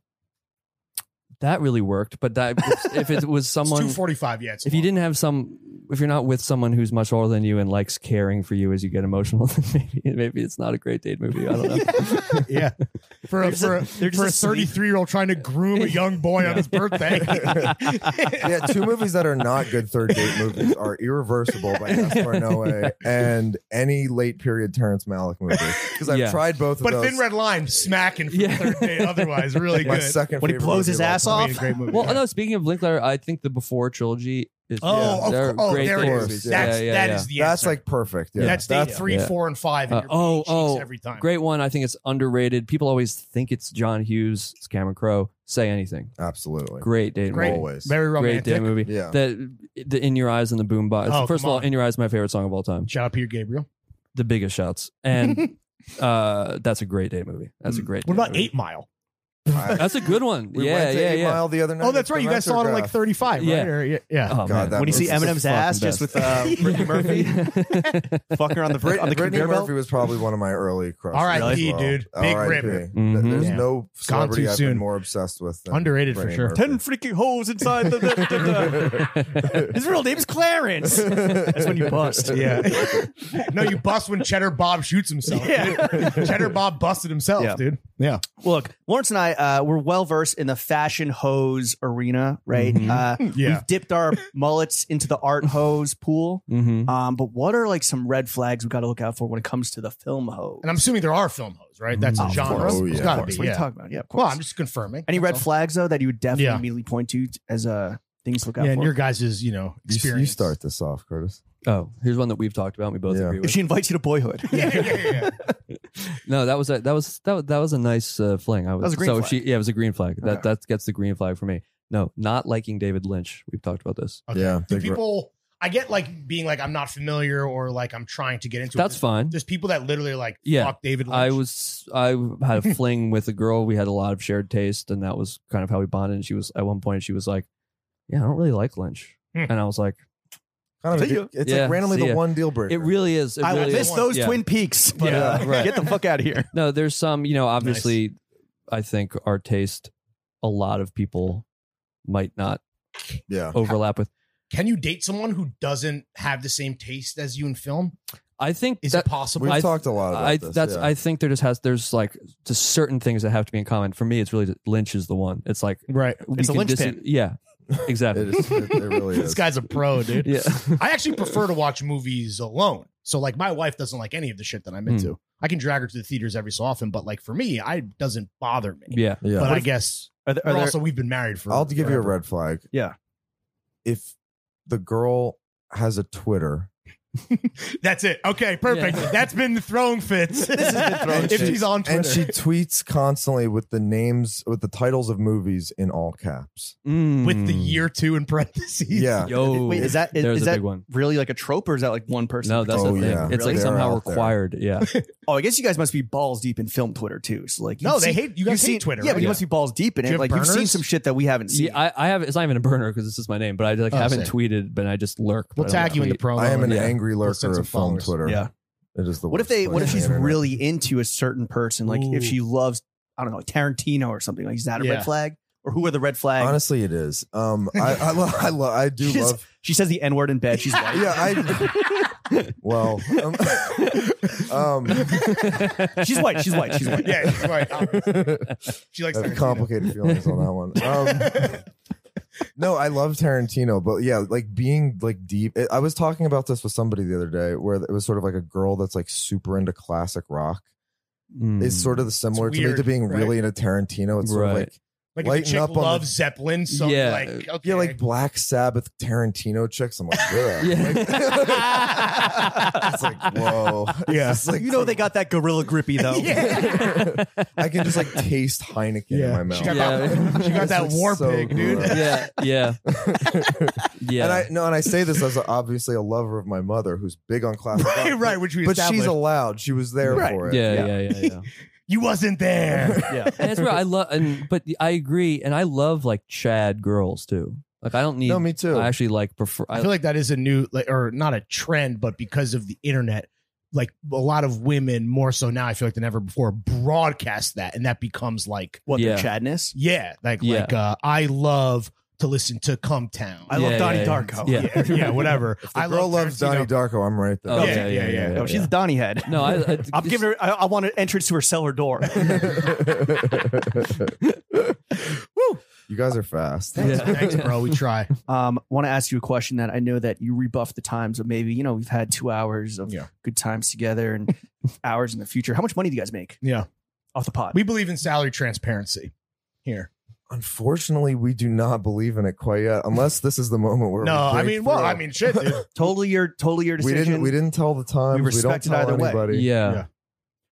C: that really worked. But that if it was someone,
E: it's 245. Yeah, it's
C: if you
E: long.
C: didn't have some, if you're not with someone who's much older than you and likes caring for you as you get emotional, then maybe maybe it's not a great date movie. I don't know.
E: yeah, for a, for a,
B: they're just
E: for a
B: asleep.
E: 33 year old trying to groom a young boy on his birthday.
D: yeah, two movies that are not good third date movies are Irreversible by Gaspar Noé and any late period Terrence Malick movie. Because I've
C: Yeah.
D: tried both of
E: but
D: those.
E: Thin Red Line smacking for
C: Yeah.
E: the third day. Otherwise, really
D: my
E: good.
D: second
B: When he
D: favorite
B: blows
D: movie
B: his
D: of all
B: ass
D: time.
B: off?
E: I mean, great movie.
C: Well, no. Speaking of Linklater, I think the Before trilogy is.
E: Oh,
C: they're
E: of, oh
C: great
E: there
C: date
E: it
D: movies.
E: is.
C: movies.
E: That's,
C: Yeah, yeah,
E: that
C: yeah.
E: is the
D: That's
E: answer.
D: like perfect. Yeah.
E: That's day three,
C: yeah.
E: four, and five.
C: Uh,
E: And you're
C: oh,
E: oh,
C: oh,
E: every time.
C: Great one. I think it's underrated. People always think it's John Hughes, it's Cameron Crowe. Say anything.
D: absolutely
C: Great date
E: Great.
C: movie.
D: always.
E: Very
C: Great
E: romantic.
C: date movie.
D: Yeah.
C: The, the In Your Eyes and the Boom Box.
E: Oh,
C: First of
E: come
C: all,
E: on.
C: In Your Eyes is my favorite song of all time.
E: Shout out Peter Gabriel.
C: The biggest shouts. And uh, that's a great date movie. That's a great
E: What
C: date
E: about
C: movie.
E: Eight Mile?
D: I-
C: That's a good one.
D: Mm. we
C: yeah,
D: went to
C: yeah,
D: Eight
C: yeah.
D: Mile the uh, other night.
E: Oh, that's right. You guys saw it on like 35,
C: Yeah.
E: right? Or, yeah. yeah.
C: Oh,
D: God,
C: man.
D: that
B: when you see
D: movie's the
B: Eminem's ass
C: fucking
B: just with uh,
C: best.
B: Brittany Murphy fucking her on the Brit- on the
D: Brittany
B: conveyor belt.
D: Murphy was probably one of my early crushes.
E: R.I.P.,
D: as well.
E: dude. Big
D: R.I.P.
E: ripper.
C: Mhm.
D: There's
E: Yeah.
D: no celebrity
E: too
D: I've
E: soon.
D: been more obsessed with. Than
E: Underrated for
D: Brittany
E: sure.
D: Murphy.
B: Ten freaking holes inside the. the, the, the. His real name is Clarence. That's when you bust.
E: Yeah. no, you bust when Cheddar Bob shoots himself. dude. Cheddar Bob busted himself,
B: Yeah.
E: dude. Yeah.
B: Look, Lawrence and I, uh, we're well versed in the fashion hose arena, right?
C: Mhm.
B: Uh,
E: Mm-hmm. Yeah.
B: We've dipped our mullets into the art hose pool.
C: Mm-hmm.
B: Um, but what are like some red flags we got to look out for when it comes to the film hose?
E: And I'm assuming there are film hoes, right? That's
B: Oh,
E: a
B: of
E: genre.
D: course. Oh,
E: It's
D: yeah.
E: gotta
B: Of course,
E: be,
B: What are
E: yeah.
B: you talking about? Yeah, of course.
E: Well, I'm just confirming.
B: Any red
E: That's all.
B: flags though that you would definitely
E: Yeah.
B: immediately point to as uh, things to look out
E: Yeah,
B: for?
E: and your guys' is, you know,
D: You- You,
E: experience.
D: start this off, Curtis.
C: Oh, here's one that we've talked about. And we both
D: Yeah.
C: agree
B: if
C: with.
B: she invites you to boyhood,
E: yeah, yeah, yeah, yeah.
C: No, that was a, that was that, was- that was a nice uh, fling. I was,
B: was a green
C: so
B: flag.
C: she yeah, it was a green flag. That
B: Okay.
C: that gets the green flag for me. No, not liking David Lynch. We've talked about this.
E: Okay.
D: Yeah,
E: Do
D: big-
E: people, I get like being like, I'm not familiar or like I'm trying to get into it.
C: That's
E: There's-
C: fine.
E: There's people that literally are like,
C: Yeah.
E: fuck David Lynch.
C: I was I had a fling with a girl. We had a lot of shared taste, and that was kind of how we bonded. And she was at one point she was like, "Yeah, I don't really like Lynch,"
E: Hmm.
C: and I was like,
D: Kind of a
B: See
D: de-
B: ya.
D: it's
C: Yeah,
D: like randomly
C: see
D: the
C: ya.
D: one deal breaker.
C: "It really is." It
B: I
C: really
B: will miss
C: is.
B: those
C: Yeah.
B: Twin Peaks. But
E: Yeah,
B: uh,
C: right.
B: get the fuck out of here.
C: No, there's some. You know, obviously, I think our taste, a lot of people might not
D: yeah.
C: overlap with.
E: Can you date someone who doesn't have the same taste as you in film?
C: I think
E: Is it
C: that,
E: possible?
D: We've
C: I-
D: talked a lot about
C: I
D: this.
C: that's
D: yeah.
C: I think there just has there's like just certain things that have to be in common. For me, it's really Lynch is the one. It's like
E: right.
C: we
B: It's a
C: can dis-
B: linchpin.
C: yeah, exactly.
D: it, is, it, it really
E: This
D: is.
E: guy's a pro, dude.
C: Yeah.
E: I actually prefer to watch movies alone. So like my wife doesn't like any of the shit that I'm
C: Hmm.
E: into. I can drag her to the theaters every so often, but like for me, I it doesn't bother me.
C: yeah.
D: yeah.
E: But I guess
B: Are there,
E: but
B: are there,
E: also we've been married for
D: I'll give you a
E: forever.
D: red flag.
B: Yeah.
D: If the girl has a Twitter,
E: That's it. Okay, perfect.
C: Yeah.
E: That's been the throwing fits.
B: This has been throwing
E: if she's on Twitter.
D: and she tweets constantly with the names with the titles of movies in all caps.
C: Mm.
E: with
C: Hmm.
E: the year two in parentheses.
D: Yeah.
C: Yo,
B: wait, is that is,
C: there's
B: is
C: a
B: that
C: big one.
B: really like a trope or is that like one person?
C: No, that's
D: Oh,
C: the thing.
D: yeah.
C: It's
B: Really?
C: like
D: They're
C: somehow
D: out there.
C: required. Yeah.
B: Oh, I guess you guys must be balls deep in film Twitter too. So like,
E: No,
B: you've seen-
E: they hate you guys
B: you've
E: hate
B: seen-
E: Twitter.
B: Yeah,
E: right?
B: but you must be balls deep in
E: Do
B: it.
E: you have
B: Like you've seen
E: burners?
B: some shit that we haven't seen.
C: yeah I, I have. It's not even a burner because this is my name, but I like
E: Oh,
C: haven't
E: sick.
C: tweeted, but I just lurk. but
E: We'll
C: I don't
E: tag you in the
C: tweet.
E: promo.
D: I am an
E: Yeah.
D: angry
E: Let's
D: lurker
E: send some
D: of film
E: followers.
D: Twitter.
B: Yeah.
D: It is the
B: what if
D: worst
B: they?
D: place
B: What if
D: on the
B: she's
D: internet.
B: really into a certain person? Like if
E: Ooh.
B: she loves, I don't know, Tarantino or something. Like is that a
E: Yeah.
B: red flag? Or who are the red flags?
D: Honestly, it is. Um, I I, lo- I, lo- I do
B: She's-
D: love.
B: She says the n word in bed. She's white.
D: Yeah, I. Well, um, um,
B: She's white. She's white. She's white.
E: yeah, she's right. She likes
D: I have
E: Tarantino.
D: complicated feelings on that one. Um, no, I love Tarantino, but yeah, like being like deep. I was talking about this with somebody the other day, where it was sort of like a girl that's like super into classic rock.
C: Mm.
D: Is sort of the similar to me
E: weird,
D: to being
E: right?
D: really into Tarantino. It's sort
C: Hmm. Right.
D: of like
E: Like if a
D: Lighten
E: chick
D: up on the-
E: loves Zeppelin, so
C: Yeah.
E: like okay.
D: Yeah, like Black Sabbath Tarantino chicks. I'm like, ugh.
C: Yeah.
D: it's like, whoa. It's
E: Yeah.
D: just like-
B: you know they got that gorilla grippy though.
D: I can just like taste Heineken in
E: Yeah.
D: my mouth.
E: She got
C: Yeah.
E: that, she got
D: It's,
E: that
D: like,
E: war
D: so
E: pig, dude.
D: gross.
C: yeah, yeah, yeah.
D: And I no, and I say this as a, obviously a lover of my mother who's big on classic
E: right,
D: rock,
E: right, which we
D: But she's
E: established.
D: allowed. She was there
E: Right.
D: for it.
C: yeah, yeah, yeah, yeah.
E: you wasn't there.
B: Yeah.
C: And that's where I love, and but I agree, and I love like Chad girls too. Like I don't need.
D: No, me too.
C: I actually like prefer.
E: I
C: I,
E: feel like that is a new, like, or not a trend, but because of the internet, like a lot of women more so now, I feel like than ever before, broadcast that, and that becomes like,
B: What
C: Yeah.
B: the chadness?
E: yeah, like
C: Yeah.
E: like uh, I love to listen to Come Town.
B: I
C: Yeah,
B: love Donnie
C: yeah, yeah.
B: Darko.
C: Yeah.
E: yeah, yeah, whatever.
D: If the
E: I
D: girl
E: love
D: loves
E: Tarantino.
D: Donnie Darko. I'm right there.
C: Oh,
E: yeah, yeah, yeah.
B: No, she's a Donnie head.
C: no, I, I,
B: I'm giving her. I, I want an entrance to her cellar door.
D: You guys are fast.
C: Yeah.
E: Thanks, bro. We try.
B: Um, want to ask you a question that I know that you rebuff the times of maybe you know we've had two hours of
E: Yeah.
B: good times together and hours in the future. How much money do you guys make
E: Yeah,
B: off the pot?
E: we believe in salary transparency here.
D: Unfortunately, we do not believe in it quite yet, unless this is the moment where
E: No,
D: we
E: I
D: break
E: mean, well,
D: through.
E: I mean, shit, dude.
B: totally your totally your
D: we
B: decision.
D: didn't we didn't tell the time.
B: We
D: We, don't
B: respect it
D: tell
B: either way.
D: anybody.
C: yeah.
E: Yeah.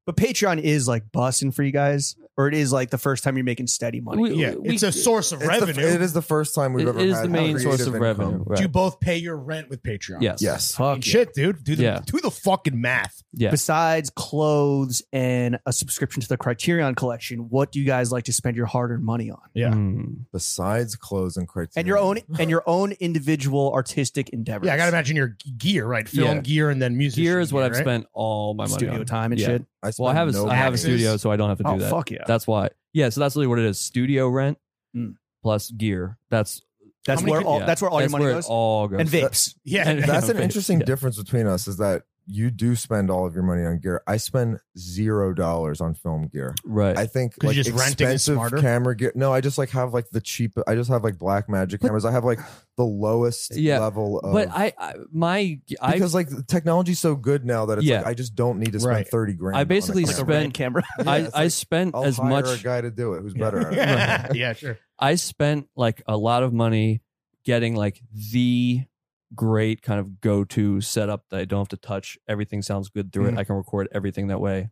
B: But Patreon is like busting for you guys, or it is like the first time you're making steady money.
C: We-
E: Yeah,
C: we-
E: it's a source of
D: It's the-
E: revenue.
D: it is the first time we've
C: It-
D: ever
C: it is
D: had
C: the main
D: creative
C: source of
D: income.
C: revenue. Right.
E: Do you both pay your rent with Patreon?
C: yes.
D: Yes.
E: I
B: Fuck
E: mean,
B: yeah.
E: Shit, dude. Do the
C: Yeah.
E: do the fucking math.
C: Yeah.
B: Besides clothes and a subscription to the Criterion collection, what do you guys like to spend your hard-earned money on?
E: Yeah.
C: Mm.
D: Besides clothes and criteria.
B: And your own and your own individual artistic endeavors.
E: Yeah, I gotta imagine your gear, right? Film
C: Yeah.
E: gear and then music.
C: Here is what I've
E: right?
C: spent all my money
B: studio
C: on.
B: time and
C: Yeah.
B: shit.
D: I
C: Well, I
D: spend
C: have a,
D: no
C: I have a
E: taxes.
C: studio, so I don't have to do
B: Oh
C: that.
B: fuck yeah!
C: That's why. Yeah. So that's really what it is: studio rent
B: Mm.
C: plus gear. That's
B: That's
E: How many
B: where
E: could-
B: all
C: yeah.
B: that's where all
C: that's
B: your money
C: where
B: goes.
C: It all goes.
B: and vapes.
E: Yeah,
C: And-
D: That's an
C: Yeah.
D: interesting
C: Yeah.
D: difference between us is that you do spend all of your money on gear. I spend zero dollars on film gear.
C: right.
D: I think
E: 'Cause
D: like
E: you just renting is
D: expensive
E: smarter?
D: camera gear. No, I just like have like the cheap. I just have like black magic cameras. I have like the lowest
C: Yeah.
D: level of.
C: but I, I my I
D: because like the technology's so good now that it's
C: Yeah.
D: like I just don't need to spend
E: Right.
D: thirty grand.
C: I
D: on a
C: basically
D: camera.
B: Like a
C: Spend-
B: red camera.
D: Yeah,
C: I,
D: it's
C: I
D: like,
C: spent
D: I'll
C: as
D: hire
C: much.
D: a guy to do it who's better at it.
E: yeah, yeah, sure.
C: I spent like a lot of money getting like the great kind of go to setup that I don't have to touch. Everything sounds good through it.
B: Mm.
C: I can record everything that way.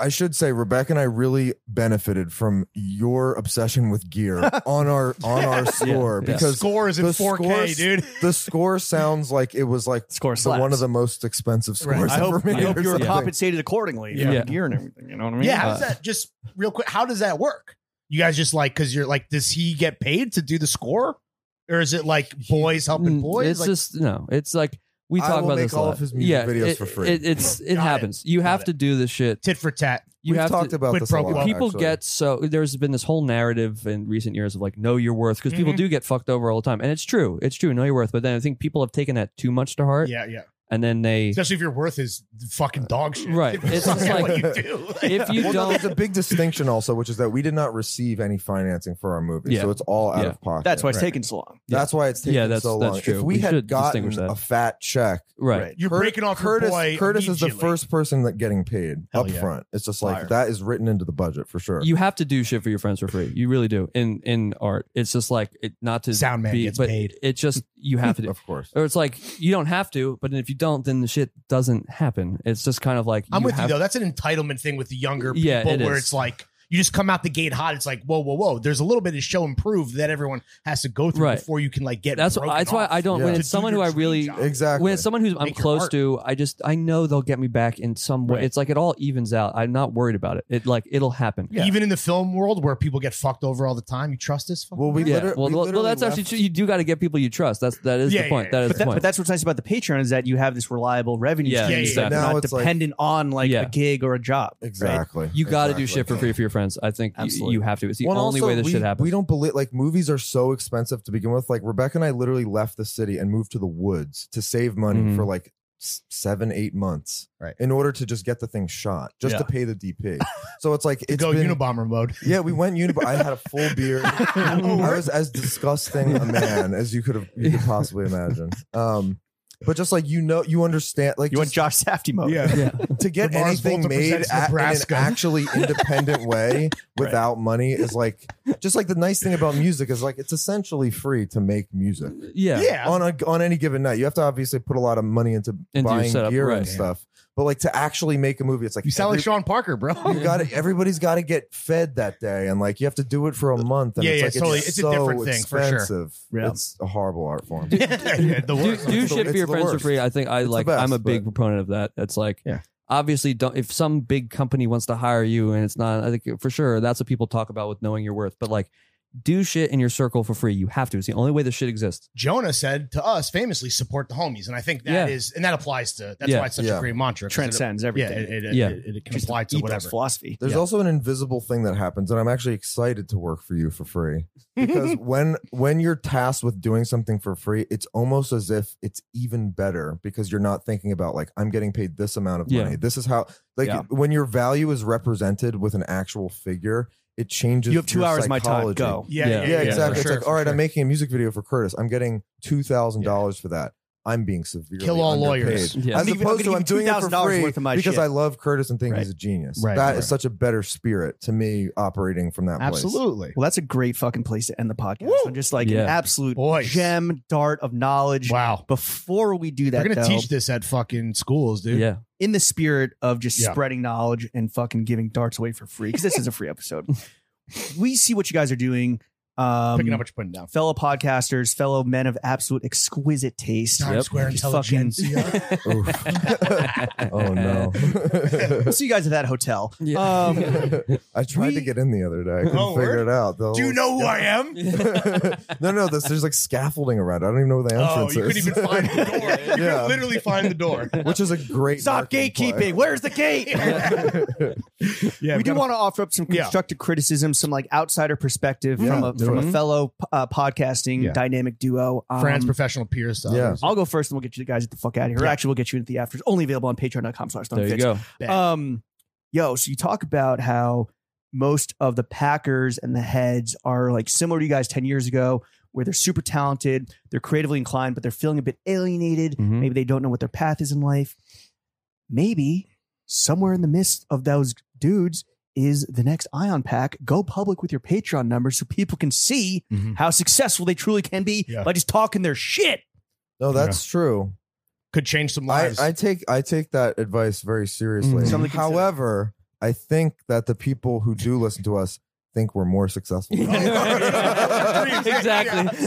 D: I should say Rebecca and I really benefited from your obsession with gear on our on our score
C: Yeah.
D: because
E: Score is in
D: the
E: 4K,
D: scores-
E: dude.
D: the score sounds like it was like
B: Score
D: the- one of the most expensive
E: Right.
D: scores
B: I
D: ever
B: hope,
D: made.
B: I hope
D: or
B: you were
D: something.
B: compensated accordingly.
E: Yeah.
B: Yeah. Gear and everything. You know what I mean?
E: Yeah, how does that just real quick? How does that work? You guys just like because you're like, does he get paid to do the score, or is it like boys helping
C: Mm,
E: boys?
C: It's
E: Like,
C: just no. It's like we
D: I
C: talk
D: will
C: about
D: make
C: this a
D: all
C: lot.
D: of his music
C: yeah,
D: videos
C: it-
D: for free.
C: It, it's it
E: Got it.
C: happens. You have
E: it.
C: to do this shit.
E: tit for tat.
C: You
D: We've
C: have
D: talked
C: to.
D: about
E: quid
D: this a
E: pro
D: lot.
E: quo.
C: people
D: actually.
C: get so there's been this whole narrative in recent years of like know your worth because people
E: Mhm.
C: do get fucked over all the time and it's true it's true know your worth but then I think people have taken that too much to heart
E: Yeah, yeah.
C: and then they
E: Especially if your worth is fucking dog shit.
C: Right.
E: If you
C: It's
E: suck
D: just
E: at
D: like-
E: what you do.
C: if you
D: Well, no,
C: don't
D: there's a big distinction also, which is that we did not receive any financing for our movie,
C: Yeah.
D: so it's all out
C: Yeah.
D: of pocket.
B: That's why it's
D: Right.
B: taking so long.
D: That's why it's taking
C: Yeah, that's-
D: so long.
C: that's true.
D: If we,
C: We
D: had
C: should
D: gotten
C: distinguish that.
D: a fat check,
C: right,
E: You're
D: Cur-
E: breaking off
D: Curtis,
E: your boy.
D: Curtis is the
E: immediately.
D: first person that getting paid
E: Hell
D: up
E: yeah.
D: front. It's just like
B: Fire.
D: that is written into the budget for sure.
C: you have to do shit for your friends for free you really do in in art it's just like it not to
E: Sound man
C: be
E: gets
C: but
E: paid.
C: it just you have to do
D: of course.
C: or it's like you don't have to but if you don't then the shit doesn't happen it's just kind of like
E: I'm
C: you
E: with you
C: have-
E: though. That's an entitlement thing with the younger people
C: Yeah, it
E: where
C: is.
E: it's like you just come out the gate hot. It's like, whoa, whoa, whoa. There's a little bit of show and prove that everyone has to go through
C: Right.
E: before you can like get
C: that's
E: broken
C: that's why
E: off.
C: I don't
D: Yeah.
C: when
D: To
E: To
C: it's
E: do
C: someone who
E: your
C: I
E: dream
C: really
E: job.
D: Exactly.
C: when it's someone who's I'm
E: Make your
C: close
E: art.
C: to, I just I know they'll get me back in some way.
E: Right.
C: It's like it all evens out. I'm not worried about it. It like it'll happen.
E: Even in the film world where people get fucked over all the time, you trust this? fucking
D: well, we
E: guy?
C: Yeah.
D: liter-
C: well,
D: we
C: well,
D: literally
C: that's actually
D: left-
C: true. You do got to get people you trust. That's that is
E: Yeah,
C: the
E: yeah,
C: point.
E: yeah.
C: That is
B: But,
C: the
B: that,
C: point.
B: but that's what's nice about the Patreon is that you have this reliable revenue
C: Yeah,
B: stream
E: yeah,
B: so
E: yeah.
B: that you're
D: Now
B: not
D: it's like-
B: dependent on like
C: Yeah.
B: a gig or a job. right?
D: exactly.
C: you got to do
D: Exactly.
C: shit for free for your friends. I think you-
B: Absolutely.
C: you have to. It's the
D: Well, and
C: only
D: also,
C: way this
D: we,
C: shit happens.
D: We don't believe like movies are so expensive to begin with. Like Rebecca and I literally left the city and moved to the woods to save money
C: Mhm.
D: for like s- seven, eight months,
E: Right.
D: In order to just get the thing shot, just to pay the DP. so it's like it's
E: go
D: been,
E: Unabomber mode.
D: yeah. We went Unibomber. I had a full beard. I was as disgusting a man as you could have you could possibly imagine. Um, but just like you know, you understand. Like
B: You
D: just-
B: want Josh Safdie mode.
E: Yeah.
D: to get
E: Lamar's
D: anything
E: Volta
D: made
E: presents
D: a- in an
E: Nebraska.
D: actually independent way without money is like just like the nice thing about music is like it's essentially free to make music
C: yeah.
E: Yeah.
D: on a, on any given night. You have to obviously put a lot of money into,
C: your
D: buying
C: setup,
D: gear
C: right.
D: and stuff, but like to actually make a movie, it's like
E: You sound like
D: every-
E: Sean Parker, bro.
D: you got to Everybody's got to get fed that day, and like you have to do it for a month. And
E: Yeah,
D: it's
E: yeah,
D: like,
E: totally.
D: It's,
E: It's a
D: so
E: different thing, for sure.
D: expensive.
B: Yeah.
D: It's a horrible art form.
E: Yeah, the
C: do,
E: worst.
C: do
D: It's the-
C: shit for
D: it's
C: your
D: the
C: friends for
D: worst.
C: free. I think I
D: It's the
C: like.
D: best,
C: I'm a big
D: but-
C: proponent of that. It's like,
E: Yeah.
C: obviously, don't if some big company wants to hire you and it's not. I think for sure that's what people talk about with knowing your worth. But like, do shit in your circle for free. You have to. It's the only way this shit exists.
E: Jonah said to us famously, support the homies. And I think
C: Yeah.
E: that is, and that applies to, that's
C: Yeah.
E: why it's such
D: Yeah.
E: a great mantra. 'cause it-
B: Transcends
E: Yeah,
B: everything.
E: it, it,
C: Yeah.
E: it, it can
B: Just
E: apply to
B: ethos,
E: whatever.
B: philosophy.
D: There's
E: Yeah.
D: also an invisible thing that happens, and I'm actually excited to work for you for free because when when you're tasked with doing something for free, it's almost as if it's even better because you're not thinking about like I'm getting paid this amount of
C: Yeah.
D: money. This is how like
C: Yeah.
D: when your value is represented with an actual figure, it changes.
B: You have two
D: your
B: hours of my time.
D: psychology.
B: Go.
E: Yeah,
C: Yeah.
E: yeah,
D: Yeah,
E: yeah,
D: exactly.
E: for
D: it's
E: sure,
D: like
E: for
D: all right,
E: sure.
D: I'm making a music video for Curtis. I'm getting two thousand dollars for that. I'm being severely
E: Kill all
D: underpaid.
E: lawyers.
C: Yeah.
B: I'm
D: As
B: giving- I'm
D: opposed to
B: giving
D: I'm doing it for
B: $2,000
D: free
B: worth of my
D: because
B: shit.
D: I love Curtis and think
B: Right.
D: he's a genius. That
E: Right,
D: is
E: right.
D: such a better spirit to me operating from that place.
E: Absolutely.
B: Well, that's a great fucking place to end the podcast.
E: Woo!
B: So just like
C: Yeah.
B: an absolute
E: Boys.
B: gem dart of knowledge.
E: Wow.
B: Before we do
E: They're
B: that,
E: going to
B: though,
E: teach this at fucking schools, dude.
C: Yeah,
B: in the spirit of just
E: Yeah.
B: spreading knowledge and fucking giving darts away for free, because this is a free episode. We see what you guys are doing. Um,
E: Picking up what you're putting down.
B: fellow podcasters, fellow men of absolute exquisite taste.
E: Times
C: Yep.
E: Square
B: Fucking-
E: intelligentsia.
D: Oof. oh no.
B: We'll see you guys at that hotel.
C: Yeah.
B: Um,
D: I tried to
B: We-
D: get in the other day. I couldn't
E: Oh,
D: figure
E: word?
D: it out. The
E: Do you
D: whole-
E: know who I am?
D: no, no, this, there's like scaffolding around. it. I don't even know where the
E: Oh,
D: entrance
E: you couldn't
D: is.
E: even find the door. You couldn't
D: Yeah.
E: literally find the door.
D: Which is a great
B: Stop
D: marketing ploy.
B: gatekeeping. Where's the gate?
E: Yeah,
B: we do
E: gotta-
B: want to offer up some
E: Yeah.
B: constructive criticism, some like outsider perspective
D: Yeah,
B: from a
D: do
B: from
C: Mm-hmm.
B: a
D: it.
B: fellow uh, podcasting
E: Yeah.
B: dynamic duo. Um,
E: Fran's professional peer style.
D: Yeah.
B: I'll go first, and we'll get you guys the fuck out of here.
E: Yeah.
B: Actually, we'll get you into the afters. Only available on Patreon.com/slash.
C: there you go.
B: Um, yo, so you talk about how most of the Packers and the heads are like similar to you guys 10 years ago, where they're super talented, they're creatively inclined, but they're feeling a bit alienated.
C: Mhm.
B: Maybe they don't know what their path is in life. Maybe somewhere in the midst of those dudes is the next Ion Pack. Go public with your Patreon number so people can see
E: Mhm.
B: how successful they truly can be
E: Yeah.
B: by just talking their shit.
D: No, that's true.
E: Could change some
D: I,
E: lives.
D: I take I take that advice very seriously.
C: Mhm.
B: Something to consider.
D: However, I think that the people who do listen to us think we're more successful. than we are.
C: exactly.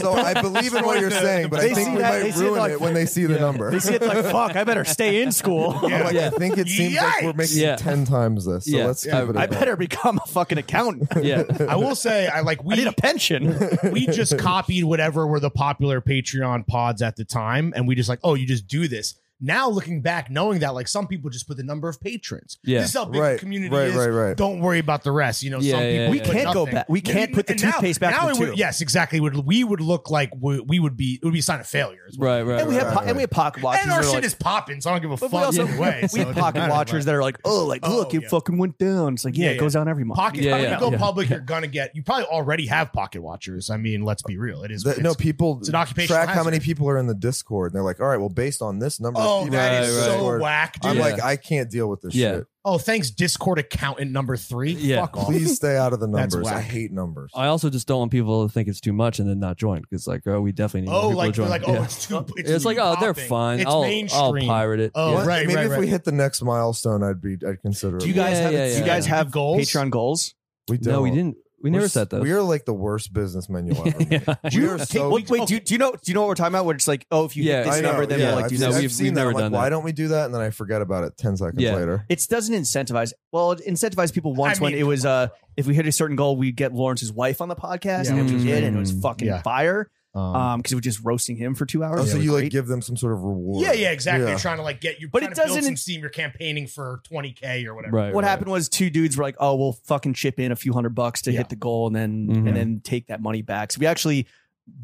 D: so I believe in what you're saying, but
B: They see
D: I think we
B: that- they
D: might
B: see it
D: ruin
B: like-
D: it when they see the number.
B: They see it like, fuck, I better stay in school.
D: I'm like,
C: Yeah.
D: I think it seems like we're making
C: Yeah.
D: ten times this. So
C: Yeah.
D: let's keep
C: I-
D: it. at
B: I
D: that.
B: better become a fucking accountant.
C: Yeah.
E: I will say, I like we
B: I need a pension.
E: we just copied whatever were the popular Patreon pods at the time, and we just like, oh, you just do this. Now looking back, knowing that like some people just put the number of patrons.
C: Yeah.
E: this is how big the
D: Right,
E: community
D: right,
E: is.
D: right, right.
E: Don't worry about the rest. You know,
C: Yeah,
E: some
C: yeah,
E: people
C: yeah,
E: put
C: We
B: can't go
E: nothing.
B: back- we can't put the
E: And now-
B: toothpaste back
E: Now
B: in
E: it
B: the
E: would,
B: tube.
E: yes, exactly. Would we would look like we, we would be it would be a sign of failure. As well.
C: Right. Right.
B: and we
C: right.
B: have po- and we have pocket watchers.
E: And
B: that
E: our
B: are
E: shit
B: like-
E: is popping, so I don't give a
B: But
E: fuck
B: we also-
E: anyway.
B: we have pocket watchers that are like, oh, like
E: Oh,
B: look, it
E: yeah.
B: fucking went down. It's like, yeah,
E: Yeah,
B: it
E: yeah.
B: goes down every month.
E: Pocket,
C: Yeah,
E: when
C: yeah,
E: you go
C: yeah.
E: public, you're gonna get. You probably already have pocket watchers. I mean, let's be real. It is
D: The-
E: it's-
D: no, people
E: it's an occupational
D: track how many
E: hazard.
D: people are in the Discord, and they're like, "All right, well, based on this number, of
E: Oh,
D: people
E: that
D: in
E: is
D: the
C: right,
E: so
D: Discord,
E: whack, dude.
D: I'm
C: Yeah.
D: like, I can't deal with this
C: Yeah.
D: shit.
E: Oh, thanks, Discord accountant number three.
C: Yeah.
E: Fuck off.
D: Please stay out of the
E: That's
D: numbers. I
E: whack.
D: hate numbers.
C: I also just don't want people to think it's too much and then not join because like oh we definitely need
E: Oh,
C: more people
E: like
C: to join.
E: they're like, oh,
C: Yeah.
E: it's too. It's,
C: it's, like oh they're
E: popping.
C: fine.
E: It's
C: I'll, I'll
E: mainstream.
C: pirate it.
E: Oh,
C: Yeah.
E: right.
D: Maybe if
E: right.
D: we hit the next milestone, I'd be, I'd consider.
B: Do
D: it.
B: you guys
C: Yeah,
B: have
C: yeah,
B: do
C: yeah.
B: you guys have
E: Goals?
B: Patreon goals?
D: We don't.
C: No, we didn't. We
D: We're
C: never
D: s-
C: said those.
D: We are like the worst business menu ever.
C: yeah.
D: We are so.
B: wait, wait do, you, do you know do you know what we're talking about? Where it's like, oh, if you
C: Yeah,
B: hit this
D: I know,
B: number, then
D: yeah,
B: we'll like
D: I've,
B: do
D: seen-
C: No,
B: this.
D: I've
C: we've-
D: seen
C: we've
D: that.
C: never
D: I'm like,
C: done
D: why
C: that.
D: don't we do that? And then I forget about it ten seconds
C: Yeah.
D: later.
B: It doesn't incentivize. Well, it incentivized people once
E: I
B: when
E: mean,
B: it was uh if we hit a certain goal, we'd get Lawrence's wife on the podcast,
E: Yeah,
B: which we
C: Mm.
B: did, and it was fucking
E: Yeah.
B: fire.
E: Um,
B: Um, because it was just roasting him for two hours.
D: Oh,
B: It
D: so
B: was
D: you
B: great.
D: like give them some sort of reward?
E: yeah, yeah, exactly.
D: Yeah.
E: You're trying to like get you,
B: But
E: but it
B: it
E: doesn't
B: doesn't-
E: build some steam. You're campaigning for 20k or whatever.
C: Right.
B: what
C: right.
B: happened was two dudes were like, "Oh, we'll fucking chip in a few hundred bucks to
E: Yeah. Mm-hmm.
B: hit the goal, and then
C: Mhm.
B: and then take that money back." So we actually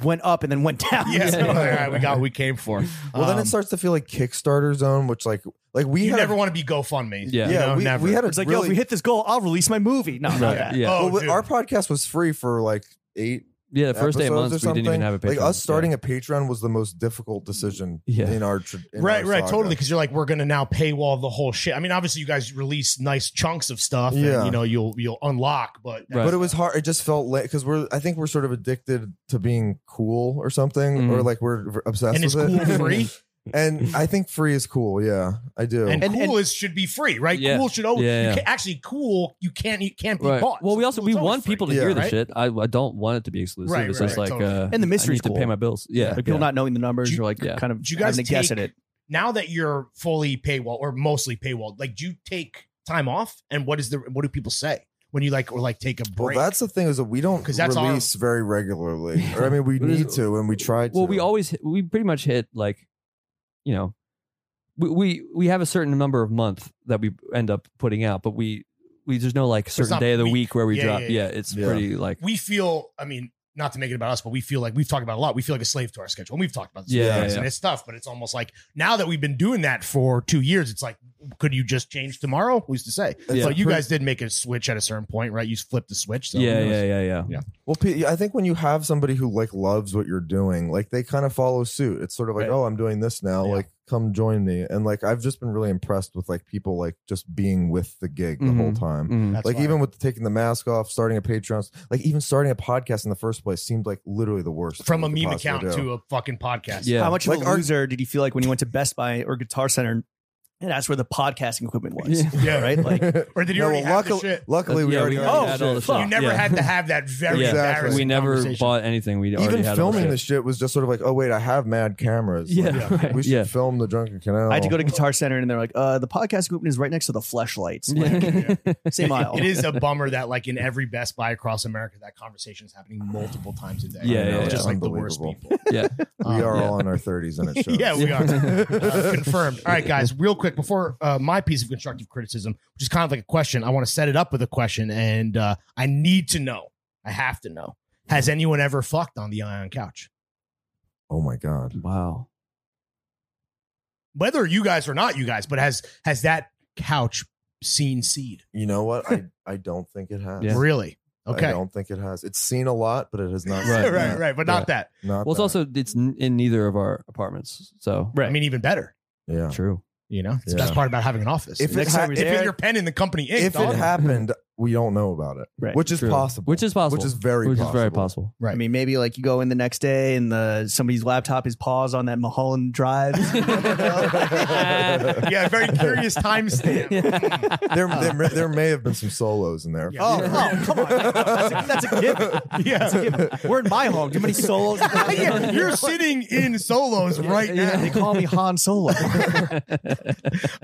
B: went up and then went down.
E: Yeah,
C: Yeah.
E: all right, we got what we came for.
D: Well, then
E: Um,
D: it starts to feel like Kickstarter zone, which like like we
E: you
D: had a-
E: never want to be GoFundMe.
C: Yeah.
E: you
D: yeah
E: know,
D: we,
E: never.
D: we had a
B: It's like, yo,
D: really,
B: if we hit this goal, I'll release my movie. No, no,
C: Right.
B: that.
C: Yeah.
E: Oh,
D: well,
E: dude.
D: our podcast was free for like eight
C: Yeah, the first day of
D: episodes
C: months
D: or
C: we didn't even
D: something.
C: have a Patreon.
D: Like us starting
C: yeah.
D: a Patreon was the most difficult decision
C: Yeah.
D: in our tra- in
E: right,
D: our
E: right,
D: saga.
E: totally. Because you're like, we're gonna now paywall the whole shit. I mean, obviously, you guys release nice chunks of stuff,
D: Yeah.
E: and you know, you'll you'll unlock, but
C: Right.
D: But it was hard. It just felt like because we're. I think we're sort of addicted to being cool or something,
C: Mhm.
D: or like we're v- obsessed.
E: Mm-hmm. and it's
D: with
E: cool
D: it.
E: free,
D: and I think free is cool. Yeah, I do.
E: and,
B: And-
E: cool is should be free, right?
C: Yeah.
E: Cool should always
C: Yeah,
E: you
C: yeah.
E: can, actually cool. You can't you can't be
C: Right.
E: bought.
C: Well, we also
E: Cool
C: we
E: is always
C: want
E: free.
C: people to
D: Yeah.
C: hear the
E: Right.
C: shit. I, I don't want it to be exclusive.
E: Right,
C: it's
E: right,
C: just
E: right,
C: like
E: totally.
C: uh,
B: And the
C: I
B: mystery's
C: need to pay
B: cool.
C: my bills. Yeah,
B: Like people
C: yeah.
B: not knowing the numbers,
E: Do you-
B: you're like
C: Yeah.
B: kind of
E: Do you guys
B: having to guess
E: take-
B: at it.
E: now that you're fully paywall or mostly paywalled, like do you take time off? And what is the what do people say when you like or like take a
D: well,
E: break?
D: that's the thing is that we don't
E: 'Cause that's our-
D: release very regularly, or I mean, we
C: It is-
D: need to, and we try to.
C: Well, we always hit- we pretty much hit like, you know, we we, we have a certain number of month that we end up putting out, but we we there's no like certain
E: not
C: day of the
E: week.
C: week, where we
E: Yeah,
C: drop.
E: yeah,
C: Yeah,
E: yeah.
C: it's
D: Yeah.
C: pretty like
E: we feel, I mean, not to make it about us, but we feel like we've talked about it a lot. We feel like a slave to our schedule. And we've talked about this.
C: Yeah,
E: with
C: yeah,
E: guys, And
C: yeah.
E: it's tough, but it's almost like now that we've been doing that for two years, it's like, could you just change tomorrow? Who's to say?
D: It's
E: But
D: a
E: you
D: pre-
E: guys did make a switch at a certain point, right? You flipped the switch. So
C: yeah,
E: who knows?
C: yeah, yeah, yeah,
D: Well, Pete, I think when you have somebody who like loves what you're doing, like they kind of follow suit. It's sort of like,
E: Right.
D: oh, I'm doing this now.
E: Yeah.
D: Like, come join me. And like, I've just been really impressed with like people like just being with the gig the
E: Mm-hmm.
D: whole time.
C: Mm.
E: That's
D: Like
E: why.
D: even with taking the mask off, starting a Patreon, like even starting a podcast in the first place seemed like literally the worst.
E: from a
D: thing we
E: meme
D: could possibly
E: account
D: do.
E: to a fucking podcast.
C: Yeah.
B: How much
D: Like
B: of a
D: our-
B: loser did you feel like when you went to Best Buy or Guitar Center and that's where the podcasting equipment was?
C: Yeah.
E: Yeah.
B: Right? Like
E: Or did you
D: No,
E: already
D: well,
E: have the
D: luckily,
E: shit?
D: luckily we
C: Yeah,
D: already
C: we
D: had
B: already
D: the
B: had
D: shit.
B: all the shit.
E: You never
C: yeah.
E: had to have that very
C: Yeah.
E: embarrassing
C: We never
E: conversation.
C: bought anything. We already
D: Even
C: had all
D: filming
C: shit.
D: this shit was just sort of like, oh wait, I have mad cameras.
C: Yeah,
D: Like,
C: right,
D: we should
C: yeah.
D: film the Drunken Canal.
B: I had to go
E: Oh.
B: to Guitar Center and they're like, uh, the podcast equipment is right next to the fleshlights. Like,
C: Yeah.
B: same aisle.
E: It is a bummer that like in every Best Buy across America, that conversation is happening multiple times a day.
C: Yeah,
E: You know,
C: yeah,
E: just
D: yeah.
E: like the worst
D: Unbelievable.
E: people.
C: Yeah.
D: We are
C: Yeah.
D: all in our thirties and it shows.
E: yeah, we are Uh, confirmed. All right, guys, real quick before uh, my piece of constructive criticism, which is kind of like a question, I want to set it up with a question, and uh, I need to know. I have to know. Has anyone ever fucked on the Ion Couch?
D: Oh my god.
C: Wow.
E: Whether you guys or not, you guys, but has has that couch seen seed?
D: You know what? I, I don't think it has.
C: Yeah.
E: Really?
D: I
E: Okay.
D: don't think it has. It's seen a lot, but it has not.
E: Right,
D: seen
E: right,
D: that.
E: right. But not that.
D: Not
C: Well, it's
D: that.
C: also it's n- in neither of our apartments, so
E: I mean, even better.
D: yeah.
C: true.
E: You know, it's the
D: Yeah.
E: best part about having an office.
D: If it
B: Next
D: ha-
B: time you're
E: if
B: there-
E: you're penning the company Inc.
D: If
E: dog.
D: it happened, we don't know about it,
B: Right.
D: which is
C: True.
D: possible.
C: Which is possible.
D: Which is very.
C: Which
D: possible.
C: is very possible.
B: I mean, maybe like you go in the next day and the somebody's laptop is paused on that Mulholland Drive.
E: yeah, very curious timestamp.
D: There, there, there may have been some solos in there.
E: Yeah.
B: Oh, oh, come on. That's a, that's a given. That's a given. We're in my home. Too many solos.
E: yeah, you're sitting in solos right
B: Yeah,
E: now.
B: they call me Han Solo.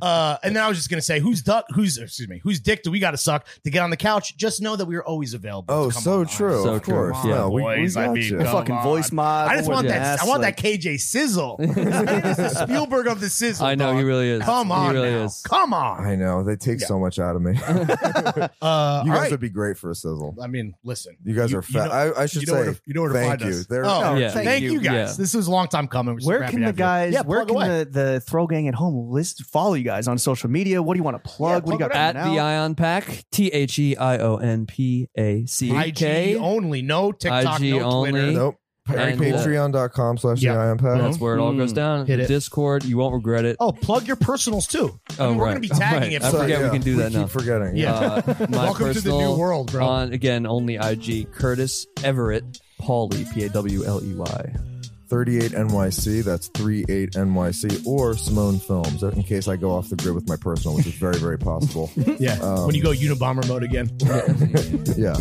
E: Uh, and then I was just gonna say, who's duck? Who's excuse me? Whose dick do we gotta suck to get on the couch? Just know that we are always available.
D: Oh,
E: to come
D: so
E: on.
D: true.
C: So
D: of
C: true.
D: course.
C: Yeah.
D: no, we, we
E: Boys, I
D: got
E: mean,
D: you.
E: come
B: fucking
E: on.
B: voice mod.
E: I just want
B: with
E: that.
B: ass,
E: I want
B: like-
E: that KJ sizzle. This is the Spielberg of the sizzle.
C: I know he
E: dog.
C: really is.
E: Come on,
C: he really
E: now.
C: is.
E: come on.
D: I know they take so much out of me. you guys
E: Uh, all right.
D: would be great for a sizzle.
E: I mean, listen.
D: You guys
E: You-
D: are
E: you
D: fat.
E: know-
D: I, I should
E: you know
D: say.
E: where to- you know where to
D: thank
E: find
D: you.
E: us.
D: There,
E: Oh,
C: Yeah.
E: thank,
B: thank
E: you,
B: you.
E: guys.
C: Yeah.
E: This was a long time coming. We're super
B: Where
E: happy
B: can
E: to
B: the
E: have you.
B: guys?
E: Yeah,
B: where
E: plug
B: can
E: away.
B: the, the throw gang at home list follow you guys on social media? What do you want to plug? what
E: Yeah,
B: do you
E: plug
B: got
C: At
B: coming
C: the
B: out?
C: Ion Pack, T H E I O N P A C
E: IG
C: K.
E: only, no TikTok,
C: IG
E: no Twitter.
C: only.
D: Nope.
C: And, uh,
D: Patreon.com slash the
E: Yeah.
D: Iron Pack.
C: That's where it all goes down.
E: Hmm. Hit it.
C: Discord, you won't regret it.
E: Oh, plug your personals too. I
C: Oh,
E: mean, we're
C: right.
E: going to be tagging
C: Right.
E: it.
C: I
E: for-
C: forget we can do that
D: keep
C: now.
D: forgetting.
E: Yeah.
C: Uh, my
E: Welcome to the
C: personal
E: new world, bro.
C: On again, only IG Curtis Everett Pauley P A W L E Y.
D: 38NYC, that's 38NYC, or Simone Films, in case I go off the grid with my personal, which is very, very possible.
C: Uh,
E: Yeah. when you go Unabomber mode again.
D: yeah.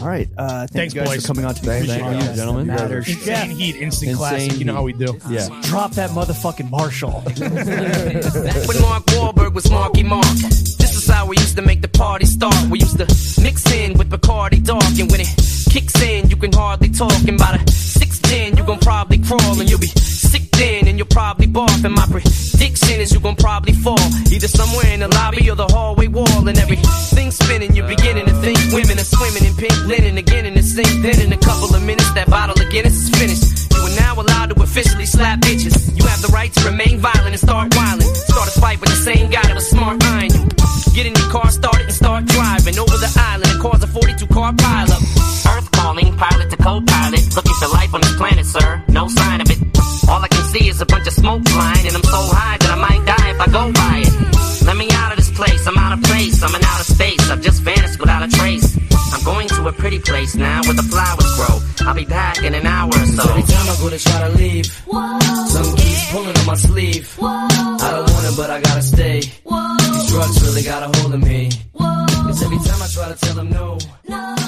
B: All right. Uh, thank
E: Thanks,
B: you guys
E: boys.
B: for coming on to
D: Thank
B: the
D: you.
C: Thank you, gentlemen.
B: Matters.
E: Insane heat, instant
C: Insane
E: classic. You know
C: heat.
E: how we do.
C: Yeah.
B: Drop that motherfucking Marshall.
F: When Mark Wahlberg was Marky Mark. This is how we used to make the party start. We used to mix in with Bacardi Dark, and when it kicks in, you can hardly talk. And by the sixth gin, you gon' probably crawl, and you'll be sick then, and you'll probably barf. And my prediction is you gon' probably fall either somewhere in the lobby or the hallway wall, and everything spinning. You're beginning to think women are swimming in pink linen again in the sink. Then in a couple of minutes, that bottle of Guinness is finished. You are now allowed to officially slap bitches. You have the right to remain violent and start wildin'. Start a fight with the same guy that was smart eyeing you. Get in your car, start it, and start driving over the island and cause a 42 car pileup.
G: Earth calling, pilot to co-pilot.
F: Looking for life on this planet, sir. No sign of it. All I can see is a bunch of smoke flying, and I'm so high that I might die if I go by it. Let me out of this place. I'm out of place. I'm in outer space. I've just vanished without a trace. I'm going to a pretty place now where the flowers grow. I'll be back in an hour or so.
G: Every time I go to try to leave, something keeps pulling on my sleeve. I don't want it, but I gotta stay. These drugs really got a hold of me. Cause every time I try to tell them no,